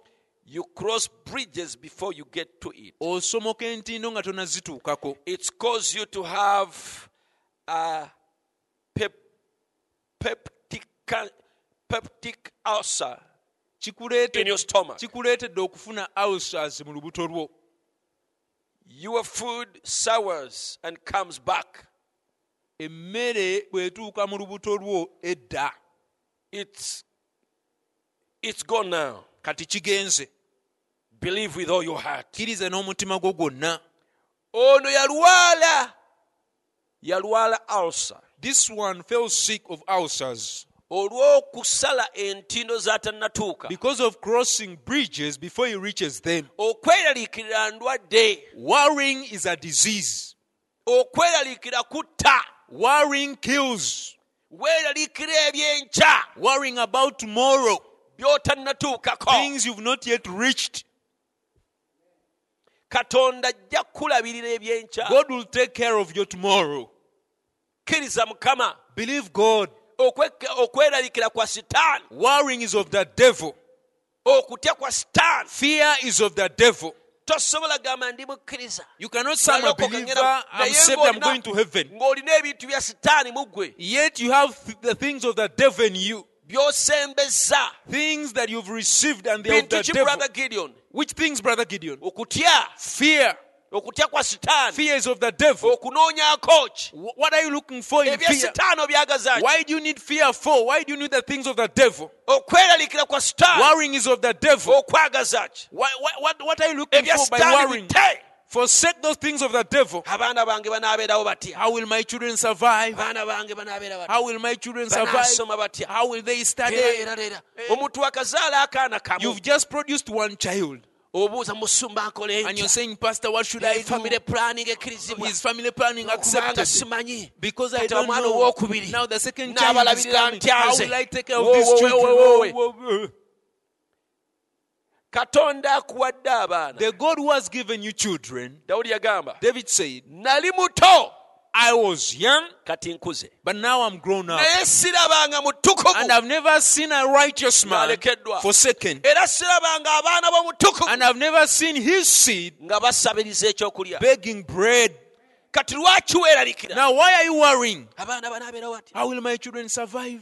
Speaker 1: You cross bridges before you get to it.
Speaker 2: osomoka entindo nga tonazituukako
Speaker 1: It's caused you to have a pep, peptic, ca- peptic ulcer
Speaker 2: Kikuleete-
Speaker 1: in your stomach.
Speaker 2: kikuleetedde okufuna ulcers mu lubuto lwo
Speaker 1: Your food sours and comes back.
Speaker 2: emmere bwetuuka mu lubuto lwo edda
Speaker 1: It's, it's gone now.
Speaker 2: kati kigenze
Speaker 1: Believe with all your heart.
Speaker 2: kkiriza n'omutima gwo gwonna
Speaker 1: ono yalwala yalwala alsa
Speaker 2: this one fell sick of ulcers
Speaker 1: olw'okusala entindo z'atannatuuka
Speaker 2: because of crossing bridges before he reaches them
Speaker 1: okweraliikirira ndwadde
Speaker 2: worrying is a disease
Speaker 1: okweraliikira kutta
Speaker 2: worrying kills
Speaker 1: weeraliikira ebyenkya
Speaker 2: worrying about tomorrow
Speaker 1: by'otannatuukako
Speaker 2: things you've not yet reached
Speaker 1: katonda ajja kukulabirira ebyenkya
Speaker 2: god will take care of your tomorrow
Speaker 1: kkiriza mukama
Speaker 2: believe god
Speaker 1: Okwe- okweraliikira kwa sitaani
Speaker 2: worrying is of the devil
Speaker 1: okutya kwa
Speaker 2: Ah.
Speaker 1: sitaani
Speaker 2: fear is of the devil
Speaker 1: tosobola gamba ndi mukkiriza
Speaker 2: you cannot say i'm a
Speaker 1: Nalokoka,
Speaker 2: believer
Speaker 1: ngera-
Speaker 2: i'm
Speaker 1: naye
Speaker 2: saved i'm
Speaker 1: ng'olina-
Speaker 2: going to heaven
Speaker 1: ng'olina ebintu bya sitaani mu ggwe
Speaker 2: yet you have th- the things of the devil in you
Speaker 1: by'osembezza
Speaker 2: things that you've received and they're of
Speaker 1: bintu
Speaker 2: the
Speaker 1: ki
Speaker 2: devil
Speaker 1: brother gideon
Speaker 2: which things brother gideon
Speaker 1: okutya
Speaker 2: fear
Speaker 1: okutya kwa sitaani
Speaker 2: fear is of the devil
Speaker 1: okunoonyaako ki
Speaker 2: Wh- Oh, what are you looking for in
Speaker 1: ebya
Speaker 2: fear
Speaker 1: sitaani obyagaza ki
Speaker 2: why do you need fear for why do you need the things of the devil
Speaker 1: okweraliikira kwa sitaani
Speaker 2: worrying is of the devil
Speaker 1: okwagaza ki
Speaker 2: Why, why, what, what are you looking
Speaker 1: ebya
Speaker 2: for by
Speaker 1: sitaani
Speaker 2: worrying?
Speaker 1: bite
Speaker 2: Forsake those things of the devil.
Speaker 1: abaana bange banaabeerawo batya
Speaker 2: How will my children survive?
Speaker 1: abaana bange banaabeera batya
Speaker 2: How will my children survive?
Speaker 1: banaasoma batya
Speaker 2: How will they
Speaker 1: Leera,
Speaker 2: study?
Speaker 1: leera, leera. omuntu wakazaala akaana kamu
Speaker 2: Eh. You've just produced one child,
Speaker 1: obuuza musumba nkola
Speaker 2: and you're
Speaker 1: enkya
Speaker 2: saying, Pastor, what should I do?
Speaker 1: famire planning ekkirizibwa
Speaker 2: Is family planning
Speaker 1: kubanga
Speaker 2: accepted?
Speaker 1: simanyi
Speaker 2: Because I
Speaker 1: Kati
Speaker 2: don't
Speaker 1: omwana
Speaker 2: know.
Speaker 1: owookubiri
Speaker 2: Now the second child is
Speaker 1: n'abalabirira
Speaker 2: coming.
Speaker 1: ntya
Speaker 2: How
Speaker 1: nze?
Speaker 2: will I take care of
Speaker 1: Wo-
Speaker 2: these
Speaker 1: wo-
Speaker 2: children?
Speaker 1: wo- wo-
Speaker 2: Wo- wo- wo-
Speaker 1: katonda akuwadde abaana
Speaker 2: The God who has given you children,
Speaker 1: dawudi yagamba
Speaker 2: David said,
Speaker 1: nali muto
Speaker 2: I was young,
Speaker 1: kati nkuze
Speaker 2: but now I'm grown up.
Speaker 1: naye sirabanga
Speaker 2: Ah. And
Speaker 1: mutukuvu
Speaker 2: I've never seen a righteous man
Speaker 1: Ng'alekeddwa.
Speaker 2: forsaken.
Speaker 1: era sirabanga abaana
Speaker 2: And
Speaker 1: b'omutukuvu
Speaker 2: I've never seen his seed
Speaker 1: nga basabiriza ekyokulya
Speaker 2: begging bread.
Speaker 1: kati lwaki weeralikira
Speaker 2: Now, why are you worrying?
Speaker 1: abaana banaabeerawo ati
Speaker 2: How will my children survive?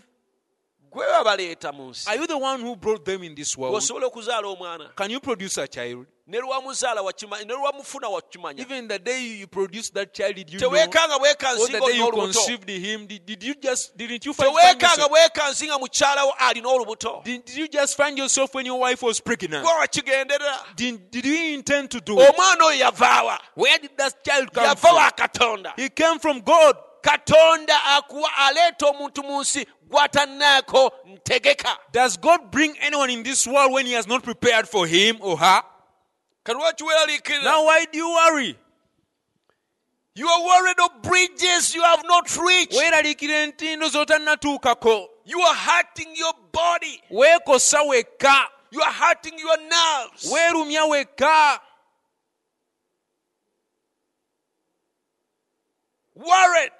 Speaker 1: gwe wabaleeta mu nsi
Speaker 2: Are you the one who brought them in this world?
Speaker 1: osobola okuzaala omwana
Speaker 2: Can you produce a child?
Speaker 1: ne lwamuzaala wakima- ne lwamufuna wakimanya
Speaker 2: Even the day you produce that child, did you know?
Speaker 1: teweekanga
Speaker 2: Or the
Speaker 1: bwekansinga
Speaker 2: day
Speaker 1: olina
Speaker 2: you
Speaker 1: olubuto
Speaker 2: conceived him, did, did you just didn't you find
Speaker 1: teweekanga
Speaker 2: yourself,
Speaker 1: bwekansinga mukyalawo alina olubuto
Speaker 2: did, did you just find yourself when your wife was pregnant?
Speaker 1: gwe wakigenderera
Speaker 2: Did, did you intend to do it?
Speaker 1: omwana oyo yavaawa
Speaker 2: Where did that child come
Speaker 1: yava
Speaker 2: from?
Speaker 1: wa katonda
Speaker 2: He came from God.
Speaker 1: katonda akuwa aleeta omuntu mu nsi gwatannaako ntegeka
Speaker 2: Does God bring anyone in this world when He has not prepared for him or her?
Speaker 1: kalwakiweraliikirira
Speaker 2: Now, why do you worry?
Speaker 1: you are worried of bridges you have not reached
Speaker 2: weeraliikira entindo z'otannatuukako
Speaker 1: you are hurting your body
Speaker 2: weekosa wekka
Speaker 1: you are hurting your nerves
Speaker 2: weerumya wekka
Speaker 1: worried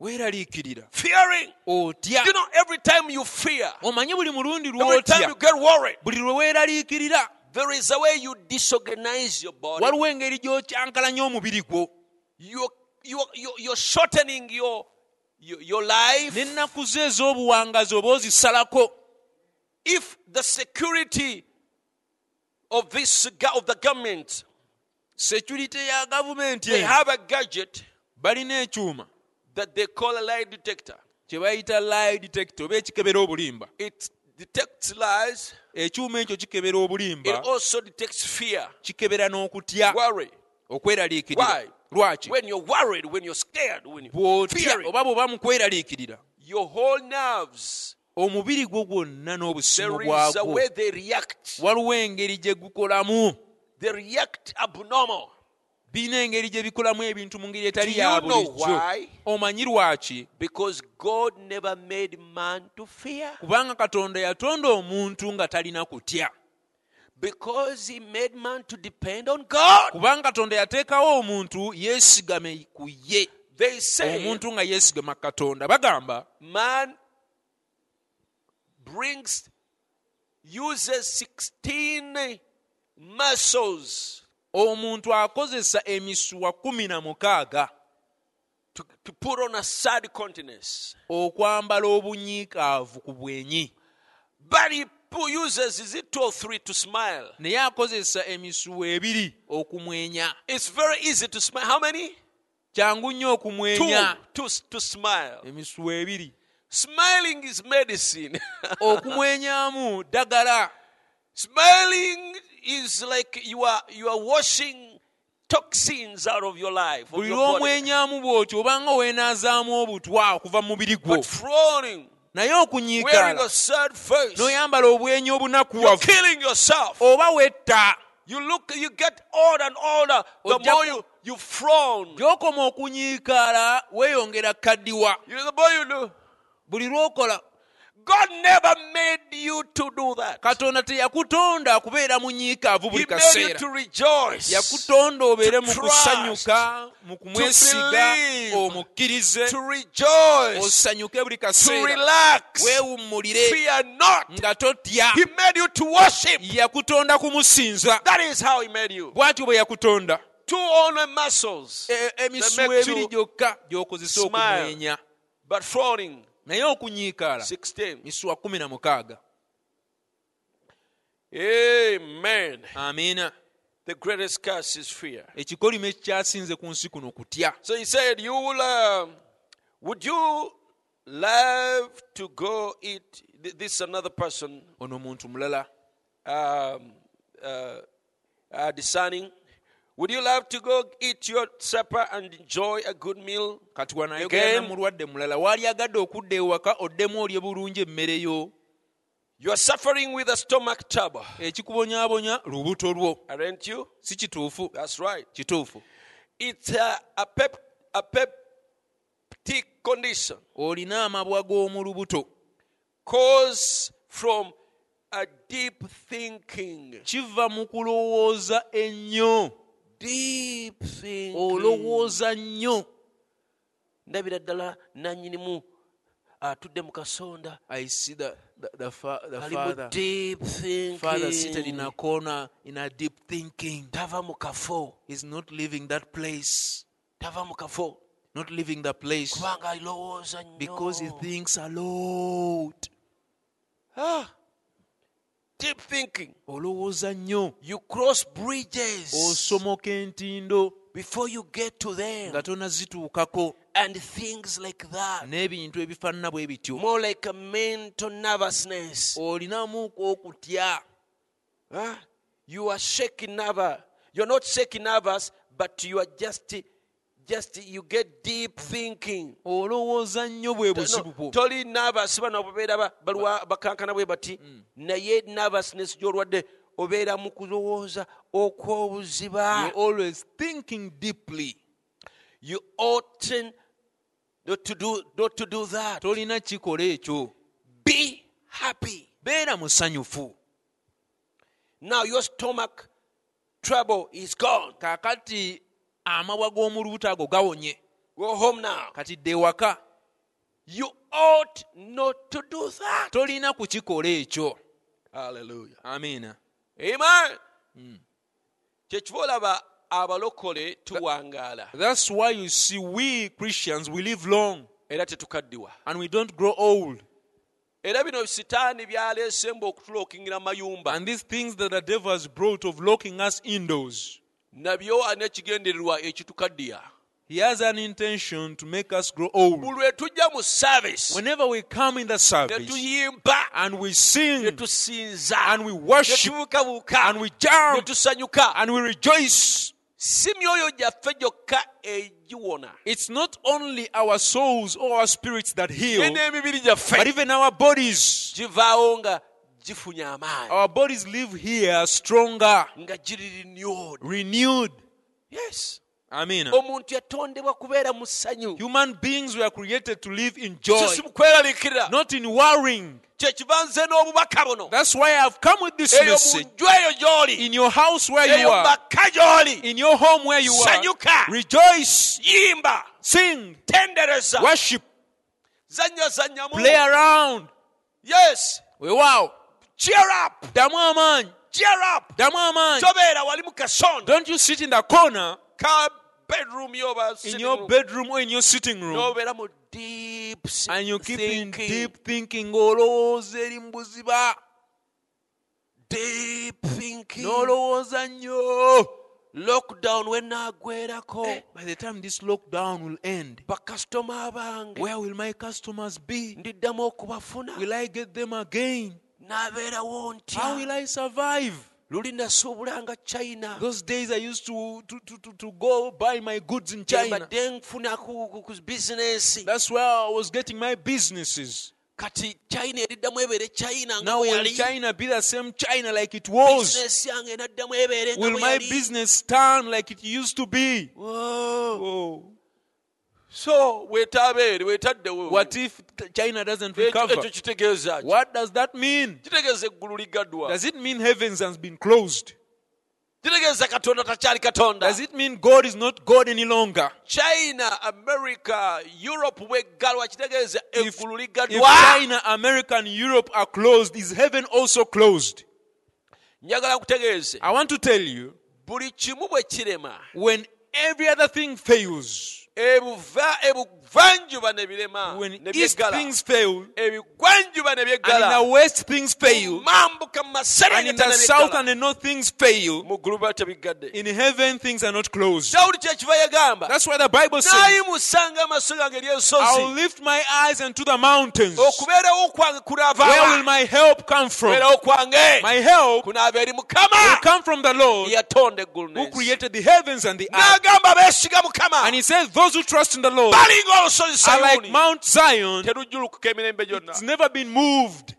Speaker 2: weeraliikirira
Speaker 1: fearing
Speaker 2: otya
Speaker 1: you know every time you fear
Speaker 2: Oh, omanyi buli mulundi
Speaker 1: every time you
Speaker 2: lwotya
Speaker 1: get worried
Speaker 2: buli lwe weeraliikirira
Speaker 1: there is a way you disorganize your body
Speaker 2: waliwo engeri gy'okyankalanya omubiri gwo
Speaker 1: you you you you're shortening your your, your life
Speaker 2: n'ennaku ze ez'obuwangazi oba ozisalako
Speaker 1: if the security of this go- of the government
Speaker 2: security ya gavumenti
Speaker 1: they
Speaker 2: eno
Speaker 1: have a gadget
Speaker 2: balina ekyuma
Speaker 1: that they call a lie detector
Speaker 2: kye bayita lie detector oba ekikebera obulimba
Speaker 1: it detects lies
Speaker 2: ekyuma ekyo kikebera
Speaker 1: it
Speaker 2: obulimba
Speaker 1: also detects fear
Speaker 2: kikebera n'okutya
Speaker 1: worry
Speaker 2: okweraliikirira
Speaker 1: Why?
Speaker 2: lwaki
Speaker 1: when you're worried when you're scared when you're
Speaker 2: bw'otya
Speaker 1: fearing
Speaker 2: oba bw'oba mu kweraliikirira
Speaker 1: your whole nerves
Speaker 2: omubiri gwo gwonna n'obusimu
Speaker 1: there is a
Speaker 2: bwagwo
Speaker 1: way they react
Speaker 2: waliwo engeri gye gukolamu
Speaker 1: they react abnormal
Speaker 2: birina engeri gye bikolamu ebintu mu ngeri etali
Speaker 1: Do you
Speaker 2: ya
Speaker 1: know
Speaker 2: bulijjo
Speaker 1: why?
Speaker 2: omanyi lwaki
Speaker 1: because god never made man to fear
Speaker 2: kubanga katonda yatonda omuntu nga talina kutya
Speaker 1: because he made man to depend on god
Speaker 2: kubanga katonda yateekawo omuntu yeesigame ku ye
Speaker 1: they say
Speaker 2: omuntu nga yeesigama katonda bagamba
Speaker 1: man brings uses 16 muscles
Speaker 2: omuntu akozesa emisuwa kumi na mukaaga
Speaker 1: to, to put on a sad countenance
Speaker 2: okwambala obunyiikaavu ku bwenyi
Speaker 1: but he pu- uses is it two or three to smile
Speaker 2: naye akozesa emisuwa ebiri okumwenya
Speaker 1: it's very easy to smile how many
Speaker 2: kyangu nnyo
Speaker 1: two
Speaker 2: okumwenya
Speaker 1: to, s- to smile
Speaker 2: emisuwa ebiri
Speaker 1: smiling is medicine (laughs)
Speaker 2: okumwenyamu ddagala
Speaker 1: smiling is like you are you are washing toxins out of your life of
Speaker 2: buli
Speaker 1: your body.
Speaker 2: lw'omwenyamu bw'otyo obanga weenaazaamu obutwa okuva mu mubiri gwo
Speaker 1: but frowning
Speaker 2: naye
Speaker 1: wearing
Speaker 2: okunyiikaala
Speaker 1: a sad face
Speaker 2: n'oyambala obwenyi
Speaker 1: You're
Speaker 2: obunakuwavu
Speaker 1: killing yourself.
Speaker 2: oba wetta
Speaker 1: You look, you get older and older. The
Speaker 2: Ojja
Speaker 1: more
Speaker 2: ku-
Speaker 1: you, you frown.
Speaker 2: gy'okoma okunyiikaala weeyongera kaddiwa
Speaker 1: You know, the more you do.
Speaker 2: buli lw'okola
Speaker 1: God never made you to do that.
Speaker 2: katonda teyakutonda kubeera munyiikaavu
Speaker 1: He
Speaker 2: buli
Speaker 1: made you
Speaker 2: kaseera
Speaker 1: to rejoice,
Speaker 2: yakutonda obeere mu
Speaker 1: To
Speaker 2: kusanyuka mu kumwesiga
Speaker 1: believe,
Speaker 2: omukkirize
Speaker 1: to rejoice,
Speaker 2: osanyuke buli
Speaker 1: to
Speaker 2: kaseera
Speaker 1: relax.
Speaker 2: weewummulire
Speaker 1: Fear not.
Speaker 2: nga totya
Speaker 1: He made you to worship.
Speaker 2: yakutonda kumusinza
Speaker 1: That is how He made you.
Speaker 2: bw'atyo bwe yakutonda
Speaker 1: Two only muscles,
Speaker 2: E- emisuwa
Speaker 1: They make
Speaker 2: ebiri
Speaker 1: you
Speaker 2: gyokka gy'okozesa
Speaker 1: smile.
Speaker 2: okumwenya
Speaker 1: but frowning.
Speaker 2: naye okunyiikaala
Speaker 1: 16.
Speaker 2: misuwa kumi na mukaaga
Speaker 1: Amen.
Speaker 2: amiina
Speaker 1: The greatest curse is fear.
Speaker 2: ekikolimo ekikyasinze ku nsi kuno kutya
Speaker 1: So he said, "You will, um, would you love to go eat?" th- This is another person
Speaker 2: ono muntu mulala
Speaker 1: um, uh, uh, discerning. Would you love to go eat your supper and enjoy a good meal?
Speaker 2: kati wanayogera namulwadde mulala waali agadde okudda ewaka oddemu olye bulungi emmere yo
Speaker 1: You are suffering with a stomach trouble,
Speaker 2: ekikubonyaabonya lubuto lwo
Speaker 1: aren't you?
Speaker 2: si kituufu
Speaker 1: That's right.
Speaker 2: kituufu
Speaker 1: It's a, a pep a peptic condition
Speaker 2: olina amabwa g'omu lubuto
Speaker 1: caused from a deep thinking.
Speaker 2: kiva mu kulowooza ennyo
Speaker 1: Deep thinking.
Speaker 2: olowooza nnyo
Speaker 1: ndabira ddala nanyinimu atudde mu kasonda
Speaker 2: I see the, the, the, fa- the
Speaker 1: ali mu
Speaker 2: father,
Speaker 1: deep
Speaker 2: father seated in
Speaker 1: thinking
Speaker 2: a corner in a deep thinking.
Speaker 1: tava mu kafo
Speaker 2: He's not leaving that place,
Speaker 1: tava mu kafo
Speaker 2: not leaving the place
Speaker 1: kubanga alirowooza nnyo
Speaker 2: because he thinks a lot.
Speaker 1: Ah, deep thinking.
Speaker 2: olowooza nnyo
Speaker 1: You cross bridges
Speaker 2: osomoka entindo
Speaker 1: before you get to them
Speaker 2: nga tonazituukako
Speaker 1: and things like that.
Speaker 2: n'ebintu ebifaanana bwe bityo
Speaker 1: More like a mental nervousness.
Speaker 2: olinamu okutya
Speaker 1: Huh? You are shaking nervous. You're not shaking nervous, but you are just, just you get deep thinking.
Speaker 2: olowooza nnyo bwe buzibu bwo
Speaker 1: No, toli nervous bano ababeera ba- balwa- bakankana bwe bati naye nervousness gy'olwadde obeera mu kulowooza okw'obuziba
Speaker 2: You're always thinking deeply
Speaker 1: you oughtn't not to do, not to do that
Speaker 2: tolina kikola ekyo
Speaker 1: be happy
Speaker 2: beera musanyufu
Speaker 1: now your stomach trouble is gone
Speaker 2: kaakati amabwa g'omulubuto ago gawonye
Speaker 1: go home now
Speaker 2: kati dde ewaka
Speaker 1: you ought not to do that
Speaker 2: tolina kukikola ekyo
Speaker 1: hallelujah
Speaker 2: amiina
Speaker 1: amen
Speaker 2: Hmm.
Speaker 1: kyekiva olaba abalokole tuwangaala
Speaker 2: that's why you see we christians we live long
Speaker 1: era tetukaddiwa
Speaker 2: and we don't grow old
Speaker 1: era bino sitaani byaleese mbu okutulookingira mu mayumba
Speaker 2: and these things that the devil has brought of locking us indoors
Speaker 1: nabyo alina ekigendererwa ekitukaddiya
Speaker 2: he has an intention to make us grow old
Speaker 1: mu lwe tujja mu service
Speaker 2: whenever we come in the
Speaker 1: ne
Speaker 2: service
Speaker 1: tuyimba
Speaker 2: and we
Speaker 1: ne
Speaker 2: sing
Speaker 1: tusinza
Speaker 2: and we
Speaker 1: ne
Speaker 2: worship
Speaker 1: tubuukabuuka
Speaker 2: and we
Speaker 1: ne
Speaker 2: jump
Speaker 1: tusanyuka
Speaker 2: and we rejoice
Speaker 1: si myoyo gyaffe gyokka egiwona
Speaker 2: it's not only our souls or our spirits that
Speaker 1: ne
Speaker 2: heal
Speaker 1: n'emibiri
Speaker 2: but
Speaker 1: gyaffe
Speaker 2: even our bodies
Speaker 1: givaawo nga gifunye amaanyi
Speaker 2: our bodies live here stronger
Speaker 1: nga giririnyooda
Speaker 2: renewed
Speaker 1: yes
Speaker 2: amen
Speaker 1: (laughs) omuntu yatondebwa kubeera mu ssanyu
Speaker 2: human beings were created to live in joy
Speaker 1: si mu kweraliikirira
Speaker 2: not in worrying
Speaker 1: kyekiva nze n'obubaka buno
Speaker 2: that's why i've come with this
Speaker 1: eyo
Speaker 2: message
Speaker 1: munju eyo gy'oli
Speaker 2: in your house where you
Speaker 1: eyo
Speaker 2: are
Speaker 1: mbaka gy'oli
Speaker 2: in your home where you
Speaker 1: Sanyuka.
Speaker 2: are rejoice
Speaker 1: yimba
Speaker 2: sing
Speaker 1: tendereza
Speaker 2: worship
Speaker 1: zanya zanyamu
Speaker 2: play around
Speaker 1: yes
Speaker 2: weewaawo
Speaker 1: cheer up
Speaker 2: ddamu amaanyi
Speaker 1: cheer up
Speaker 2: ddamu amaanyi
Speaker 1: tobeera wali mu kasondo
Speaker 2: don't you sit in the corner
Speaker 1: ka bedroom yoba
Speaker 2: in your bedroom or in your sitting room
Speaker 1: n'obeera mu deep s-
Speaker 2: and you keep in
Speaker 1: thinking.
Speaker 2: deep thinking ng'olowooza eri mu buziba
Speaker 1: deep thinking
Speaker 2: n'olowooza nnyo
Speaker 1: lockdown we naagwerako
Speaker 2: by the time this lockdown will end
Speaker 1: bakasitoma bange
Speaker 2: where will my customers be
Speaker 1: ndiddamu okubafuna
Speaker 2: will i get them again
Speaker 1: n'abeerawo
Speaker 2: how will
Speaker 1: ntya
Speaker 2: i survive
Speaker 1: luli nasuubulanga china
Speaker 2: those days i used to, to, to, to, to go buy my goods in china
Speaker 1: kyebadde nfuna ku ku- ku bizinensi
Speaker 2: that's where i was getting my businesses
Speaker 1: kati china eriddamu ebeere china nga
Speaker 2: now will
Speaker 1: weyali
Speaker 2: china be the same china like it was
Speaker 1: bizinensi yange enaddamu ebeere nga
Speaker 2: will my
Speaker 1: weyali
Speaker 2: business stand like it used to be
Speaker 1: Whoa.
Speaker 2: oh.
Speaker 1: so weetaabeere weetaddewo
Speaker 2: what if t- china doesn't
Speaker 1: Ekyo-
Speaker 2: recover
Speaker 1: ekyo kitegeeza ki?
Speaker 2: what does that mean
Speaker 1: kitegeeza eggulu ligaddwa
Speaker 2: does it mean heavens has been closed
Speaker 1: kitegeeza katonda takyali katonda
Speaker 2: does it mean god is not god any longer
Speaker 1: china america europe bweggalwa kitegeeza eggulu
Speaker 2: if
Speaker 1: ligaddwa
Speaker 2: china america and europe are closed is heaven also closed
Speaker 1: njagala nkutegeeze
Speaker 2: i want to tell you
Speaker 1: buli kimu bwe kirema
Speaker 2: when every other thing fails
Speaker 1: ebuva ebuvanjuba ne birema
Speaker 2: when
Speaker 1: ne
Speaker 2: east
Speaker 1: byeggala
Speaker 2: things fail
Speaker 1: ebigwanjuba ne
Speaker 2: and in the
Speaker 1: byeggala
Speaker 2: west things fail
Speaker 1: mambuka mu
Speaker 2: and in
Speaker 1: maserengeta
Speaker 2: the
Speaker 1: ne
Speaker 2: south
Speaker 1: byeggala
Speaker 2: and the north things fail
Speaker 1: mu ggulu ba tebigadde
Speaker 2: in heaven things are not closed
Speaker 1: sawuli kyekiva yegamba
Speaker 2: that's why the bible says
Speaker 1: nayimusanga amaaso gange
Speaker 2: i'll
Speaker 1: eryensozi
Speaker 2: lift my eyes unto the mountains
Speaker 1: okubeerawo kwange
Speaker 2: where will
Speaker 1: kunaava
Speaker 2: my help come from
Speaker 1: okubeerawo kwange
Speaker 2: my help will
Speaker 1: kunaava eri mukama
Speaker 2: come from the lord
Speaker 1: eyatonda eggulu
Speaker 2: who
Speaker 1: n'ensi.
Speaker 2: created the heavens and the earth
Speaker 1: n'agamba beesiga mukama
Speaker 2: and he says those who trust in the lord
Speaker 1: balinga olusozi
Speaker 2: are like
Speaker 1: sayuni
Speaker 2: mount zion
Speaker 1: terujjulukuka emirembe gyonna
Speaker 2: it's never been moved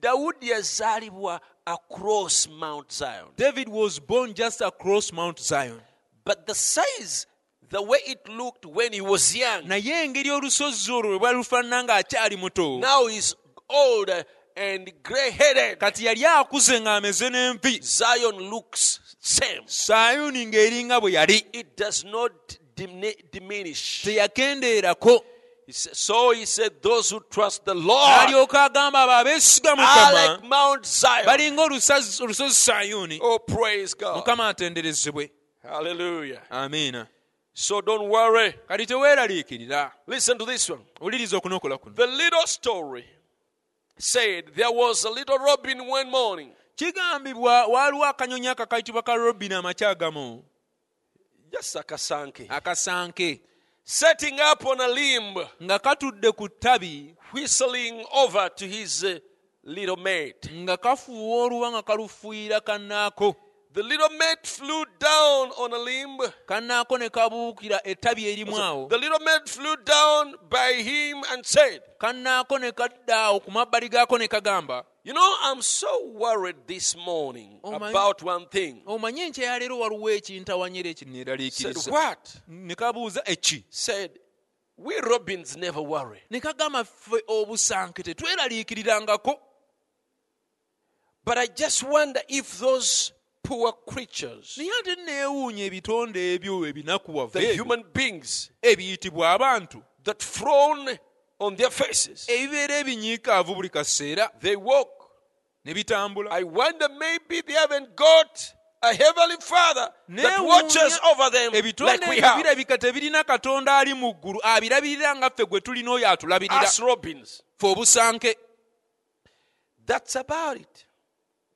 Speaker 1: dawudi yazaalibwa across mount zion
Speaker 2: david was born just across mount zion
Speaker 1: but the size the way it looked when he was young
Speaker 2: naye engeri olusozi olwo bwe bwalufaanana ng'akyali muto
Speaker 1: now he's old and gray headed
Speaker 2: kati yali akuze ng'ameze n'envi
Speaker 1: zion looks same
Speaker 2: sayuni ng'eringa bwe yali
Speaker 1: it does not dimini- diminish
Speaker 2: teyakendeerako
Speaker 1: He sa- so he said those who trust the lord
Speaker 2: n'alyoka agamba abo abeesiga
Speaker 1: are
Speaker 2: Ah, mukama
Speaker 1: like mount zion
Speaker 2: balinga olusozi olusozi sayuni
Speaker 1: oh praise god
Speaker 2: mukama atenderezebwe
Speaker 1: hallelujah
Speaker 2: amiina
Speaker 1: so don't worry
Speaker 2: kati teweeraliikirira
Speaker 1: listen to this one
Speaker 2: wuliriza okunokola kuno
Speaker 1: the little story said, There was a little robin one morning.
Speaker 2: kigambibwa waaliwo akanyonyi akakayitibwa ka robini amakyagamo
Speaker 1: Just a kasanke.
Speaker 2: akasanke
Speaker 1: Setting up on a limb,
Speaker 2: nga katudde ku ttabi
Speaker 1: whistling over to his uh, little mate.
Speaker 2: nga kafuuwa oluwa nga kalufuuyira kannaako
Speaker 1: The little mate flew down on a limb.
Speaker 2: kannaako ne kabuukira ettabi erimu awo
Speaker 1: The little mate flew down by him and said,
Speaker 2: kannaako ne kadda awo ku mabbali gaako ne kagamba
Speaker 1: You know, I'm so worried this morning
Speaker 2: Oh, my- Oh,
Speaker 1: about one thing.
Speaker 2: omanye nkyeyaleero waliwo ekintawanyera
Speaker 1: Said,
Speaker 2: ekinneeraliikiriza
Speaker 1: What?
Speaker 2: ne kabuuza eki
Speaker 1: Said, We robins never worry.
Speaker 2: ne kagamba ffe obusanke tetweraliikiririrangako
Speaker 1: But I just wonder if those poor creatures,
Speaker 2: naye ate neewuunya ebitonde ebyo ebinakuwavu
Speaker 1: the
Speaker 2: ebyo
Speaker 1: human beings
Speaker 2: ebiyitibwa abantu
Speaker 1: that frown on their faces,
Speaker 2: ebibeera ebinyiikaavu buli kaseera
Speaker 1: they walk.
Speaker 2: ne bitambula
Speaker 1: I wonder maybe they haven't got a heavenly father that
Speaker 2: Neewuunya
Speaker 1: watches over them
Speaker 2: ebitonde
Speaker 1: like we
Speaker 2: ebyo
Speaker 1: have.
Speaker 2: birabika tebirina katonda ali mu ggulu abirabirira nga ffe gwe tulina oyo atulabirira
Speaker 1: Us robins.
Speaker 2: fe obusanke
Speaker 1: That's about it.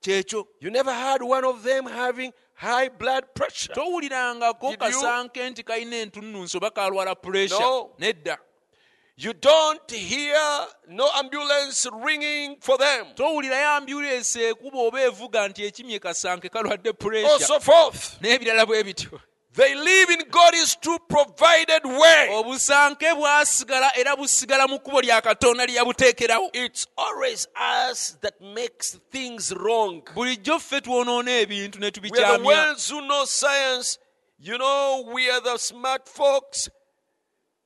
Speaker 2: kyekyo
Speaker 1: You never heard one of them having high blood pressure.
Speaker 2: towulirangako
Speaker 1: Did you-
Speaker 2: kasanke nti kalina entunnunsi oba kalwala puresure
Speaker 1: No.
Speaker 2: nedda
Speaker 1: You don't hear no ambulance ringing for them,
Speaker 2: towulirayo ambyulensi ekuba oba evuga nti ekimye kasanke kalwadde
Speaker 1: or
Speaker 2: puresure
Speaker 1: Oh, so forth.
Speaker 2: n'ebirala bwe bityo
Speaker 1: They live in God's true provided way.
Speaker 2: obusanke bwasigala era busigala mu kkubo lya katonda lye yabuteekerawo
Speaker 1: It's always us that makes things wrong.
Speaker 2: bulijjo ffe twonoona ebintu ne
Speaker 1: We are the
Speaker 2: tubikyamya
Speaker 1: ones who know science. You know, we are the smart folks.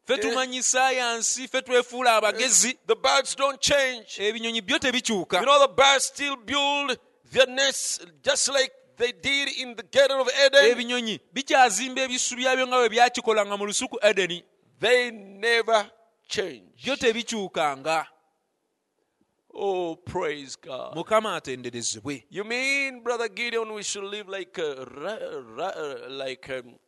Speaker 2: ffe tumanyi saayansi ffe twefuula abagezi
Speaker 1: The birds don't change.
Speaker 2: ebinyonyi byo tebikyuka
Speaker 1: Eh. You know, the birds still build their nests just like they did in the Garden of Eden.
Speaker 2: ebinyonyi bikyazimba ebisu byabyo nga bwe byakikolanga mu lusuku edeni
Speaker 1: They never change.
Speaker 2: byo tebikyukanga
Speaker 1: Oh, praise God.
Speaker 2: mukama atenderezebwe
Speaker 1: You mean, brother Gideon, we should live like uh, ra- ra- uh, like um,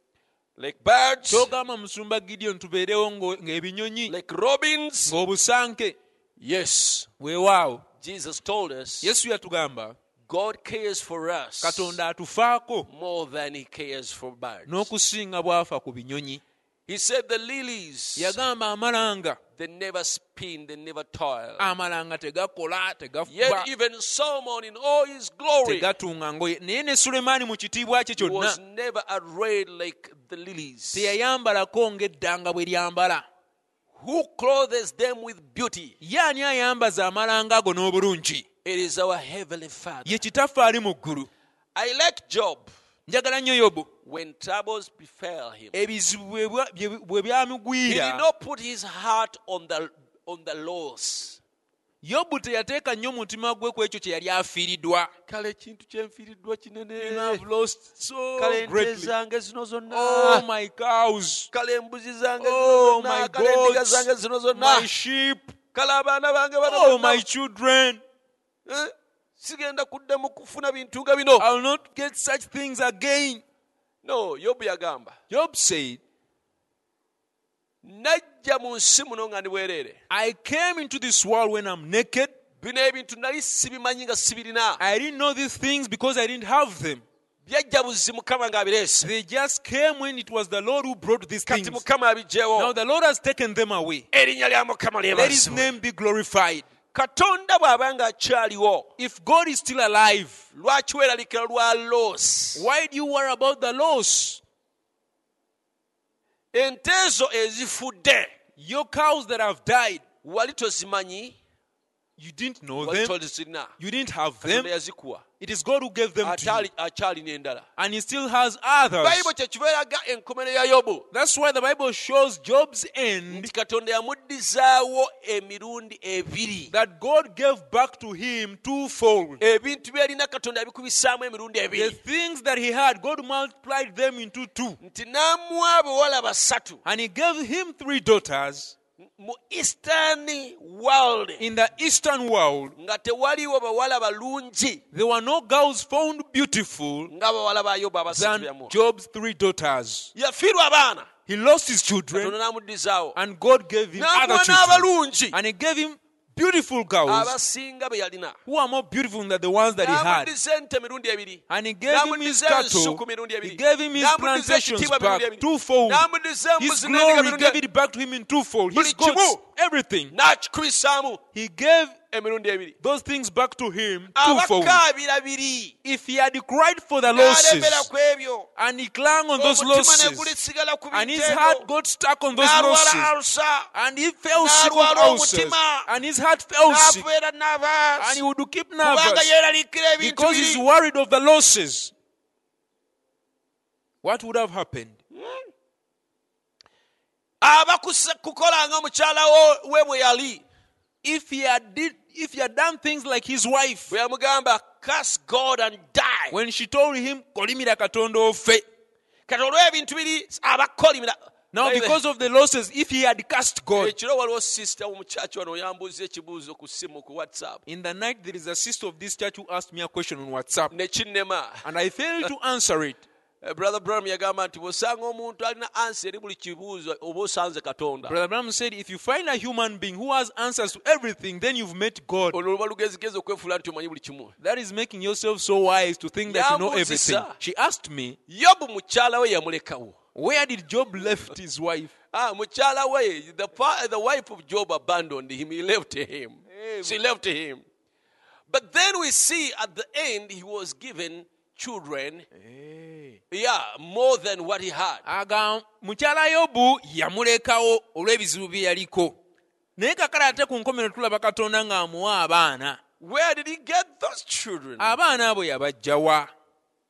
Speaker 1: like birds,
Speaker 2: kyogamba musumba gideon tubeerewo ngo- ng'ebinyonyi
Speaker 1: like robins?
Speaker 2: ng'obusanke
Speaker 1: Yes.
Speaker 2: weewaawo
Speaker 1: Jesus told us
Speaker 2: yesu yatugamba
Speaker 1: God cares for us
Speaker 2: katonda atufaako
Speaker 1: more than He cares for birds.
Speaker 2: n'okusinga bw'afa ku binyonyi
Speaker 1: He said the lilies
Speaker 2: yagamba amalanga
Speaker 1: they never spin, they never toil.
Speaker 2: amalanga tegakola tegafuba
Speaker 1: Yet even Solomon, in all his glory,
Speaker 2: tegatunga ngoye naye ne sulemaani mu kitiibwa kye
Speaker 1: he was
Speaker 2: kyonna
Speaker 1: never arrayed like the lilies.
Speaker 2: teyayambalako ng'eddanga bwe lyambala
Speaker 1: Who clothes them with beauty?
Speaker 2: ye ani ayambaza amalanga ago n'obulungi
Speaker 1: It is our heavenly Father.
Speaker 2: ye kitaffe ali mu ggulu
Speaker 1: I like Job.
Speaker 2: njagala nnyo yobu
Speaker 1: when troubles befell him,
Speaker 2: ebizibu bwe bwa- bye- bwe
Speaker 1: he did
Speaker 2: byamugwira
Speaker 1: not put his heart on the on the loss.
Speaker 2: yobu teyateeka nnyo mutima gwe ku ekyo kye yali afiiriddwa
Speaker 1: kale ekintu kyenfiriddwa
Speaker 2: You have lost so greatly.
Speaker 1: zange zino
Speaker 2: Oh, my cows,
Speaker 1: kale embuzi zange
Speaker 2: Oh,
Speaker 1: zino
Speaker 2: my
Speaker 1: zonna kale endiga
Speaker 2: goats.
Speaker 1: zange zino
Speaker 2: my
Speaker 1: zonna
Speaker 2: sheep,
Speaker 1: kale abaana bange bano
Speaker 2: oh,
Speaker 1: bonna.
Speaker 2: my children.
Speaker 1: Eh? sigenda kuddamu kufuna bintu nga bino
Speaker 2: I'll not get such things again.
Speaker 1: no yobu yagamba
Speaker 2: Job said,
Speaker 1: najja mu nsi muno nga ndiwereere
Speaker 2: I came into this world when I'm naked.
Speaker 1: bino ebintu nali sibimanyi nga sibirina
Speaker 2: I didn't know these things because I didn't have them.
Speaker 1: byajja buzzi mukama ng'abireese
Speaker 2: They just came when it was the Lord who brought these things.
Speaker 1: kati mukama abiggyewo
Speaker 2: Now the Lord has taken them away.
Speaker 1: erinnya lya mukama
Speaker 2: Let his
Speaker 1: lyebazibwe
Speaker 2: name be glorified.
Speaker 1: katonda bw'aba ng'akyaliwo
Speaker 2: If God is still alive,
Speaker 1: lwaki weeraliikira lwa losi
Speaker 2: why do you worry about the loss?
Speaker 1: ente ezo ezifudde
Speaker 2: Your cows that have died,
Speaker 1: wali tozimanyi
Speaker 2: you didn't know
Speaker 1: wali
Speaker 2: them,
Speaker 1: tozirina
Speaker 2: you didn't have them.
Speaker 1: katonda yazikuwa
Speaker 2: It is God who gave them to you,
Speaker 1: Atali- akyalina endala
Speaker 2: and He still has others.
Speaker 1: bayibuli kyekiva eraga enkomere ya yobu
Speaker 2: That's why the Bible shows Job's end
Speaker 1: nti katonda yamuddizaawo emirundi ebiri
Speaker 2: that God gave back to him twofold.
Speaker 1: ebintu byerina katonda yabikubisaamu emirundi
Speaker 2: The
Speaker 1: ebiri
Speaker 2: things that he had, God multiplied them into two,
Speaker 1: nti n'amuwa abawala basatu
Speaker 2: and He gave him three daughters
Speaker 1: mu eastern world
Speaker 2: in the eastern world.
Speaker 1: nga tewaliwo bawala balungi
Speaker 2: There were no girls found beautiful
Speaker 1: ng'abawala ba yobu abasatu
Speaker 2: than
Speaker 1: byamuwa
Speaker 2: Job's three daughters.
Speaker 1: yafiirwa abaana
Speaker 2: He lost his
Speaker 1: katonda
Speaker 2: children,
Speaker 1: n'amuddizaawo
Speaker 2: and God gave him other
Speaker 1: n'amuwa
Speaker 2: children,
Speaker 1: n'abalungi
Speaker 2: and He gave him beautiful cows
Speaker 1: abasinga be yalina
Speaker 2: who are more beautiful than the ones that he had.
Speaker 1: n'amuddiza ente mirundi ebiri
Speaker 2: And he gave him his
Speaker 1: n'amuddiza
Speaker 2: cattle,
Speaker 1: ensuku mirundi
Speaker 2: he
Speaker 1: ebiri
Speaker 2: gave him his
Speaker 1: n'amuddiza
Speaker 2: plantations
Speaker 1: ekitiibwa
Speaker 2: back
Speaker 1: mirundi ebiri
Speaker 2: twofold.
Speaker 1: n'amuddiza
Speaker 2: His
Speaker 1: embuzi n'endiga
Speaker 2: glory
Speaker 1: mirundi
Speaker 2: gave
Speaker 1: ebiri
Speaker 2: it back to him in twofold.
Speaker 1: Buli
Speaker 2: His goods,
Speaker 1: kimu.
Speaker 2: everything.
Speaker 1: n'akikubisaamu
Speaker 2: He gave
Speaker 1: emirundi ebiri
Speaker 2: those things back to him twofold.
Speaker 1: abakaabirabiri
Speaker 2: If he had cried for the losses
Speaker 1: n'alebera ku ebyo
Speaker 2: and he clung on those
Speaker 1: omutima ne
Speaker 2: losses
Speaker 1: gulisigala ku
Speaker 2: and his
Speaker 1: binteeko,
Speaker 2: heart got stuck on those
Speaker 1: n'alwala
Speaker 2: losses
Speaker 1: alusa
Speaker 2: and he fell sick of
Speaker 1: N'alwala
Speaker 2: ulcers
Speaker 1: omutima.
Speaker 2: and his heart fell sick
Speaker 1: n'abeera
Speaker 2: and he
Speaker 1: n'abaasi
Speaker 2: would keep
Speaker 1: kubanga
Speaker 2: nervous
Speaker 1: yeeralikira ebintu
Speaker 2: because he's
Speaker 1: biri
Speaker 2: worried of the losses. What would have happened?
Speaker 1: abakukola nga omukyala wo- we bwe yali
Speaker 2: if he had did if he had done things like his wife
Speaker 1: bwe yamugamba cas god and die
Speaker 2: when she told him kolimira katonda ofe
Speaker 1: kati olw'ebintu biri abakolimira
Speaker 2: now
Speaker 1: Baby,
Speaker 2: because of the losses if he had cast god
Speaker 1: ekiro waliwo sisita omukyaki wano yambuuza ekibuuzo ku simu ku whatsapp
Speaker 2: in the night there is a sister of this church who asked me a question on whatsapp
Speaker 1: ne kinnema
Speaker 2: and i failed to answer it
Speaker 1: Eh, brother bram yagamba nti bw'osanga omuntu alina ansi eri buli kibuuzo oba osanze katonda
Speaker 2: brother Branham said if you find a human being who has answers to everything then you've met god
Speaker 1: olwo luba lugezigezi okwefuula nti omanyi buli kimu
Speaker 2: that is making yourself so wise to think that you know everything
Speaker 1: Yambuuzisa.
Speaker 2: she asked me
Speaker 1: yobu mukyala we yamulekawo
Speaker 2: where did job left his wife
Speaker 1: Ah, mukyala we the, fa- the wife of job abandoned him he left him she left him but then we see at the end he was given children yeah more than what he had
Speaker 2: aga mukyala yobu yamulekawo olw'ebizibu bye yaliko naye kakala ate ku nkomero tulaba katonda ng'amuwa abaana
Speaker 1: where did he get those children
Speaker 2: abaana abo yabajjawa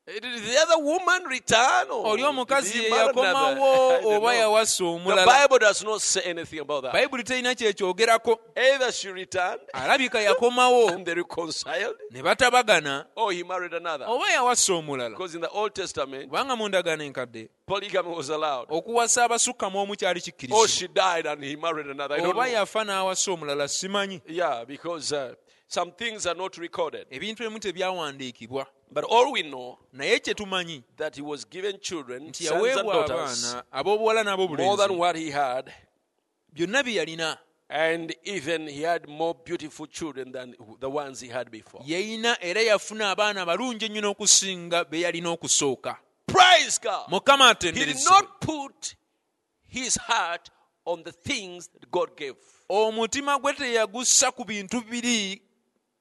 Speaker 1: did the other woman return or
Speaker 2: oli omukazi
Speaker 1: did
Speaker 2: ye
Speaker 1: he marry
Speaker 2: (laughs)
Speaker 1: another?
Speaker 2: yakomawo
Speaker 1: I don't
Speaker 2: oba
Speaker 1: know.
Speaker 2: yawasa
Speaker 1: the
Speaker 2: omulala
Speaker 1: bible does not say anything about that
Speaker 2: bayibuli terina kyekyogerako
Speaker 1: either she returned
Speaker 2: alabika yakomawo
Speaker 1: and they reconciled
Speaker 2: ne batabagana
Speaker 1: or he married another
Speaker 2: oba yawasa omulala
Speaker 1: because in the old testament
Speaker 2: kubanga mu ndagaano enkadde
Speaker 1: polygamy was allowed
Speaker 2: Oh, okuwasa abasukka mu omu kyali
Speaker 1: or
Speaker 2: kikkirizibwa
Speaker 1: she died and he married another. Oh, I don't
Speaker 2: oba
Speaker 1: know.
Speaker 2: yafa n'awasa omulala simanyi
Speaker 1: Yeah, because uh, some things are not recorded.
Speaker 2: ebintu ebimu tebyawandiikibwa
Speaker 1: But all we know
Speaker 2: naye kye tumanyi
Speaker 1: that he was given children,
Speaker 2: nti
Speaker 1: sons and
Speaker 2: yaweebwa
Speaker 1: daughters,
Speaker 2: abaana ab'obuwala
Speaker 1: more than
Speaker 2: n'ab'obulenzi
Speaker 1: what he had,
Speaker 2: byonna bye yalina
Speaker 1: and even he had more beautiful children than the ones he had before.
Speaker 2: yeyina era yafuna abaana balungi ennyo n'okusinga be yalina okusooka
Speaker 1: Praise God!
Speaker 2: mukama
Speaker 1: He did
Speaker 2: atenderezebwe
Speaker 1: not put his heart on the things that God gave.
Speaker 2: omutima gwe teyagussa ku bintu biri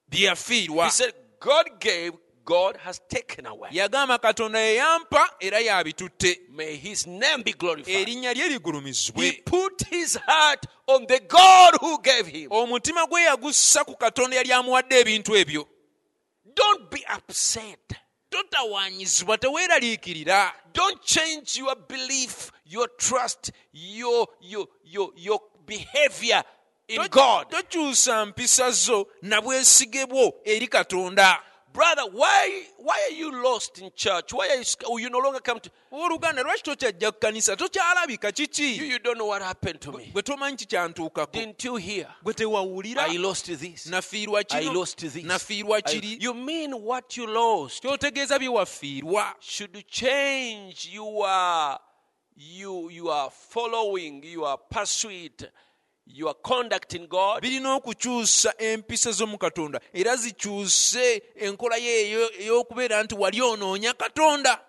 Speaker 2: bye
Speaker 1: He
Speaker 2: yafiirwa
Speaker 1: said, God gave, God has taken away.
Speaker 2: yagamba katonda ye yampa era yabitutte
Speaker 1: May his name be glorified.
Speaker 2: erinnya lye
Speaker 1: He
Speaker 2: ligulumizibwe
Speaker 1: put his heart on the God who gave him.
Speaker 2: omutima gwe yagussa ku katonda yali amuwadde ebintu ebyo
Speaker 1: Don't be upset.
Speaker 2: totawaanyizibwa teweeraliikirira
Speaker 1: Don't change your belief, your trust, your your your your behavior in
Speaker 2: To-
Speaker 1: God.
Speaker 2: tokyusa mpisa zo na bwesige bwo eri katonda
Speaker 1: Brother, why why are you lost in church? Why are you sc- oh, you no longer come to
Speaker 2: owooluganda lwaki tokyajja ku kanisa tokyalabika
Speaker 1: you
Speaker 2: kiki
Speaker 1: you don't know what happened to me.
Speaker 2: gwe tomanyi kikyantuukako
Speaker 1: Didn't you hear?
Speaker 2: gwe tewawulira
Speaker 1: I lost this.
Speaker 2: nafiirwa
Speaker 1: I
Speaker 2: kino
Speaker 1: lost this.
Speaker 2: nafiirwa
Speaker 1: I-
Speaker 2: kiri
Speaker 1: you mean what you lost?
Speaker 2: kyotegeeza bye wafiirwa
Speaker 1: should change your you you are following your pursuit your conduct in god
Speaker 2: birina okukyusa empisa zo mu katonda era zikyuse enkola yeeyo ey'okubeera nti wali onoonya katonda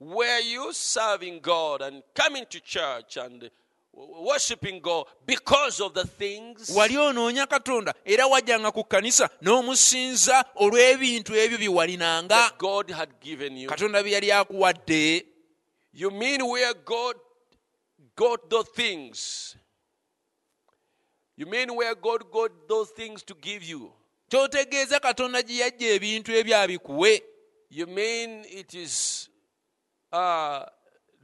Speaker 1: were you serving god and coming to church and worshiping god because of the things
Speaker 2: wali onoonya katonda era wajjanga ku kkanisa n'omusinza olw'ebintu ebyo bye walinanga
Speaker 1: that god had given you
Speaker 2: katonda bye yali akuwadde
Speaker 1: you mean where god got those things you mean where god got those things to give you
Speaker 2: kyotegeeza katonda gye yajja ebintu ebyo abikuwe
Speaker 1: You mean it is uh,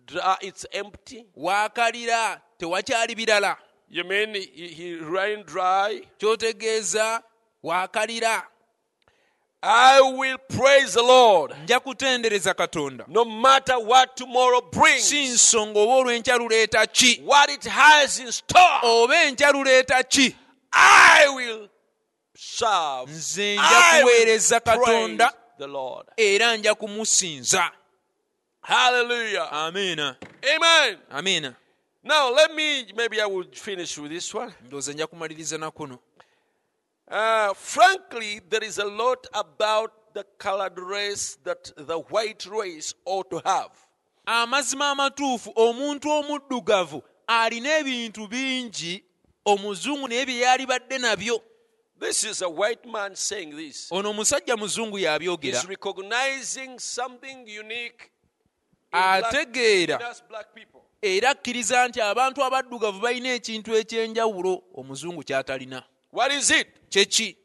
Speaker 1: dry, it's empty?
Speaker 2: waakalira tewakyali birala
Speaker 1: You mean he, he ran dry?
Speaker 2: kyotegeeza waakalira
Speaker 1: I will praise the Lord
Speaker 2: nja kutendereza katonda
Speaker 1: no matter what tomorrow
Speaker 2: si
Speaker 1: brings,
Speaker 2: nsonga oba olw'enkya luleeta ki
Speaker 1: what it has in store.
Speaker 2: oba enkya luleeta ki
Speaker 1: I will serve.
Speaker 2: nze nja
Speaker 1: I
Speaker 2: kuweereza
Speaker 1: will praise
Speaker 2: katonda
Speaker 1: the Lord.
Speaker 2: era nja kumusinza
Speaker 1: Hallelujah.
Speaker 2: amiina
Speaker 1: Amen.
Speaker 2: amiina
Speaker 1: Now, let me, maybe I will finish with this one.
Speaker 2: ndowooza nja kumaliriza na kuno
Speaker 1: Uh, frankly, there is a lot about the colored race that the white race ought to have.
Speaker 2: amazima amatuufu omuntu omuddugavu alina ebintu bingi omuzungu naye bye yalibadde nabyo
Speaker 1: This is a white man saying this.
Speaker 2: ono omusajja muzungu yabyogera
Speaker 1: He's recognizing something unique in black- in
Speaker 2: ategeera
Speaker 1: us black people.
Speaker 2: era akkiriza nti abantu abaddugavu balina ekintu ekyenjawulo omuzungu kyatalina
Speaker 1: What is it?
Speaker 2: kyeki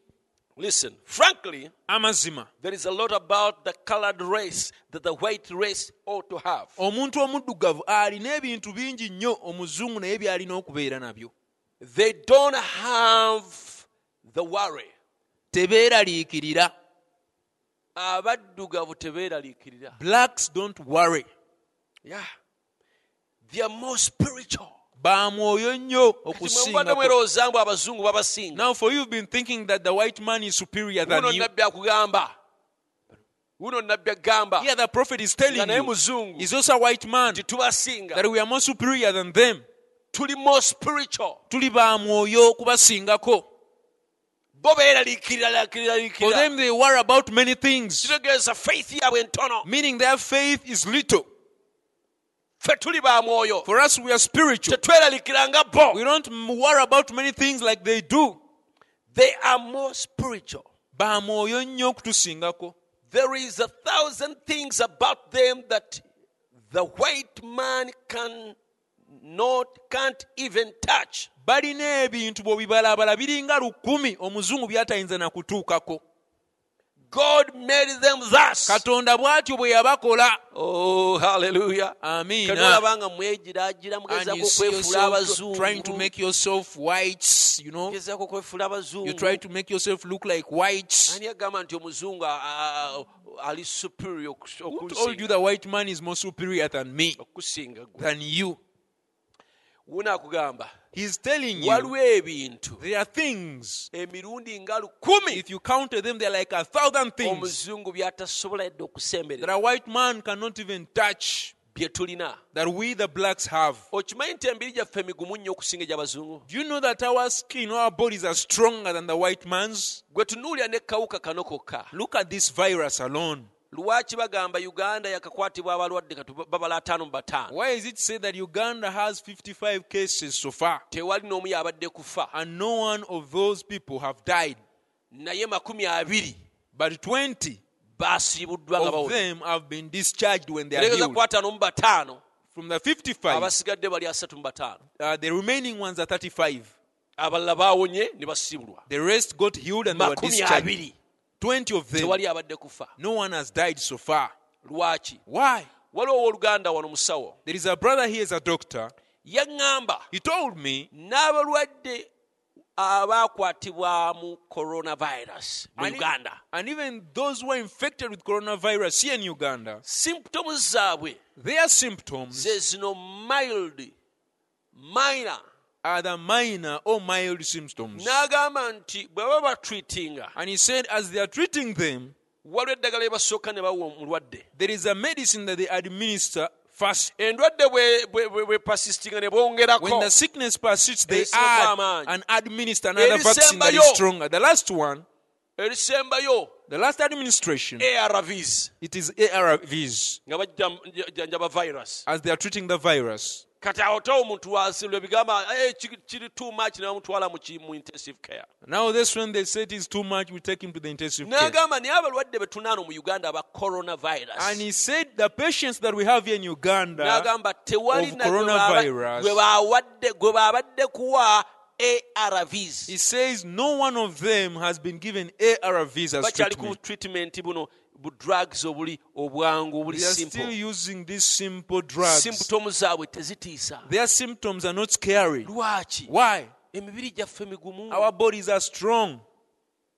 Speaker 1: Listen, frankly,
Speaker 2: amazima
Speaker 1: there is a lot about the colored race that the white race ought to have.
Speaker 2: omuntu omuddugavu alina ebintu bingi nnyo omuzungu naye byalina okubeera nabyo
Speaker 1: They don't have the worry.
Speaker 2: tebeeraliikirira
Speaker 1: abaddugavu tebeeraliikirira
Speaker 2: blacks don't worry
Speaker 1: yeah they are more spiritual
Speaker 2: ba mwoyo nnyo
Speaker 1: mubadde
Speaker 2: okusinga
Speaker 1: mwerowooza mbu abazungu babasinga
Speaker 2: now for you've been thinking that the white man is superior than
Speaker 1: wuno
Speaker 2: you
Speaker 1: nabbi akugamba wuno nabbi agamba
Speaker 2: yeah the prophet is telling
Speaker 1: nga naye
Speaker 2: you
Speaker 1: muzungu
Speaker 2: is also a white man
Speaker 1: nti tubasinga
Speaker 2: that we are more superior than them
Speaker 1: tuli more spiritual
Speaker 2: tuli ba mwoyo okubasingako
Speaker 1: bo beeraliikiriralikirira
Speaker 2: for them they worry about many things
Speaker 1: kitegeeza faith yaabwe ntono
Speaker 2: meaning their faith is little
Speaker 1: ffe tuli ba mwoyo
Speaker 2: for us we are spiritual
Speaker 1: tetweraliikiranga bo
Speaker 2: we don't m- worry about many things like they do
Speaker 1: they are more spiritual
Speaker 2: ba mwoyo nnyo okutusingako
Speaker 1: There is a thousand things about them that the white man can not can't even touch.
Speaker 2: balina ebintu bw'obibalabala biringa lukumi omuzungu byatayinza na kutuukako
Speaker 1: God made them thus.
Speaker 2: katonda bw'atyo bwe yabakola
Speaker 1: Oh, hallelujah.
Speaker 2: amiina
Speaker 1: katolabanga mwegiraagira
Speaker 2: And
Speaker 1: mugezaako
Speaker 2: you see
Speaker 1: okwefuula
Speaker 2: yourself trying to
Speaker 1: abazungu
Speaker 2: make yourself white, you know.
Speaker 1: mugezaako okwefuula
Speaker 2: You
Speaker 1: abazungu
Speaker 2: try to make yourself look like white.
Speaker 1: ani agamba nti omuzungu a- a- a- ali superior okus-
Speaker 2: Who told you
Speaker 1: okunsinga
Speaker 2: the white man is more superior than me,
Speaker 1: okusinga gwe
Speaker 2: than you?
Speaker 1: wuna akugamba
Speaker 2: He's telling you
Speaker 1: waliwo ebintu
Speaker 2: there are things.
Speaker 1: emirundi nga lukumi
Speaker 2: If you counted them, they're like a thousand things
Speaker 1: omuzungu by'atasobola yadde
Speaker 2: that
Speaker 1: okusemberera
Speaker 2: a white man cannot even touch
Speaker 1: bye tulina
Speaker 2: that we the blacks have.
Speaker 1: okimanyi nti emibiri gyaffe migumu nnyo okusinga egy'abazungu
Speaker 2: Do you know that our skin, our bodies are stronger than the white man's?
Speaker 1: gwe tunuulira n'ekawuka kano kokka
Speaker 2: Look at this virus alone.
Speaker 1: lwaki bagamba uganda yakakwatibwa abalwadde kati babala ataano mu bataano
Speaker 2: Why is it said that Uganda has 55 cases so far?
Speaker 1: tewali n'omu yabadde kufa
Speaker 2: and no one of those people have died,
Speaker 1: naye makumi abiri
Speaker 2: but 20
Speaker 1: baasiibuddwa nga
Speaker 2: of
Speaker 1: bawona
Speaker 2: them have been discharged when they are
Speaker 1: eregeza
Speaker 2: healed.
Speaker 1: ku ataano mu bataano
Speaker 2: From the 55,
Speaker 1: abasigadde bali asatu mu bataano
Speaker 2: uh, the remaining ones are 35.
Speaker 1: abalala baawonye ne basibulwa
Speaker 2: The rest got healed and they were
Speaker 1: makumi
Speaker 2: discharged.
Speaker 1: abiri
Speaker 2: 20 of them,
Speaker 1: tewali yabadde kufa
Speaker 2: no one has died so far.
Speaker 1: lwaki
Speaker 2: Why?
Speaker 1: waliwo owooluganda wano musawo
Speaker 2: There is a brother here is a doctor.
Speaker 1: yaŋŋamba
Speaker 2: He told me,
Speaker 1: n'abalwadde abaakwatibwamu coronavirus mu
Speaker 2: and, e-
Speaker 1: uganda
Speaker 2: and even those who are infected with coronavirus here in Uganda,
Speaker 1: symptoms zaabwe
Speaker 2: their symptoms
Speaker 1: ze zino mild minor
Speaker 2: are the minor or mild symptoms.
Speaker 1: n'agamba nti bwe baba batreatinga
Speaker 2: And he said, as they are treating them,
Speaker 1: waliwo eddagala lye basooka ne bawa omulwadde
Speaker 2: there is a medicine that they administer first.
Speaker 1: endwadde bwe- bwe- bwe- bwe pasisitinga ne bongerako
Speaker 2: When the sickness persists, they
Speaker 1: Yes, sir,
Speaker 2: add
Speaker 1: man.
Speaker 2: and administer another
Speaker 1: Eri
Speaker 2: vaccine that is
Speaker 1: sembayo.
Speaker 2: stronger. The last one,
Speaker 1: erisembayo
Speaker 2: the last administration,
Speaker 1: Eh. arvs
Speaker 2: it is ARVs
Speaker 1: nga bajjanjaba virus
Speaker 2: as they are treating the virus.
Speaker 1: kati awo tawo omuntu wasi lwe bigamba "Eh, ki- kiri too much ne bamutwala mu ki- mu intensive care
Speaker 2: Nowadays, when they say it is too much, we take him to the intensive care.
Speaker 1: n'agamba naye abalwadde betunaano mu uganda aba
Speaker 2: And
Speaker 1: coronavirus
Speaker 2: he said the patients that we have here in Uganda,
Speaker 1: n'agamba tewali
Speaker 2: of
Speaker 1: na gwe baaba-
Speaker 2: coronavirus.
Speaker 1: gwe bawadde- gwe baabadde kuwa arvs
Speaker 2: he says no one of them has been given ARVs as
Speaker 1: bakyali ku
Speaker 2: treatment.
Speaker 1: treatment buno bu drugs obuli obwangu obuli
Speaker 2: They are still
Speaker 1: simple
Speaker 2: using these simple drugs.
Speaker 1: simputomu zaabwe tezitiisa
Speaker 2: Their symptoms are not scary.
Speaker 1: lwaki
Speaker 2: Why?
Speaker 1: emibiri gyaffe migumu
Speaker 2: Our bodies are strong.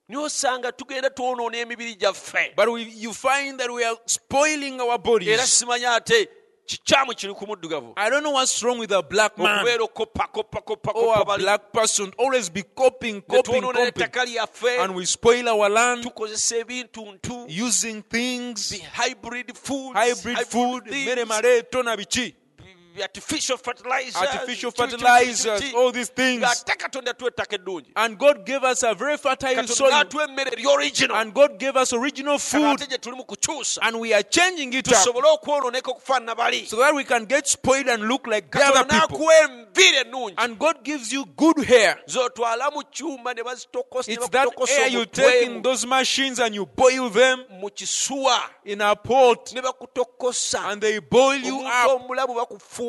Speaker 1: n'osanga tugenda twonoona emibiri gyaffe
Speaker 2: But we, you find that we are spoiling our
Speaker 1: era
Speaker 2: bodies.
Speaker 1: simanyi ate kikyamu kiri ku muddugavu
Speaker 2: I don't know what's wrong with a black man
Speaker 1: okubeera okopakopakopakopa
Speaker 2: or a
Speaker 1: bali-
Speaker 2: black person. Always be coping,
Speaker 1: Ne
Speaker 2: coping,
Speaker 1: twonoona
Speaker 2: coping.
Speaker 1: ettaka lyaffe
Speaker 2: And we spoil our land
Speaker 1: tukozesa ebintu ntu
Speaker 2: using things,
Speaker 1: hybrid foods,
Speaker 2: hybrid food,
Speaker 1: things,
Speaker 2: mere mare, tona bichi.
Speaker 1: bi- the artificial fertilizers
Speaker 2: artificial
Speaker 1: chiki, chiki,
Speaker 2: fertilizers
Speaker 1: chiki.
Speaker 2: all these things
Speaker 1: nga ate katonda tuwettaka eddungi
Speaker 2: and god gave us a very fertile
Speaker 1: katonda
Speaker 2: soil
Speaker 1: n'atuwa emmere eryoriginal
Speaker 2: and god gave us original
Speaker 1: kale
Speaker 2: food
Speaker 1: ate gye tuli mu kukyusa
Speaker 2: and we are changing it up
Speaker 1: tusobole okwoloneka okufaanana bali
Speaker 2: so that we can get spoiled and look like the
Speaker 1: katonda
Speaker 2: other people
Speaker 1: n'akuwa enviiri ennungi
Speaker 2: and god gives you good hair
Speaker 1: zotwala mu kyuma ne bazitokosa ne
Speaker 2: it's that
Speaker 1: bakutokosa
Speaker 2: air you
Speaker 1: omutwe
Speaker 2: take in
Speaker 1: mu-
Speaker 2: those machines and you boil them
Speaker 1: mu kisuwa
Speaker 2: in a pot
Speaker 1: ne bakutokosa
Speaker 2: and they boil you
Speaker 1: omuntu
Speaker 2: up
Speaker 1: omulamu bakufumba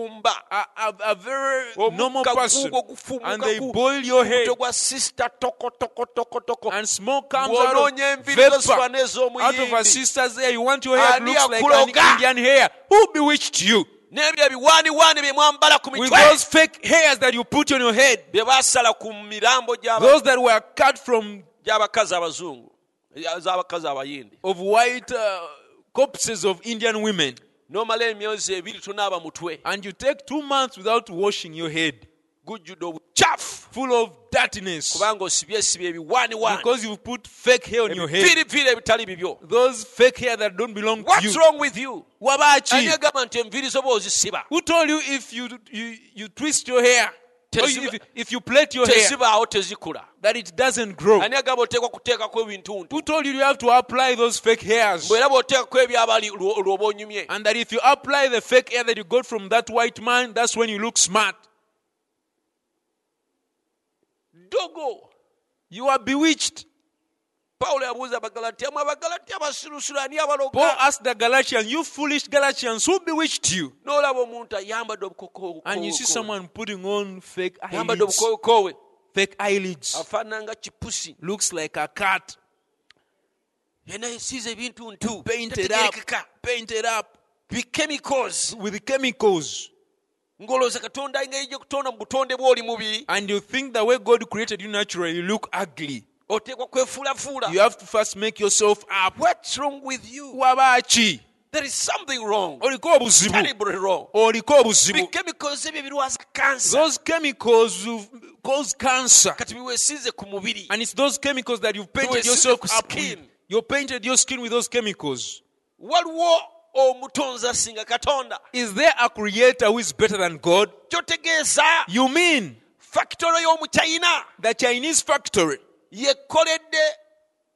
Speaker 2: a, a, a very
Speaker 1: Omuka
Speaker 2: normal person
Speaker 1: guugwo gufumuka
Speaker 2: and they
Speaker 1: ku-
Speaker 2: boil your head
Speaker 1: omutwe gwa sisita tokotokotokotoko
Speaker 2: and smoke comes out
Speaker 1: bw'onoonya
Speaker 2: of
Speaker 1: enviiri
Speaker 2: vapor
Speaker 1: zoswana
Speaker 2: out of our
Speaker 1: ez'omuyimbi
Speaker 2: sister's hair you want your hair
Speaker 1: Ani
Speaker 2: looks like
Speaker 1: akuloga?
Speaker 2: an Indian hair who bewitched you
Speaker 1: n'ebyo ebiwaaniwaani bye mwambala ku
Speaker 2: with
Speaker 1: mitwe
Speaker 2: those fake hairs that you put on your head
Speaker 1: bye baasala ku mirambo gy'aba-
Speaker 2: those that were cut from
Speaker 1: gy'abakazi abazungu ya- z'abakazi abayindi
Speaker 2: of white uh, corpses of Indian women
Speaker 1: n'omala emyezi ebiri tonaaba mutwe
Speaker 2: and you take two months without washing your head
Speaker 1: gujjudde obukyafu
Speaker 2: full of dirtiness
Speaker 1: kubanga osibyesibye ebiwaaniwaani
Speaker 2: because you've put fake hair on your head
Speaker 1: ebiviiriviiri ebitali bibyo
Speaker 2: those fake hair that don't belong to
Speaker 1: What's
Speaker 2: you
Speaker 1: wrong with you? Ani
Speaker 2: Wabachi
Speaker 1: yagamba nti enviiri zo bw'ozisiba
Speaker 2: who told you if you you, you twist your hair or
Speaker 1: Teziba-
Speaker 2: if, if you plait your hair
Speaker 1: tezibaawo tezikula
Speaker 2: that it doesn't grow
Speaker 1: ani yagamba oteekwa kuteekako ebintuntu
Speaker 2: who told you you have to apply those fake hairs
Speaker 1: bwera bw'oteekako ebyabali lwo- lwoba onyumye
Speaker 2: and that if you apply the fake hair that you got from that white man that's when you look smart
Speaker 1: ddogo
Speaker 2: you are bewitched
Speaker 1: pawulo yabuuza abagalatiya mu abagalatiya basirusiru ani
Speaker 2: Paul
Speaker 1: abaloga
Speaker 2: asked the Galatians, You foolish Galatians, who bewitched you?
Speaker 1: n'olaba omuntu ayambadde obukokoowe
Speaker 2: And you see someone putting on fake
Speaker 1: yambadde
Speaker 2: eyelids.
Speaker 1: obukowekoowe
Speaker 2: Fake eyelids.
Speaker 1: afaanana nga kipusi
Speaker 2: Looks like a cat.
Speaker 1: yena yesiiza ebintu ntu
Speaker 2: Painted up.
Speaker 1: tategerekeka
Speaker 2: Painted up
Speaker 1: bikemicals
Speaker 2: with chemicals.
Speaker 1: ng'olowooza katonda engeri gye kutonda mu butonde bw'oli mubi
Speaker 2: And you think the way God created you naturally, you look ugly.
Speaker 1: oteekwa kwefuulafuula
Speaker 2: You have to first make yourself up.
Speaker 1: what's wrong with you
Speaker 2: Wabaki.
Speaker 1: there is something wrong
Speaker 2: Oliko obuzibu.
Speaker 1: terribly wrong
Speaker 2: Oliko obuzibu.
Speaker 1: bikemicals ebyo birwaza kansa
Speaker 2: Those chemicals will cause cancer.
Speaker 1: kati biweesize ku mubiri
Speaker 2: And it's those chemicals that you've painted
Speaker 1: Yes,
Speaker 2: yourself
Speaker 1: it's
Speaker 2: up with.
Speaker 1: skin.
Speaker 2: You painted your skin with those chemicals.
Speaker 1: waliwo omutonzi asinga katonda
Speaker 2: Is there a creator who is better than God?
Speaker 1: kyotegeeza
Speaker 2: You mean
Speaker 1: fakitolo y'omuchina
Speaker 2: the Chinese factory
Speaker 1: yekoledde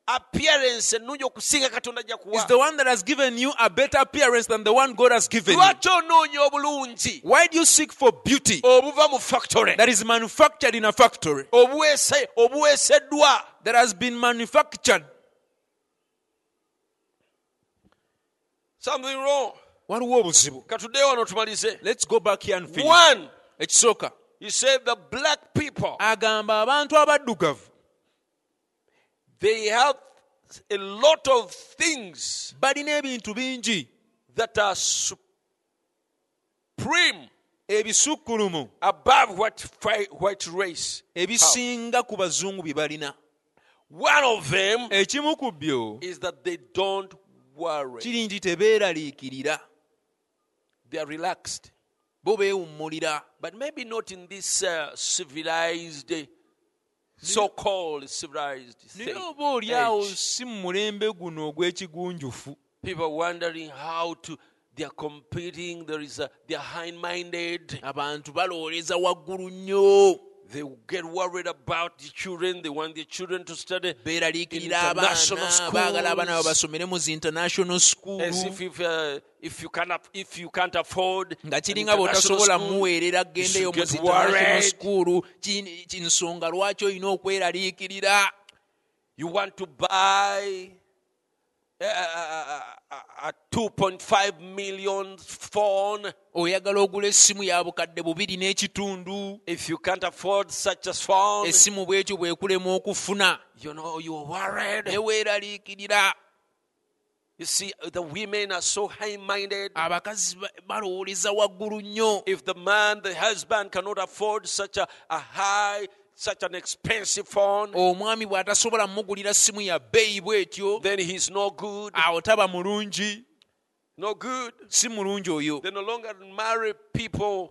Speaker 1: appearance ennungi okusinga katonda
Speaker 2: is
Speaker 1: gyakuwa
Speaker 2: the one that has given you a better appearance than the one God has given you?
Speaker 1: lwaki onoonya obulungi
Speaker 2: Why do you seek for beauty
Speaker 1: obuva mu fakitole
Speaker 2: that is manufactured in a factory,
Speaker 1: obuweese obuweeseddwa
Speaker 2: that has been manufactured?
Speaker 1: something wrong
Speaker 2: Waliwo obuzibu.
Speaker 1: katuddeyo wano tumalirize
Speaker 2: Let's go back here and finish.
Speaker 1: one
Speaker 2: Ekisooka
Speaker 1: he said the black people
Speaker 2: agamba abantu abaddugavu
Speaker 1: they have a lot of things
Speaker 2: balina ebintu bingi
Speaker 1: that are supreme
Speaker 2: ebisukkulumu
Speaker 1: above what fi- white race.
Speaker 2: ebisinga ku bazungu bye balina.
Speaker 1: One of them
Speaker 2: Ekimu ku byo
Speaker 1: is that they don't worry.
Speaker 2: kiri nti tebeeraliikirira
Speaker 1: They are relaxed.
Speaker 2: bo beewummulira.
Speaker 1: But maybe not in this uh, civilized, so called civilized
Speaker 2: naye
Speaker 1: thing.
Speaker 2: oba oliawo
Speaker 1: age.
Speaker 2: si mu mulembe guno ogw'ekigunjufu
Speaker 1: People are wondering how to, they are competing, there is a, they are high minded.
Speaker 2: abantu balowooleza waggulu nnyo
Speaker 1: They get worried about the children, they want their children to study.
Speaker 2: beeraliikirira
Speaker 1: International
Speaker 2: abaana
Speaker 1: schools.
Speaker 2: baagala abaana basomere mu zi international school
Speaker 1: As if, if, uh, if, you can, aff- if you can't afford
Speaker 2: nga
Speaker 1: an
Speaker 2: kiringa bw'otasobola
Speaker 1: international school,
Speaker 2: muweerera gendeyo
Speaker 1: you
Speaker 2: mu
Speaker 1: should
Speaker 2: zi
Speaker 1: get
Speaker 2: international
Speaker 1: worried.
Speaker 2: school Kin- ki- nsonga lwaki olina okweraliikirira
Speaker 1: You want to buy uh, a, a, uh, a, a 2.5 million phone.
Speaker 2: oyagala ogula essimu ya bukadde bubiri n'ekitundu
Speaker 1: If you can't afford such a phone,
Speaker 2: essimu bw'ekyo bwekulema okufuna
Speaker 1: you know, you're worried.
Speaker 2: ne weeraliikirira
Speaker 1: You see, the women are so high minded.
Speaker 2: abakazi ba- balowooleza waggulu nnyo
Speaker 1: If the man, the husband, cannot afford such a, a high, such an expensive phone,
Speaker 2: omwami bw'atasobola mumugulira simu ya bbeeyi bwetyo
Speaker 1: then he's no good.
Speaker 2: awo taba mulungi
Speaker 1: No good.
Speaker 2: si mulungi oyo
Speaker 1: They no longer marry people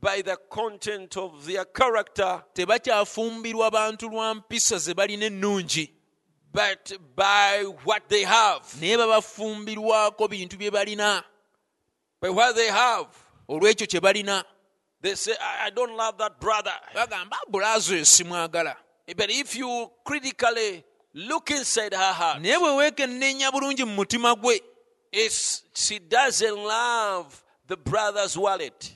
Speaker 1: by the content of their character,
Speaker 2: tebakyafumbirwa bantu lwa mpisa ze balina ennungi
Speaker 1: but by what they have.
Speaker 2: naye babafumbirwako bintu bye balina
Speaker 1: By what they have.
Speaker 2: olw'ekyo kye balina
Speaker 1: They say, I, I don't love that brother.
Speaker 2: bagamba "Ah, bulazo simwagala
Speaker 1: But if you critically look inside her heart,
Speaker 2: naye bwe weekenneenya bulungi mu mutima gwe
Speaker 1: it's, she doesn't love the brother's wallet.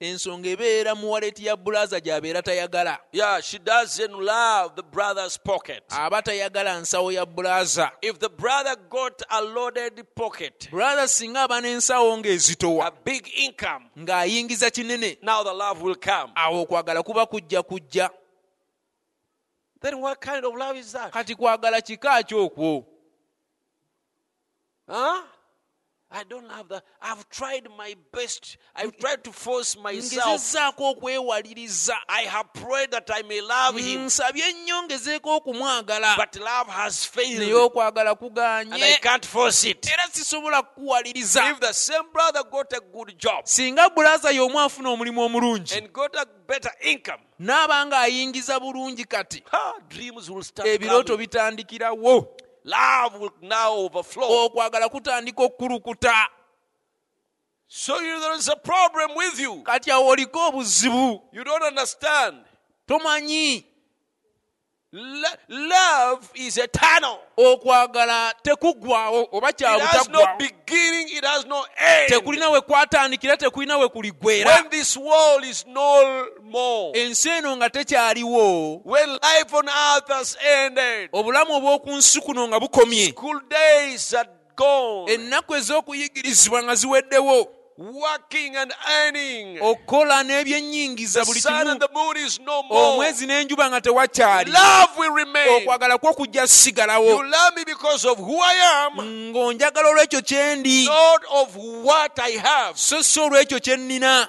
Speaker 2: ensonga ebeera mu waleti ya bulaza gy'abeera tayagala
Speaker 1: Yeah, she doesn't love the brother's pocket.
Speaker 2: aba tayagala nsawo ya bulaza
Speaker 1: If the brother got a loaded pocket,
Speaker 2: bulaza singa aba n'ensawo
Speaker 1: a
Speaker 2: ng'ezitowa
Speaker 1: big income,
Speaker 2: ng'ayingiza kinene
Speaker 1: now the love will come.
Speaker 2: awo okwagala kuba kujja kujja
Speaker 1: Then what kind of love is that?
Speaker 2: kati kwagala kika ki okwo
Speaker 1: Huh? I don't have that. I've tried my best. I've tried to force myself.
Speaker 2: ngezezaako okwewaliriza
Speaker 1: I have prayed that I may love him,
Speaker 2: nsabye nnyo ngezeeko okumwagala
Speaker 1: Mm. but love has
Speaker 2: naye
Speaker 1: failed,
Speaker 2: okwagala
Speaker 1: and I
Speaker 2: kuganye
Speaker 1: can't force it.
Speaker 2: era sisobola kukuwaliriza
Speaker 1: If the same brother got a good job
Speaker 2: singa bulaza y'omu afuna omulimu omulungi
Speaker 1: and got a better income,
Speaker 2: n'aba ng'ayingiza bulungi kati
Speaker 1: ha, dreams will start.
Speaker 2: ebirooto
Speaker 1: coming.
Speaker 2: bitandikirawo
Speaker 1: Love will now overflow.
Speaker 2: okwagala kutandika okukulukuta
Speaker 1: So you, there is a problem with you.
Speaker 2: kati awo oliko obuzibu
Speaker 1: You don't understand.
Speaker 2: tomanyi
Speaker 1: Lo- love is eternal.
Speaker 2: okwagala tekuggwawo oba
Speaker 1: It has no
Speaker 2: kyabutaggwawo
Speaker 1: beginning. It has no end.
Speaker 2: tekulina we kwatandikira tekulina we kuliggwera
Speaker 1: When this world is no more,
Speaker 2: ensi eno nga tekyaliwo
Speaker 1: when life on earth has ended,
Speaker 2: obulamu obw'oku nsi kuno nga bukomye
Speaker 1: school days are gone,
Speaker 2: ennaku ez'okuyigirizibwa nga ziweddewo
Speaker 1: working and earning,
Speaker 2: Oh, okukola
Speaker 1: the
Speaker 2: n'ebyennyingiza buli
Speaker 1: sun and
Speaker 2: kimu
Speaker 1: the moon is no more.
Speaker 2: omwezi n'enjuba nga tewakyali
Speaker 1: Love will remain.
Speaker 2: okwagala kwo kujja sigalawo
Speaker 1: You love me because of who I
Speaker 2: Mm.
Speaker 1: am,
Speaker 2: ng'onjagala olw'ekyo kye ndi
Speaker 1: not of what I have.
Speaker 2: so si olw'ekyo kye nnina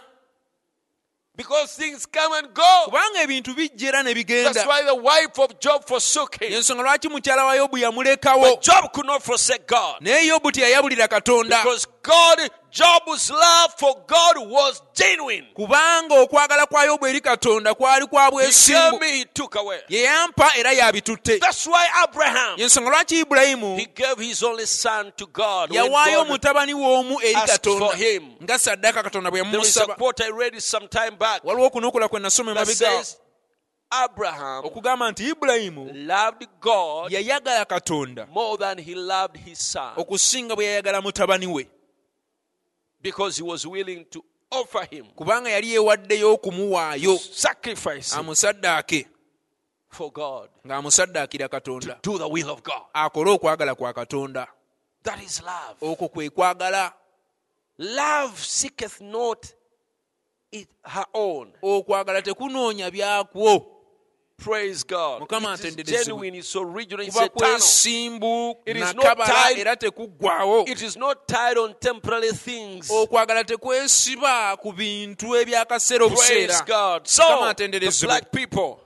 Speaker 1: Because things come and go.
Speaker 2: kubanga ebintu bijja era ne
Speaker 1: That's
Speaker 2: bigenda
Speaker 1: why the wife of Job forsook him.
Speaker 2: ensonga lwaki mukyala wa yobu yamulekawo
Speaker 1: But Job could not forsake God.
Speaker 2: naye yobu teyayabulira katonda
Speaker 1: Because God, Job's love for God was genuine.
Speaker 2: kubanga okwagala kwa yobu eri katonda kwali kwa
Speaker 1: He gave
Speaker 2: bwesimbu
Speaker 1: me, he took away.
Speaker 2: ye yampa era yabitutte
Speaker 1: That's why Abraham,
Speaker 2: yensonga lwaki ibulayimu
Speaker 1: he gave his only son to God. When
Speaker 2: yawaayo
Speaker 1: God-
Speaker 2: mutabani w'omu eri
Speaker 1: asked
Speaker 2: katonda
Speaker 1: for him.
Speaker 2: nga saddaaka katonda bwe
Speaker 1: there is a
Speaker 2: yamusaba
Speaker 1: quote I read some time back
Speaker 2: waliwo okunokola kwe nasoma
Speaker 1: that
Speaker 2: emabega
Speaker 1: says, Abraham
Speaker 2: okugamba nti ibulayimu
Speaker 1: loved God
Speaker 2: yayagala katonda
Speaker 1: more than he loved his son
Speaker 2: okusinga bwe yayagala mutabani we
Speaker 1: because he was willing to offer him
Speaker 2: kubanga yali yeewaddeyo okumuwaayo
Speaker 1: sacrifice him
Speaker 2: amusaddaake
Speaker 1: for God
Speaker 2: ng'amusaddaakira katonda
Speaker 1: do the will of God.
Speaker 2: akole okwagala kwa katonda
Speaker 1: That is love.
Speaker 2: okwo kwe kwagala
Speaker 1: Love seeketh not it her own.
Speaker 2: okwagala tekunoonya byakwo
Speaker 1: Praise God.
Speaker 2: Mukama
Speaker 1: It is
Speaker 2: atendedezebwe.
Speaker 1: genuine, it's original, it's
Speaker 2: kuba
Speaker 1: eternal.
Speaker 2: kwesimbu
Speaker 1: It is not
Speaker 2: nakabala
Speaker 1: tied-
Speaker 2: era tekuggwawo
Speaker 1: It is not tied on temporary things.
Speaker 2: okwagala tekwesiba ku bintu ebyakaseera
Speaker 1: Praise
Speaker 2: obuseera
Speaker 1: God.
Speaker 2: Mukama
Speaker 1: So the
Speaker 2: atendedezebwe
Speaker 1: black people,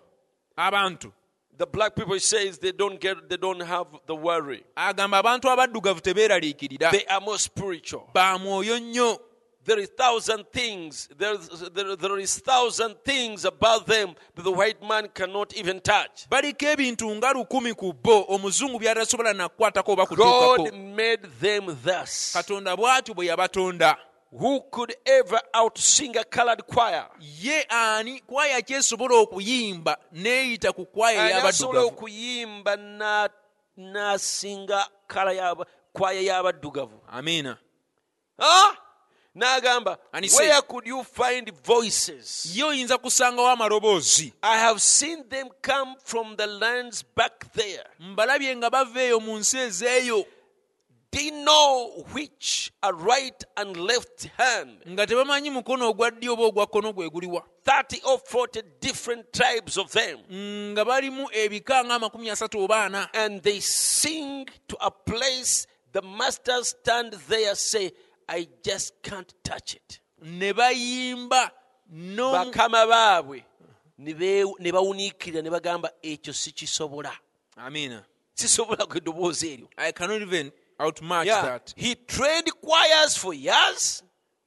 Speaker 2: abantu
Speaker 1: the black people says they don't get, they don't have the worry.
Speaker 2: agamba abantu abaddugavu tebeeraliikirira
Speaker 1: They are more spiritual.
Speaker 2: ba mwoyo nnyo
Speaker 1: There is thousand things. There is, there, there is thousand things about them that the white man cannot even touch.
Speaker 2: baliko ebintu nga lukumi ku bo omuzungu byatasobola nakukwatako oba
Speaker 1: God
Speaker 2: kutuukako
Speaker 1: made them thus.
Speaker 2: katonda bw'atyo bwe yabatonda
Speaker 1: Who could ever outsing a colored choir?
Speaker 2: ye ani kwaya kyesobola okuyimba neeyita ku kwaya
Speaker 1: Ani asobola
Speaker 2: ey'abaddugavu
Speaker 1: okuyimba na- n'asinga kala y'aba- kwaya y'abaddugavu
Speaker 2: amiina
Speaker 1: Ah! n'agamba
Speaker 2: And he
Speaker 1: where
Speaker 2: said-
Speaker 1: could you find voices
Speaker 2: ye oyinza kusangawo amaloboozi
Speaker 1: i have seen them come from the lands back there
Speaker 2: mbalabye nga bava eyo mu nsi ez'eyo
Speaker 1: they know which are right and left hand
Speaker 2: nga tebamanyi mukono ogwa ddyo oba ogwa kkono gwe guliwa
Speaker 1: 30 or 40 different tribes of them
Speaker 2: nga balimu ebika nga amakumi asatu oba ana
Speaker 1: and they sing to a place the masters stand there say i just can't touch it
Speaker 2: ne bayimba n'omu-
Speaker 1: bakama baabwe ne be- ne bawuniikirira ne bagamba ekyo sikisobola
Speaker 2: amina
Speaker 1: sisobola ku eddoboozi eryo
Speaker 2: i cannot even outmatch
Speaker 1: Yeah.
Speaker 2: that
Speaker 1: he trained choirs for years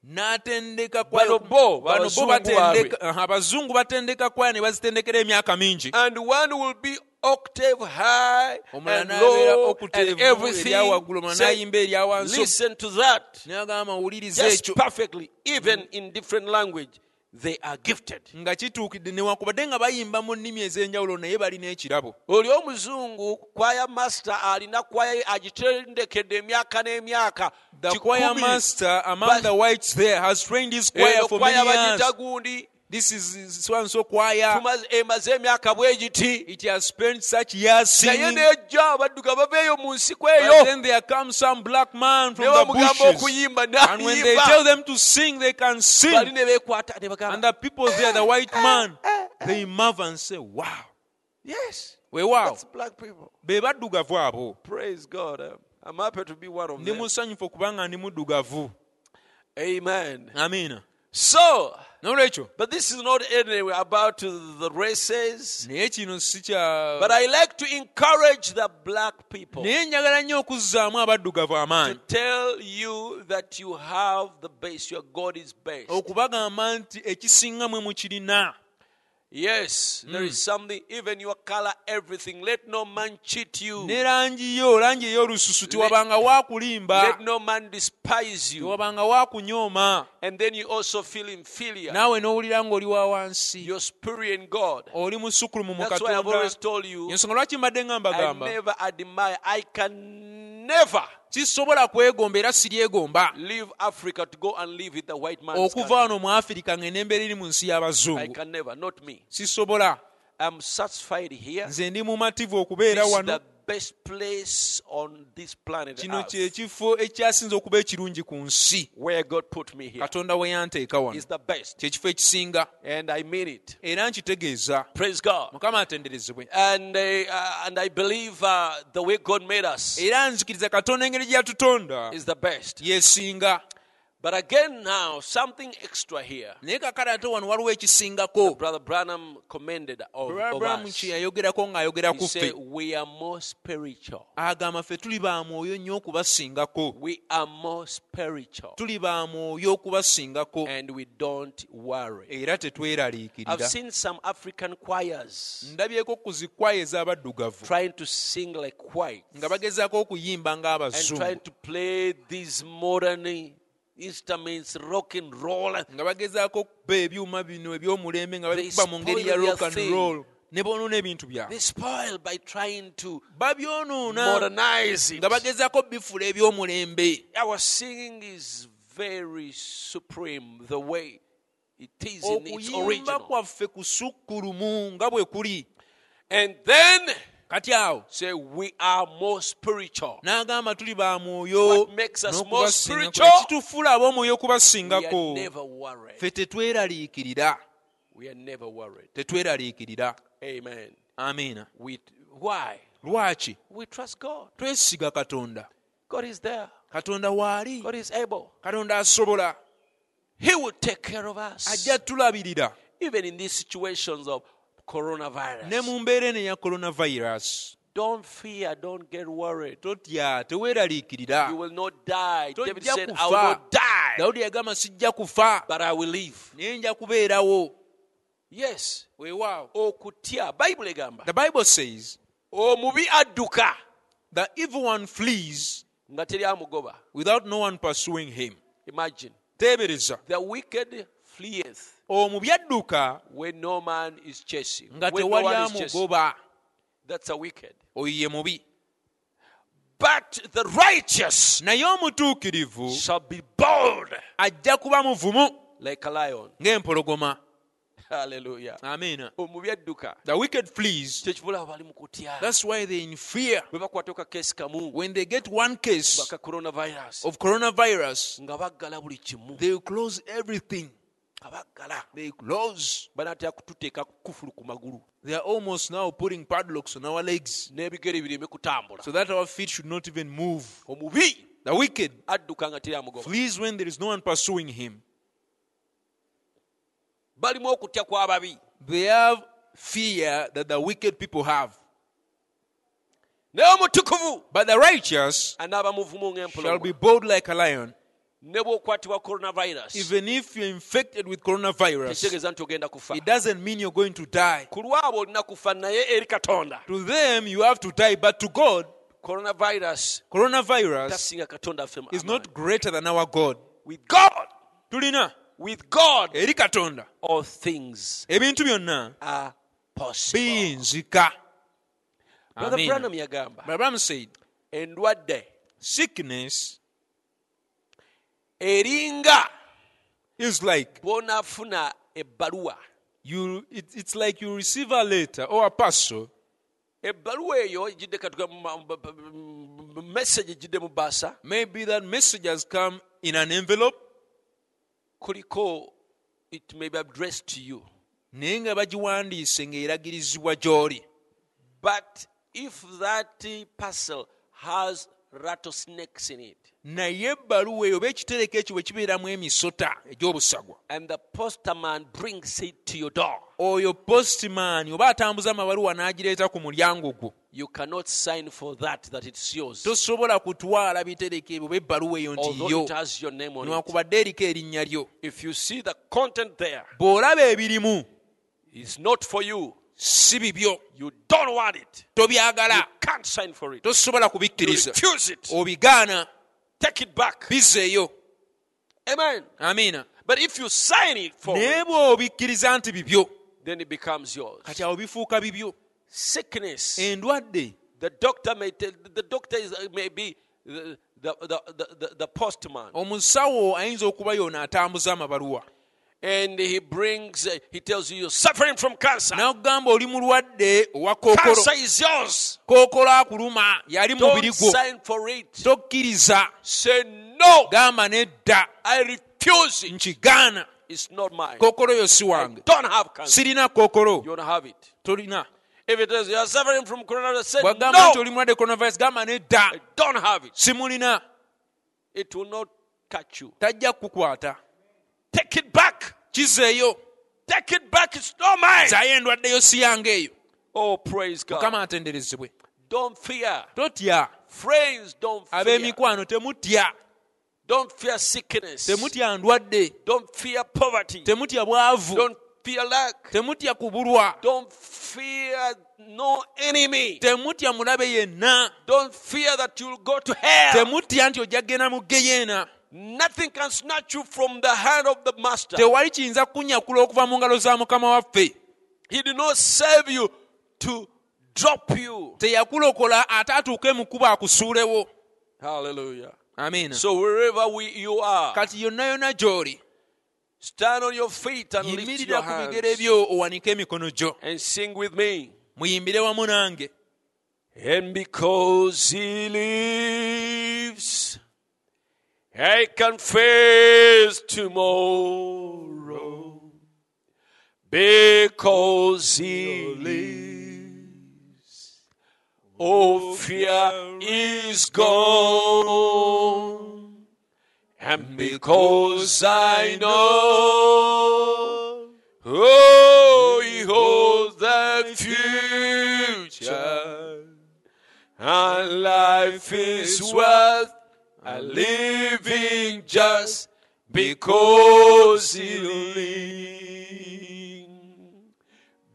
Speaker 2: n'atendeka
Speaker 1: Bano bo, abazungu baabwe.
Speaker 2: abazungu batendeka kwaya ne bazitendekera emyaka mingi
Speaker 1: and one will be octave high
Speaker 2: omulala
Speaker 1: and
Speaker 2: n'abeera
Speaker 1: low and
Speaker 2: okuteevu eryawaggulu
Speaker 1: everything.
Speaker 2: mwana
Speaker 1: Say,
Speaker 2: n'ayimba erya wansi
Speaker 1: listen to that.
Speaker 2: n'agamba wuliriza
Speaker 1: Just
Speaker 2: ekyo
Speaker 1: perfectly, even in different language, they are gifted.
Speaker 2: nga kituukidde newankubadde nga bayimba mu nnimi ez'enjawulo naye balina ekirabo
Speaker 1: oli omuzungu kwaya master alina kwaya ye agitendekedde emyaka n'emyaka
Speaker 2: The
Speaker 1: kikumi.
Speaker 2: choir master among
Speaker 1: But-
Speaker 2: the whites there has trained his Eh, choir
Speaker 1: Eyo
Speaker 2: for
Speaker 1: kwaya
Speaker 2: many years.
Speaker 1: bagita gundi
Speaker 2: This is so and so choir.
Speaker 1: tumaze- emaze emyaka bwe giti
Speaker 2: It has spent such years
Speaker 1: naye
Speaker 2: singing.
Speaker 1: nejja abadduga bava eyo mu nsiko
Speaker 2: But
Speaker 1: eyo
Speaker 2: then there comes some black man from
Speaker 1: ne
Speaker 2: the
Speaker 1: bamugamba
Speaker 2: bushes.
Speaker 1: okuyimba
Speaker 2: And when they
Speaker 1: n'ayimba
Speaker 2: tell them to sing, they can
Speaker 1: bali
Speaker 2: sing.
Speaker 1: ne beekwata ne bagamba,
Speaker 2: And the Eh, people there, the white man, they marvel and say, Wow.
Speaker 1: yes
Speaker 2: We wow.
Speaker 1: that's black people
Speaker 2: Be baddugavu abo.
Speaker 1: praise god I'm- i'm happy to be one of
Speaker 2: Ndi
Speaker 1: them
Speaker 2: musanyufu kubanga ndi muddugavu.
Speaker 1: amen
Speaker 2: Amina.
Speaker 1: so
Speaker 2: Noolwekyo.
Speaker 1: but this is not anyway about the races
Speaker 2: Naye kino si kya.
Speaker 1: But I like to encourage the black people
Speaker 2: Naye njagala nnyo okuzzaamu abaddugavu
Speaker 1: to
Speaker 2: amaanyi.
Speaker 1: tell you that you have the best, your God is best.
Speaker 2: okubagamba nti ekisinga mwe mukirina
Speaker 1: Yes, there is something, even your color, everything. Let no man cheat you,
Speaker 2: ne langi yo langi ey'olususu tewabanga
Speaker 1: let
Speaker 2: waakulimba
Speaker 1: no man despise you.
Speaker 2: tewabanga waakunyooma
Speaker 1: And then you also feel inferior.
Speaker 2: naawe n'owulira ng'oli wa wansi
Speaker 1: Your spirit in God.
Speaker 2: oli musukulu mu
Speaker 1: That's why I've
Speaker 2: mukatonda
Speaker 1: always told you,
Speaker 2: ensonga lwaki mbadde nga
Speaker 1: I
Speaker 2: mbagamba
Speaker 1: never admire, I can never
Speaker 2: kisobola kwegomba era siryegomba
Speaker 1: leave Africa to go and live with the white man.
Speaker 2: okuva wano mu afirika ng'enda embeera eri mu nsi
Speaker 1: I
Speaker 2: y'abazungu
Speaker 1: can never, not me.
Speaker 2: sisobola
Speaker 1: I'm satisfied here.
Speaker 2: nze ndi mumativu okubeera
Speaker 1: This is
Speaker 2: wano
Speaker 1: the best place on this planet
Speaker 2: kino
Speaker 1: Earth
Speaker 2: kyekifo ekyasinza okuba ekirungi ku nsi
Speaker 1: where God put me here
Speaker 2: katonda we yanteeka wano
Speaker 1: is the best.
Speaker 2: kyekifo ekisinga
Speaker 1: And I mean it.
Speaker 2: era nkitegeeza
Speaker 1: Praise God.
Speaker 2: mukama atenderezebwe
Speaker 1: And, uh, uh, and I believe uh, the way God made us
Speaker 2: era nzikiriza katonda engeri gyatutonda
Speaker 1: is the best.
Speaker 2: yesinga
Speaker 1: But again, now, something extra here. Oh,
Speaker 2: naye kakala ate wano waliwo ekisingako
Speaker 1: Brother Branham commended of, of
Speaker 2: abrahamu
Speaker 1: us.
Speaker 2: kye yayogerako ng'ayogera
Speaker 1: He
Speaker 2: ku
Speaker 1: said,
Speaker 2: ffe
Speaker 1: We are more spiritual.
Speaker 2: agamba ffe tuli ba mwoyo nnyo okubasingako
Speaker 1: We are more spiritual.
Speaker 2: tuli ba mwoyo okubasingako
Speaker 1: And we don't worry.
Speaker 2: era
Speaker 1: I've
Speaker 2: tetweraliikirira
Speaker 1: seen some African choirs
Speaker 2: ndabyeko ku zikwaya ez'abaddugavu
Speaker 1: trying to sing like whites.
Speaker 2: nga bagezaako okuyimba
Speaker 1: and trying
Speaker 2: ng'abazungu
Speaker 1: to play these modern instruments, rock and roll.
Speaker 2: nga bagezaako okuba ebyuma bino eby'omulembe nga
Speaker 1: They
Speaker 2: babikuba mu ngeri ya
Speaker 1: spoil
Speaker 2: rock
Speaker 1: their
Speaker 2: and
Speaker 1: thing.
Speaker 2: roll ne boonoona ebintu byabwe
Speaker 1: They spoil by trying to
Speaker 2: babyonuuna
Speaker 1: modernize it.
Speaker 2: nga bagezaako bifula eby'omulembe
Speaker 1: Our singing is very supreme, the way it is in
Speaker 2: Oh,
Speaker 1: its
Speaker 2: okuyimba
Speaker 1: original.
Speaker 2: kwaffe kusukkulumu nga bwe kuli
Speaker 1: And then
Speaker 2: kati awo
Speaker 1: say we are more spiritual.
Speaker 2: n'agamba tuli ba mwoyo
Speaker 1: What makes us
Speaker 2: n'okubasingako.
Speaker 1: more spiritual?
Speaker 2: ekitufuula ab'omwoyo
Speaker 1: We are
Speaker 2: okubasingako
Speaker 1: never worried.
Speaker 2: ffe tetweraliikirira
Speaker 1: We are never worried.
Speaker 2: tetweraliikirira
Speaker 1: Amen.
Speaker 2: amiina
Speaker 1: We why?
Speaker 2: lwaki
Speaker 1: We trust God.
Speaker 2: twesiga katonda
Speaker 1: God is there.
Speaker 2: katonda waali
Speaker 1: God is able.
Speaker 2: katonda asobola
Speaker 1: He will take care of us.
Speaker 2: ajja tulabirira
Speaker 1: even in these situations of
Speaker 2: ne
Speaker 1: coronavirus.
Speaker 2: mu mbeera eno eya coronavirus
Speaker 1: Don't fear, don't get worried.
Speaker 2: totya teweeraliikirira
Speaker 1: You will not die.
Speaker 2: Don't
Speaker 1: David
Speaker 2: just
Speaker 1: said,
Speaker 2: kufa.
Speaker 1: I will not die,
Speaker 2: dawudi yagamba sijja kufa
Speaker 1: but I will live.
Speaker 2: naye nja kubeerawo
Speaker 1: Yes.
Speaker 2: weewaawo
Speaker 1: Okutya. Bible egamba.
Speaker 2: the bible says
Speaker 1: Omubi adduka.
Speaker 2: the evil one flees
Speaker 1: Nga teri amugoba.
Speaker 2: without no one pursuing him
Speaker 1: Imagine.
Speaker 2: teebereza
Speaker 1: The wicked fleeth
Speaker 2: omubi adduka
Speaker 1: when no man is chasing.
Speaker 2: nga
Speaker 1: When no
Speaker 2: tewali
Speaker 1: one is chasing.
Speaker 2: amugoba
Speaker 1: That's a wicked.
Speaker 2: oyo ye mubi
Speaker 1: But the righteous
Speaker 2: naye omutuukirivu
Speaker 1: shall be bold
Speaker 2: ajja kuba muvumu
Speaker 1: like a lion. (laughs)
Speaker 2: ng'empologoma
Speaker 1: Hallelujah.
Speaker 2: amiina
Speaker 1: Omubi adduka.
Speaker 2: the wicked flees
Speaker 1: kyekibulaba bali mu kutya
Speaker 2: that's why they in fear
Speaker 1: bwe bakwata okakesi kamu
Speaker 2: when they get one case
Speaker 1: baka coronavirus
Speaker 2: of coronavirus
Speaker 1: nga baggala buli kimu
Speaker 2: they close everything
Speaker 1: nga baggala
Speaker 2: they close
Speaker 1: banaatera kututeeka kufulu ku magulu
Speaker 2: they are almost now putting padlocks on our legs
Speaker 1: n'ebigere bireme kutambula
Speaker 2: so that our feet should not even move
Speaker 1: omubi
Speaker 2: the wicked
Speaker 1: adduka nga teri amugoba
Speaker 2: flees when there is no one pursuing him.
Speaker 1: balimu okutya kw'ababi
Speaker 2: They have fear that the wicked people have.
Speaker 1: naye omutukuvu
Speaker 2: But the righteous
Speaker 1: anaaba muvumu
Speaker 2: shall be
Speaker 1: ng'empologoma
Speaker 2: bold like a lion.
Speaker 1: ne bw'okwatibwa coronavirus
Speaker 2: even if you're infected with coronavirus
Speaker 1: tekitegeeza nti ogenda kufa
Speaker 2: it doesn't mean you're going to die
Speaker 1: ku lwabo olina kufa naye eri katonda
Speaker 2: to them you have to die but to god
Speaker 1: coronavirus
Speaker 2: coronavirus
Speaker 1: tasinga katonda ffe
Speaker 2: is
Speaker 1: amaanyi.
Speaker 2: not greater than our god
Speaker 1: with god
Speaker 2: tulina
Speaker 1: with god
Speaker 2: eri katonda
Speaker 1: all things
Speaker 2: ebintu byonna
Speaker 1: are possible
Speaker 2: biyinzika
Speaker 1: brother
Speaker 2: Amen.
Speaker 1: branham yagamba
Speaker 2: Abraham said
Speaker 1: endwadde
Speaker 2: sickness
Speaker 1: eringa
Speaker 2: is like
Speaker 1: bw'onaafuna ebbaluwa
Speaker 2: you it, it's like you receive a letter or a parcel
Speaker 1: ebbaluwa eyo ejidde katuga mu ma- mu- mu- mu- message ejidde mu baasa
Speaker 2: maybe that message has come in an envelope
Speaker 1: kuliko it may be addressed to you
Speaker 2: naye nga bagiwandiise ng'eragirizibwa gy'oli
Speaker 1: but if that parcel has rattlesnakes in it
Speaker 2: naye ebbaluwa eyo oba ekitereko ekyo bwe kibeeramu emisota egy'obusagwa
Speaker 1: and the postman brings it to your door
Speaker 2: oyo postimaani oba atambuza amabaluwa n'agireeta ku mulyango gwo
Speaker 1: you cannot sign for that that it's yours
Speaker 2: tosobola kutwala bitereko ebyo oba ebbaluwa eyo nti
Speaker 1: although
Speaker 2: yo
Speaker 1: it has your name on it
Speaker 2: niwakubadde eriko erinnya lyo
Speaker 1: if you see the content there
Speaker 2: bw'olaba ebirimu
Speaker 1: is not for you
Speaker 2: si bibyo
Speaker 1: you don't want it you
Speaker 2: tobyagala
Speaker 1: can't sign for it
Speaker 2: tosobola
Speaker 1: you
Speaker 2: kubikkiriza
Speaker 1: refuse it
Speaker 2: Oh. obigaana
Speaker 1: take it back
Speaker 2: bizeeyo
Speaker 1: amen
Speaker 2: amiina
Speaker 1: but if you sign it for it,
Speaker 2: naye bw'obikkiriza nti bibyo
Speaker 1: then it becomes yours
Speaker 2: kati Eh. awo bifuuka bibyo
Speaker 1: sickness
Speaker 2: endwadde
Speaker 1: The doctor may tell, the doctor is, uh, may be the, the, the, the, the postman.
Speaker 2: Oh. omusawo ayinza okuba yoona atambuza amabaluwa
Speaker 1: And he brings, uh, he tells you, you're suffering from cancer.
Speaker 2: n'akugamba oli mulwadde owa kookolo
Speaker 1: Cancer is yours.
Speaker 2: kookolo akuluma yali mubiri
Speaker 1: Don't
Speaker 2: gwo
Speaker 1: sign for it.
Speaker 2: tokkiriza
Speaker 1: Say no.
Speaker 2: gamba nedda
Speaker 1: I refuse it.
Speaker 2: nkigaana
Speaker 1: It's not mine.
Speaker 2: kookolo yo si
Speaker 1: I
Speaker 2: wange
Speaker 1: don't have cancer.
Speaker 2: sirina kookolo
Speaker 1: You don't have it.
Speaker 2: tolina
Speaker 1: If it is you're suffering from coronavirus, say no.
Speaker 2: bwagamba nti oli mulwadde coronavirus gamba
Speaker 1: I
Speaker 2: nedda
Speaker 1: don't have it.
Speaker 2: simulina
Speaker 1: It will not catch you.
Speaker 2: tajja kukukwata
Speaker 1: Take it back.
Speaker 2: kizeeyo
Speaker 1: Take it back. It's not mine.
Speaker 2: zayo endwaddeyo si yange eyo
Speaker 1: Oh, praise God.
Speaker 2: mukama atenderezebwe
Speaker 1: Don't fear.
Speaker 2: totya
Speaker 1: Friends, don't fear.
Speaker 2: ab'emikwano temutya
Speaker 1: Don't fear sickness.
Speaker 2: temutya ndwadde
Speaker 1: Don't fear poverty.
Speaker 2: temutya bwavu
Speaker 1: Don't fear lack.
Speaker 2: temutya kubulwa
Speaker 1: Don't fear no enemy.
Speaker 2: temutya mulabe yenna
Speaker 1: Don't fear that you'll go to hell.
Speaker 2: temutya nti ojja kgenda mu geyeena
Speaker 1: Nothing can snatch you from the hand of the master.
Speaker 2: tewali kiyinza kukunyakula okuva mu ngalo za mukama waffe
Speaker 1: He did not save you to drop you.
Speaker 2: teyakulokola ate atuuke mu kuba akusuulewo
Speaker 1: Hallelujah.
Speaker 2: amiina
Speaker 1: So wherever we, you are,
Speaker 2: kati yonna yonna gy'oli
Speaker 1: stand on your feet and lift
Speaker 2: yimirira
Speaker 1: your
Speaker 2: ku bigere
Speaker 1: hands
Speaker 2: byo owanike emikono gyo
Speaker 1: and sing with me.
Speaker 2: muyimbire wamu nange
Speaker 1: And because he lives, I can face tomorrow. Because he lives, all fear is gone. And because I know, oh, he holds the future, and life is worth a living just because he lives.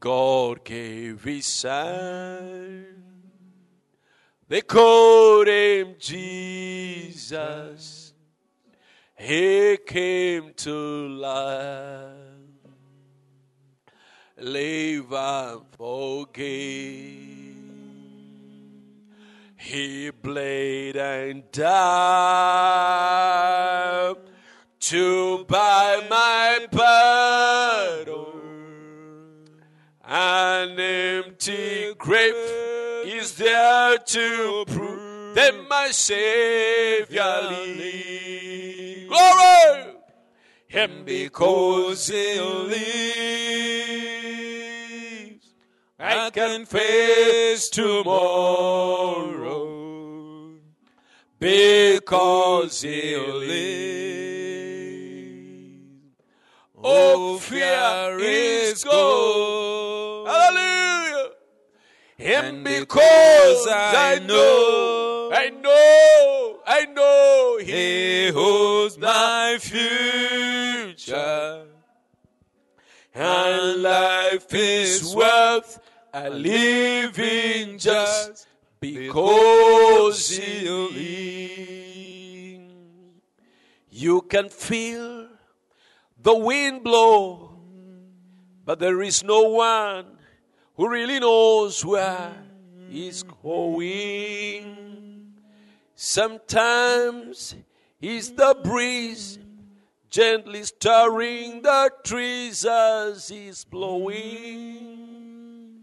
Speaker 1: God gave his son. They called him Jesus. He came to life, live and forgive. He bled and died to buy my pardon. An empty grave is there to prove that my Savior lives. Glory! Him because he lives. I can face tomorrow because he lives. Oh, fear is Oh. gone. Hallelujah. Him because I know, I know, I know
Speaker 2: He
Speaker 1: He
Speaker 2: holds my future, and life is worth a living just because you
Speaker 1: You can feel the wind blow, but there is no one who really knows where he's going. Sometimes it's the breeze gently stirring the trees as it's blowing.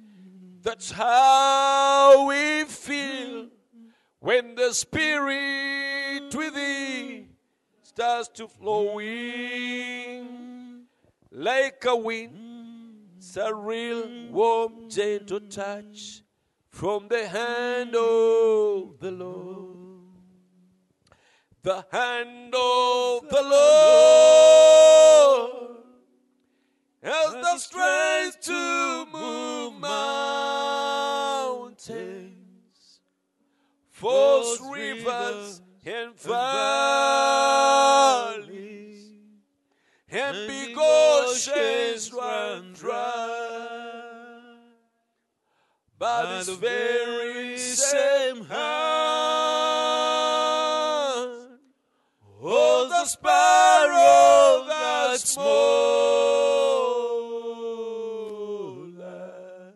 Speaker 1: That's how we feel when the spirit within starts to flowing like a wind. It's a real warm, gentle touch from the hand of the Lord. The hand of the Lord has the strength to move mountains, force rivers and valleys, and big oceans run dry. By this very same hand, oh, the sparrow that's smaller.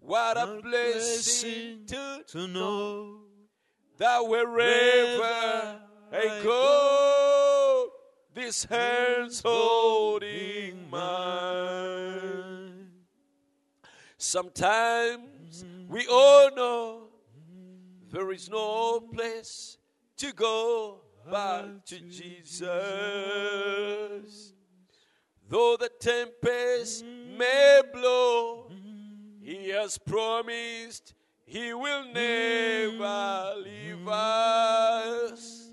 Speaker 1: What a blessing to
Speaker 2: to know
Speaker 1: that wherever I go, this hand's holding mine. Sometimes we all know there is no place to go but to Jesus. Though the tempest may blow, he has promised he will never leave us.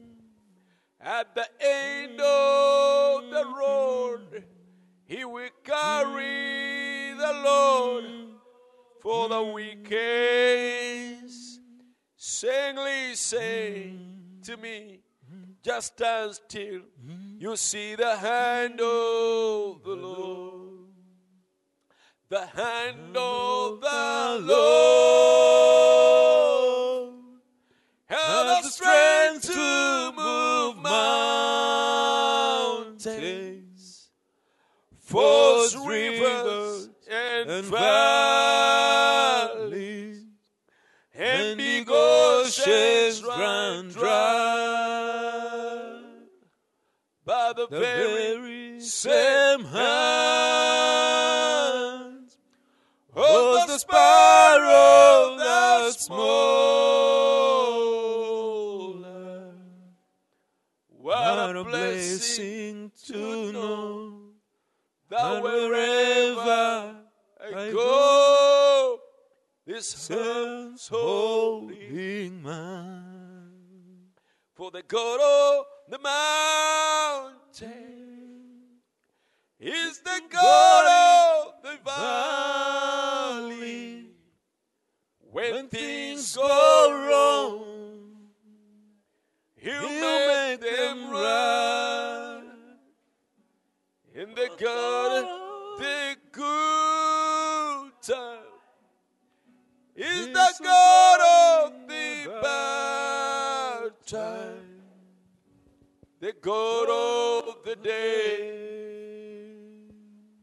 Speaker 1: At the end of the road, he will carry the load for the weekends. Singly say to me, just stand still. You see the hand of the Lord. The hand of the Lord has the strength to move mountains, force rivers and valleys, and big oceans run dry by the
Speaker 2: the
Speaker 1: very
Speaker 2: very
Speaker 1: same hand holds the sparrow that's smaller. What a blessing
Speaker 2: to know
Speaker 1: that
Speaker 2: that
Speaker 1: wherever
Speaker 2: wherever
Speaker 1: I go, this hand's holy.
Speaker 2: holding mine.
Speaker 1: For the God of the mountain is the God of the valley. When things go wrong, He'll make them right. In the God of the good time is the God of the bad time, the God of the day.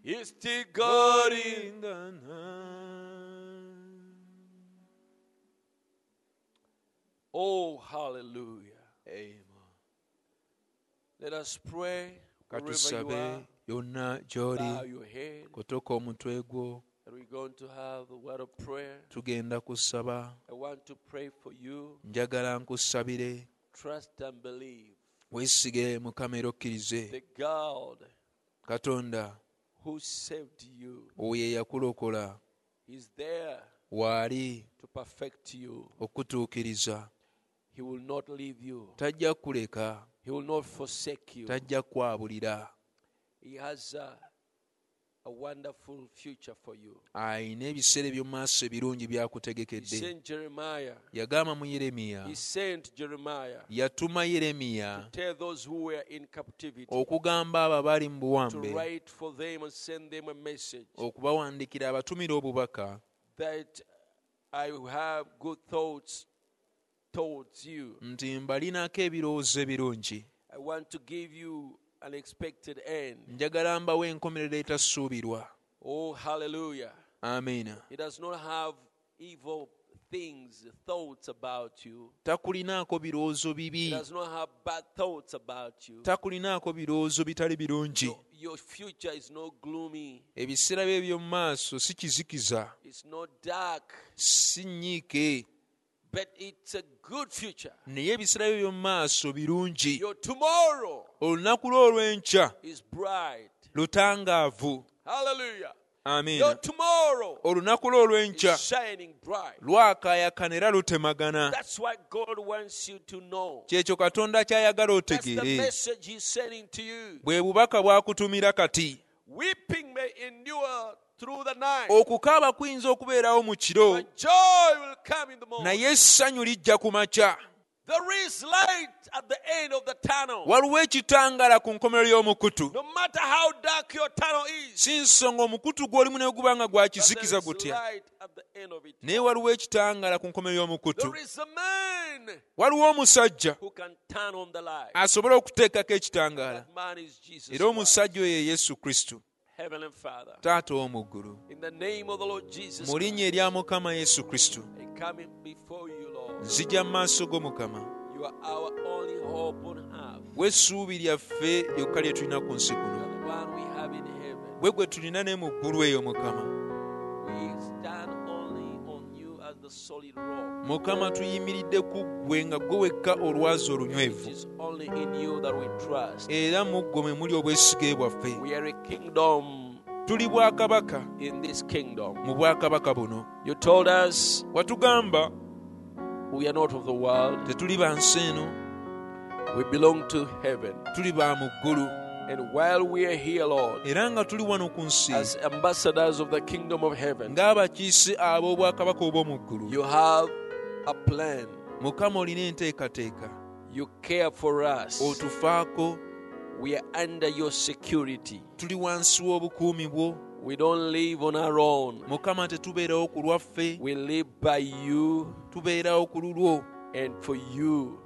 Speaker 1: He's still God in
Speaker 2: the night.
Speaker 1: Oh, hallelujah.
Speaker 2: Amen.
Speaker 1: Let us pray.
Speaker 2: ka
Speaker 1: Wherever you are,
Speaker 2: tusabe yonna
Speaker 1: bow
Speaker 2: gy'oli
Speaker 1: your head.
Speaker 2: kotoka omutwe gwo
Speaker 1: And we're going to have a word of prayer.
Speaker 2: tugenda kusaba
Speaker 1: I want to pray for you.
Speaker 2: njagala nkusabire
Speaker 1: Trust and believe
Speaker 2: weesige mukama era okkirize
Speaker 1: the God
Speaker 2: katonda
Speaker 1: who saved you
Speaker 2: oyo eyakulokola
Speaker 1: is there
Speaker 2: waali
Speaker 1: to perfect you.
Speaker 2: okutuukiriza
Speaker 1: He will not leave you.
Speaker 2: tajja kuleka
Speaker 1: He will not forsake you.
Speaker 2: tajja kwabulira
Speaker 1: He has uh, a wonderful future for you.
Speaker 2: ayina ebiseera eby'omu maaso ebirungi
Speaker 1: He
Speaker 2: byakutegekedde
Speaker 1: sent Jeremiah.
Speaker 2: yagamba mu yeremiya
Speaker 1: He sent Jeremiah
Speaker 2: yatuma yeremiya
Speaker 1: to tell those who were in captivity
Speaker 2: Oh, okugamba abo abaali
Speaker 1: to
Speaker 2: mu buwambe
Speaker 1: write for them and send them a message
Speaker 2: okubawandiikira abatumira obubaka
Speaker 1: that I will have good thoughts towards you.
Speaker 2: nti mbalinako ebirowoozo ebirungi
Speaker 1: I want to give you an expected end.
Speaker 2: njagala mbawo enkomerero etasuubirwa
Speaker 1: Oh, hallelujah.
Speaker 2: amiina
Speaker 1: He does not have evil things, thoughts about you.
Speaker 2: takulinaako birowoozo bibi
Speaker 1: He does not have bad thoughts about you.
Speaker 2: takulinaako birowoozo bitali birungi
Speaker 1: Your- Your future is not gloomy,
Speaker 2: ebiseera bye eby'omu maaso si kizikiza
Speaker 1: it's not dark,
Speaker 2: si nnyiike
Speaker 1: but it's a good future.
Speaker 2: naye ebiseera bye by'omu maaso birungi
Speaker 1: Your tomorrow
Speaker 2: olunaku lwo olw'enkya
Speaker 1: is bright.
Speaker 2: lutangaavu
Speaker 1: Hallelujah. Your
Speaker 2: amiina
Speaker 1: tomorrow
Speaker 2: olunaku lwo olw'enkya
Speaker 1: is shining bright.
Speaker 2: lwakaayakana era lutemagana
Speaker 1: That's what God wants you to know.
Speaker 2: kyekyo katonda ky'ayagala
Speaker 1: That's the
Speaker 2: otegeere
Speaker 1: message He's sending to you.
Speaker 2: bwe bubaka bw'akutumira kati
Speaker 1: Weeping may endure through the
Speaker 2: Oh.
Speaker 1: night,
Speaker 2: okukaaba kuyinza okubeerawo mu kiro
Speaker 1: but joy will come in the morning.
Speaker 2: naye essanyu lijja ku makya
Speaker 1: There is light at the end of the tunnel.
Speaker 2: waliwo ekitangala ku nkomerero y'omukutu
Speaker 1: No matter how dark your tunnel is,
Speaker 2: si nsonga omukutu gw'olimu ne guba nga gwa
Speaker 1: but there
Speaker 2: kizikiza
Speaker 1: is
Speaker 2: gutya
Speaker 1: light at the end of it.
Speaker 2: naye waliwo ekitangala ku nkomerero y'omukutu
Speaker 1: There is a man
Speaker 2: waliwo omusajja
Speaker 1: who can turn on the light.
Speaker 2: asobole okuteekako ekitangaala
Speaker 1: That man is Jesus.
Speaker 2: era
Speaker 1: Christ,
Speaker 2: omusajja oyo ye yesu kristo
Speaker 1: Heavenly Father.
Speaker 2: taata w'omu ggulu
Speaker 1: In the name of the Lord Jesus,
Speaker 2: mu
Speaker 1: Christ,
Speaker 2: linnya erya mukama yesu kristo
Speaker 1: I come in before you, Lord.
Speaker 2: nzija mu maaso go mukama
Speaker 1: You are our only hope on earth.
Speaker 2: gwe essuubi lyaffe lyokka lye tulina ku nsi
Speaker 1: You
Speaker 2: kuno
Speaker 1: are the one we have in heaven.
Speaker 2: gwe gwe tulina ne mu ggulu eyo mukama
Speaker 1: We stand only on you as the solid rock.
Speaker 2: mukama tuyimiridde ku ggwe nga ggwe wekka olwazi
Speaker 1: It
Speaker 2: olunywevu
Speaker 1: is only in you that we trust.
Speaker 2: era mu ggwe mwe muli obwesige bwaffe
Speaker 1: We are a kingdom
Speaker 2: tuli bwakabaka
Speaker 1: in this kingdom.
Speaker 2: mu bwakabaka buno
Speaker 1: You told us
Speaker 2: watugamba
Speaker 1: we are not of the world,
Speaker 2: tetuli ba nsi eno
Speaker 1: we belong to heaven.
Speaker 2: tuli ba mu ggulu
Speaker 1: And while we are here, Lord,
Speaker 2: era nga tuli wano ku nsi
Speaker 1: as ambassadors of the kingdom of heaven,
Speaker 2: ng'abakiise ab'obwakabaka obw'omu ggulu
Speaker 1: you have a plan.
Speaker 2: mukama olina enteekateeka
Speaker 1: You care for us.
Speaker 2: otufaako
Speaker 1: We are under your security.
Speaker 2: tuli wansi w'obukuumi bwo
Speaker 1: We don't live on our own.
Speaker 2: mukama tetubeerawo ku lwaffe
Speaker 1: We live by you
Speaker 2: tubeerawo ku lulwo
Speaker 1: and for you.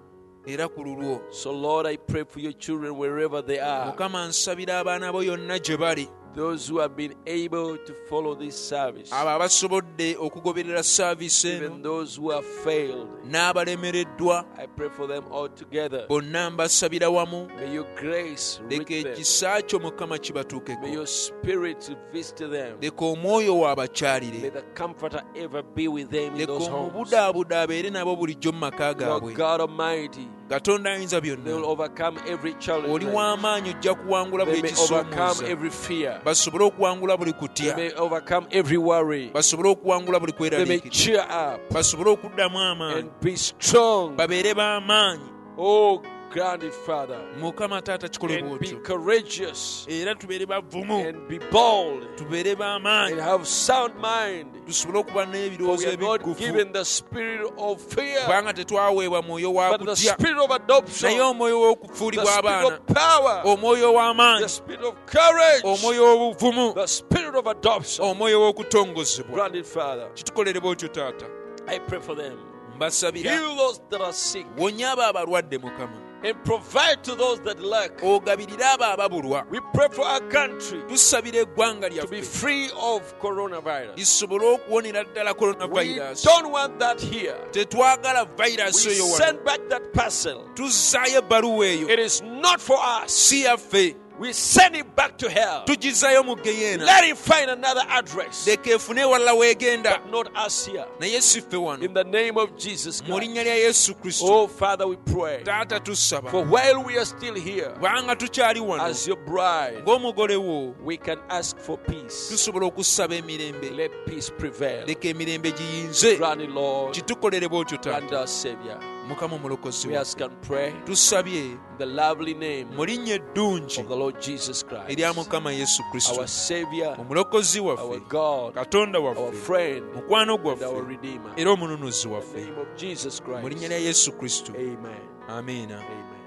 Speaker 2: era ku lulwo
Speaker 1: So, Lord, I pray for your children wherever they are.
Speaker 2: mukama nsabira abaana bo yonna gye bali
Speaker 1: Those who have been able to follow this service,
Speaker 2: abo abasobodde okugoberera saaviisi eno
Speaker 1: even those who have failed,
Speaker 2: n'abalemereddwa
Speaker 1: I pray for them all together.
Speaker 2: bonna mbasabira wamu
Speaker 1: May your grace reach
Speaker 2: leka
Speaker 1: them.
Speaker 2: ekisa kyo mukama
Speaker 1: May
Speaker 2: kibatuukeko
Speaker 1: your spirit visit them.
Speaker 2: leka omwoyo
Speaker 1: May
Speaker 2: waabakyalire
Speaker 1: the comforter ever be with them in
Speaker 2: leka
Speaker 1: those homes.
Speaker 2: omubudaabuda abeere nabo bulijjo mu maka gaabwe
Speaker 1: Lord God Almighty,
Speaker 2: katonda ayinza
Speaker 1: they will
Speaker 2: byonna
Speaker 1: overcome every challenge.
Speaker 2: oli w'amaanyi ojja kuwangula buli
Speaker 1: They may overcome
Speaker 2: ekisoomuza
Speaker 1: every fear.
Speaker 2: basobole okuwangula buli kutya
Speaker 1: They may overcome every worry.
Speaker 2: basobole okuwangula buli
Speaker 1: They may
Speaker 2: kweraliikirira
Speaker 1: cheer up
Speaker 2: basobole okuddamu amaanyi
Speaker 1: and be strong.
Speaker 2: babeere b'amaanyi
Speaker 1: Oh, grant it, Father.
Speaker 2: mukama taata kikole
Speaker 1: And be
Speaker 2: bwotyo
Speaker 1: courageous
Speaker 2: era tubeere bavumu
Speaker 1: and be bold
Speaker 2: tubeere
Speaker 1: and
Speaker 2: b'amaanyi
Speaker 1: have sound mind.
Speaker 2: tusobole okuba
Speaker 1: For
Speaker 2: n'ebirowoozo
Speaker 1: we are not
Speaker 2: ebiggufu
Speaker 1: given the spirit of fear,
Speaker 2: kubanga tetwaweebwa mwoyo wa
Speaker 1: but the
Speaker 2: kutya
Speaker 1: spirit of
Speaker 2: naye
Speaker 1: adoption,
Speaker 2: omwoyo
Speaker 1: the
Speaker 2: w'okufuulibwa
Speaker 1: spirit
Speaker 2: abaana
Speaker 1: of power,
Speaker 2: omwoyo
Speaker 1: the
Speaker 2: w'amaanyi
Speaker 1: spirit of courage,
Speaker 2: omwoyo w'obuvumu
Speaker 1: the spirit of adoption.
Speaker 2: omwoyo w'okutongozebwa
Speaker 1: Grant it, Father.
Speaker 2: kitukolere bwotyo taata
Speaker 1: Oh. I pray for them.
Speaker 2: mbasabira
Speaker 1: Heal those that are sick
Speaker 2: wonya abo abalwadde mukama
Speaker 1: and provide to those that lack.
Speaker 2: ogabirire abo ababulwa
Speaker 1: We pray for our country
Speaker 2: tusabira eggwanga
Speaker 1: to be
Speaker 2: lyaffe
Speaker 1: free of coronavirus.
Speaker 2: lisobole okuwonera ddala
Speaker 1: We
Speaker 2: coronavirus
Speaker 1: don't want that here.
Speaker 2: tetwagala
Speaker 1: We
Speaker 2: vairasi eyo wano
Speaker 1: send back that parcel.
Speaker 2: tuzzaayo ebbaluwa eyo
Speaker 1: It is not for us.
Speaker 2: si yaffe
Speaker 1: We send it back to hell.
Speaker 2: tugizaayo mu geyeena
Speaker 1: Let it find another address.
Speaker 2: leka efune ewalala weegenda
Speaker 1: But not us here.
Speaker 2: naye si ffe wano
Speaker 1: In the name of Jesus
Speaker 2: mu
Speaker 1: Christ.
Speaker 2: linnya lya yesu kristo
Speaker 1: Oh, Father, we pray.
Speaker 2: taata tusaba
Speaker 1: For while we are still here,
Speaker 2: kubanga tukyali wano
Speaker 1: as your bride,
Speaker 2: ng'omugole wo
Speaker 1: we can ask for peace.
Speaker 2: tusobola okusaba emirembe
Speaker 1: Let peace prevail.
Speaker 2: leka emirembe giyinze
Speaker 1: Grant it, Lord,
Speaker 2: kitukolere bwotyo taata
Speaker 1: and our Savior.
Speaker 2: mukama omulokozi
Speaker 1: We
Speaker 2: waffe
Speaker 1: ask and pray
Speaker 2: tusabye
Speaker 1: in the lovely name
Speaker 2: mu linnya eddungi
Speaker 1: of the Lord Jesus Christ,
Speaker 2: erya mukama yesu kristo
Speaker 1: our Savior,
Speaker 2: omulokozi
Speaker 1: our
Speaker 2: waffe
Speaker 1: God,
Speaker 2: katonda
Speaker 1: our
Speaker 2: waffe
Speaker 1: friend,
Speaker 2: mukwano
Speaker 1: and our
Speaker 2: gwaffe
Speaker 1: Redeemer. In
Speaker 2: era omununuzi
Speaker 1: the
Speaker 2: waffe
Speaker 1: name of Jesus
Speaker 2: mu
Speaker 1: Christ.
Speaker 2: linnya lya yesu kristo
Speaker 1: Amen.
Speaker 2: amiina
Speaker 1: Amen.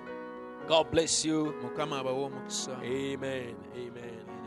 Speaker 1: God bless you.
Speaker 2: mukama abawe omukisa
Speaker 1: Amen. Amen.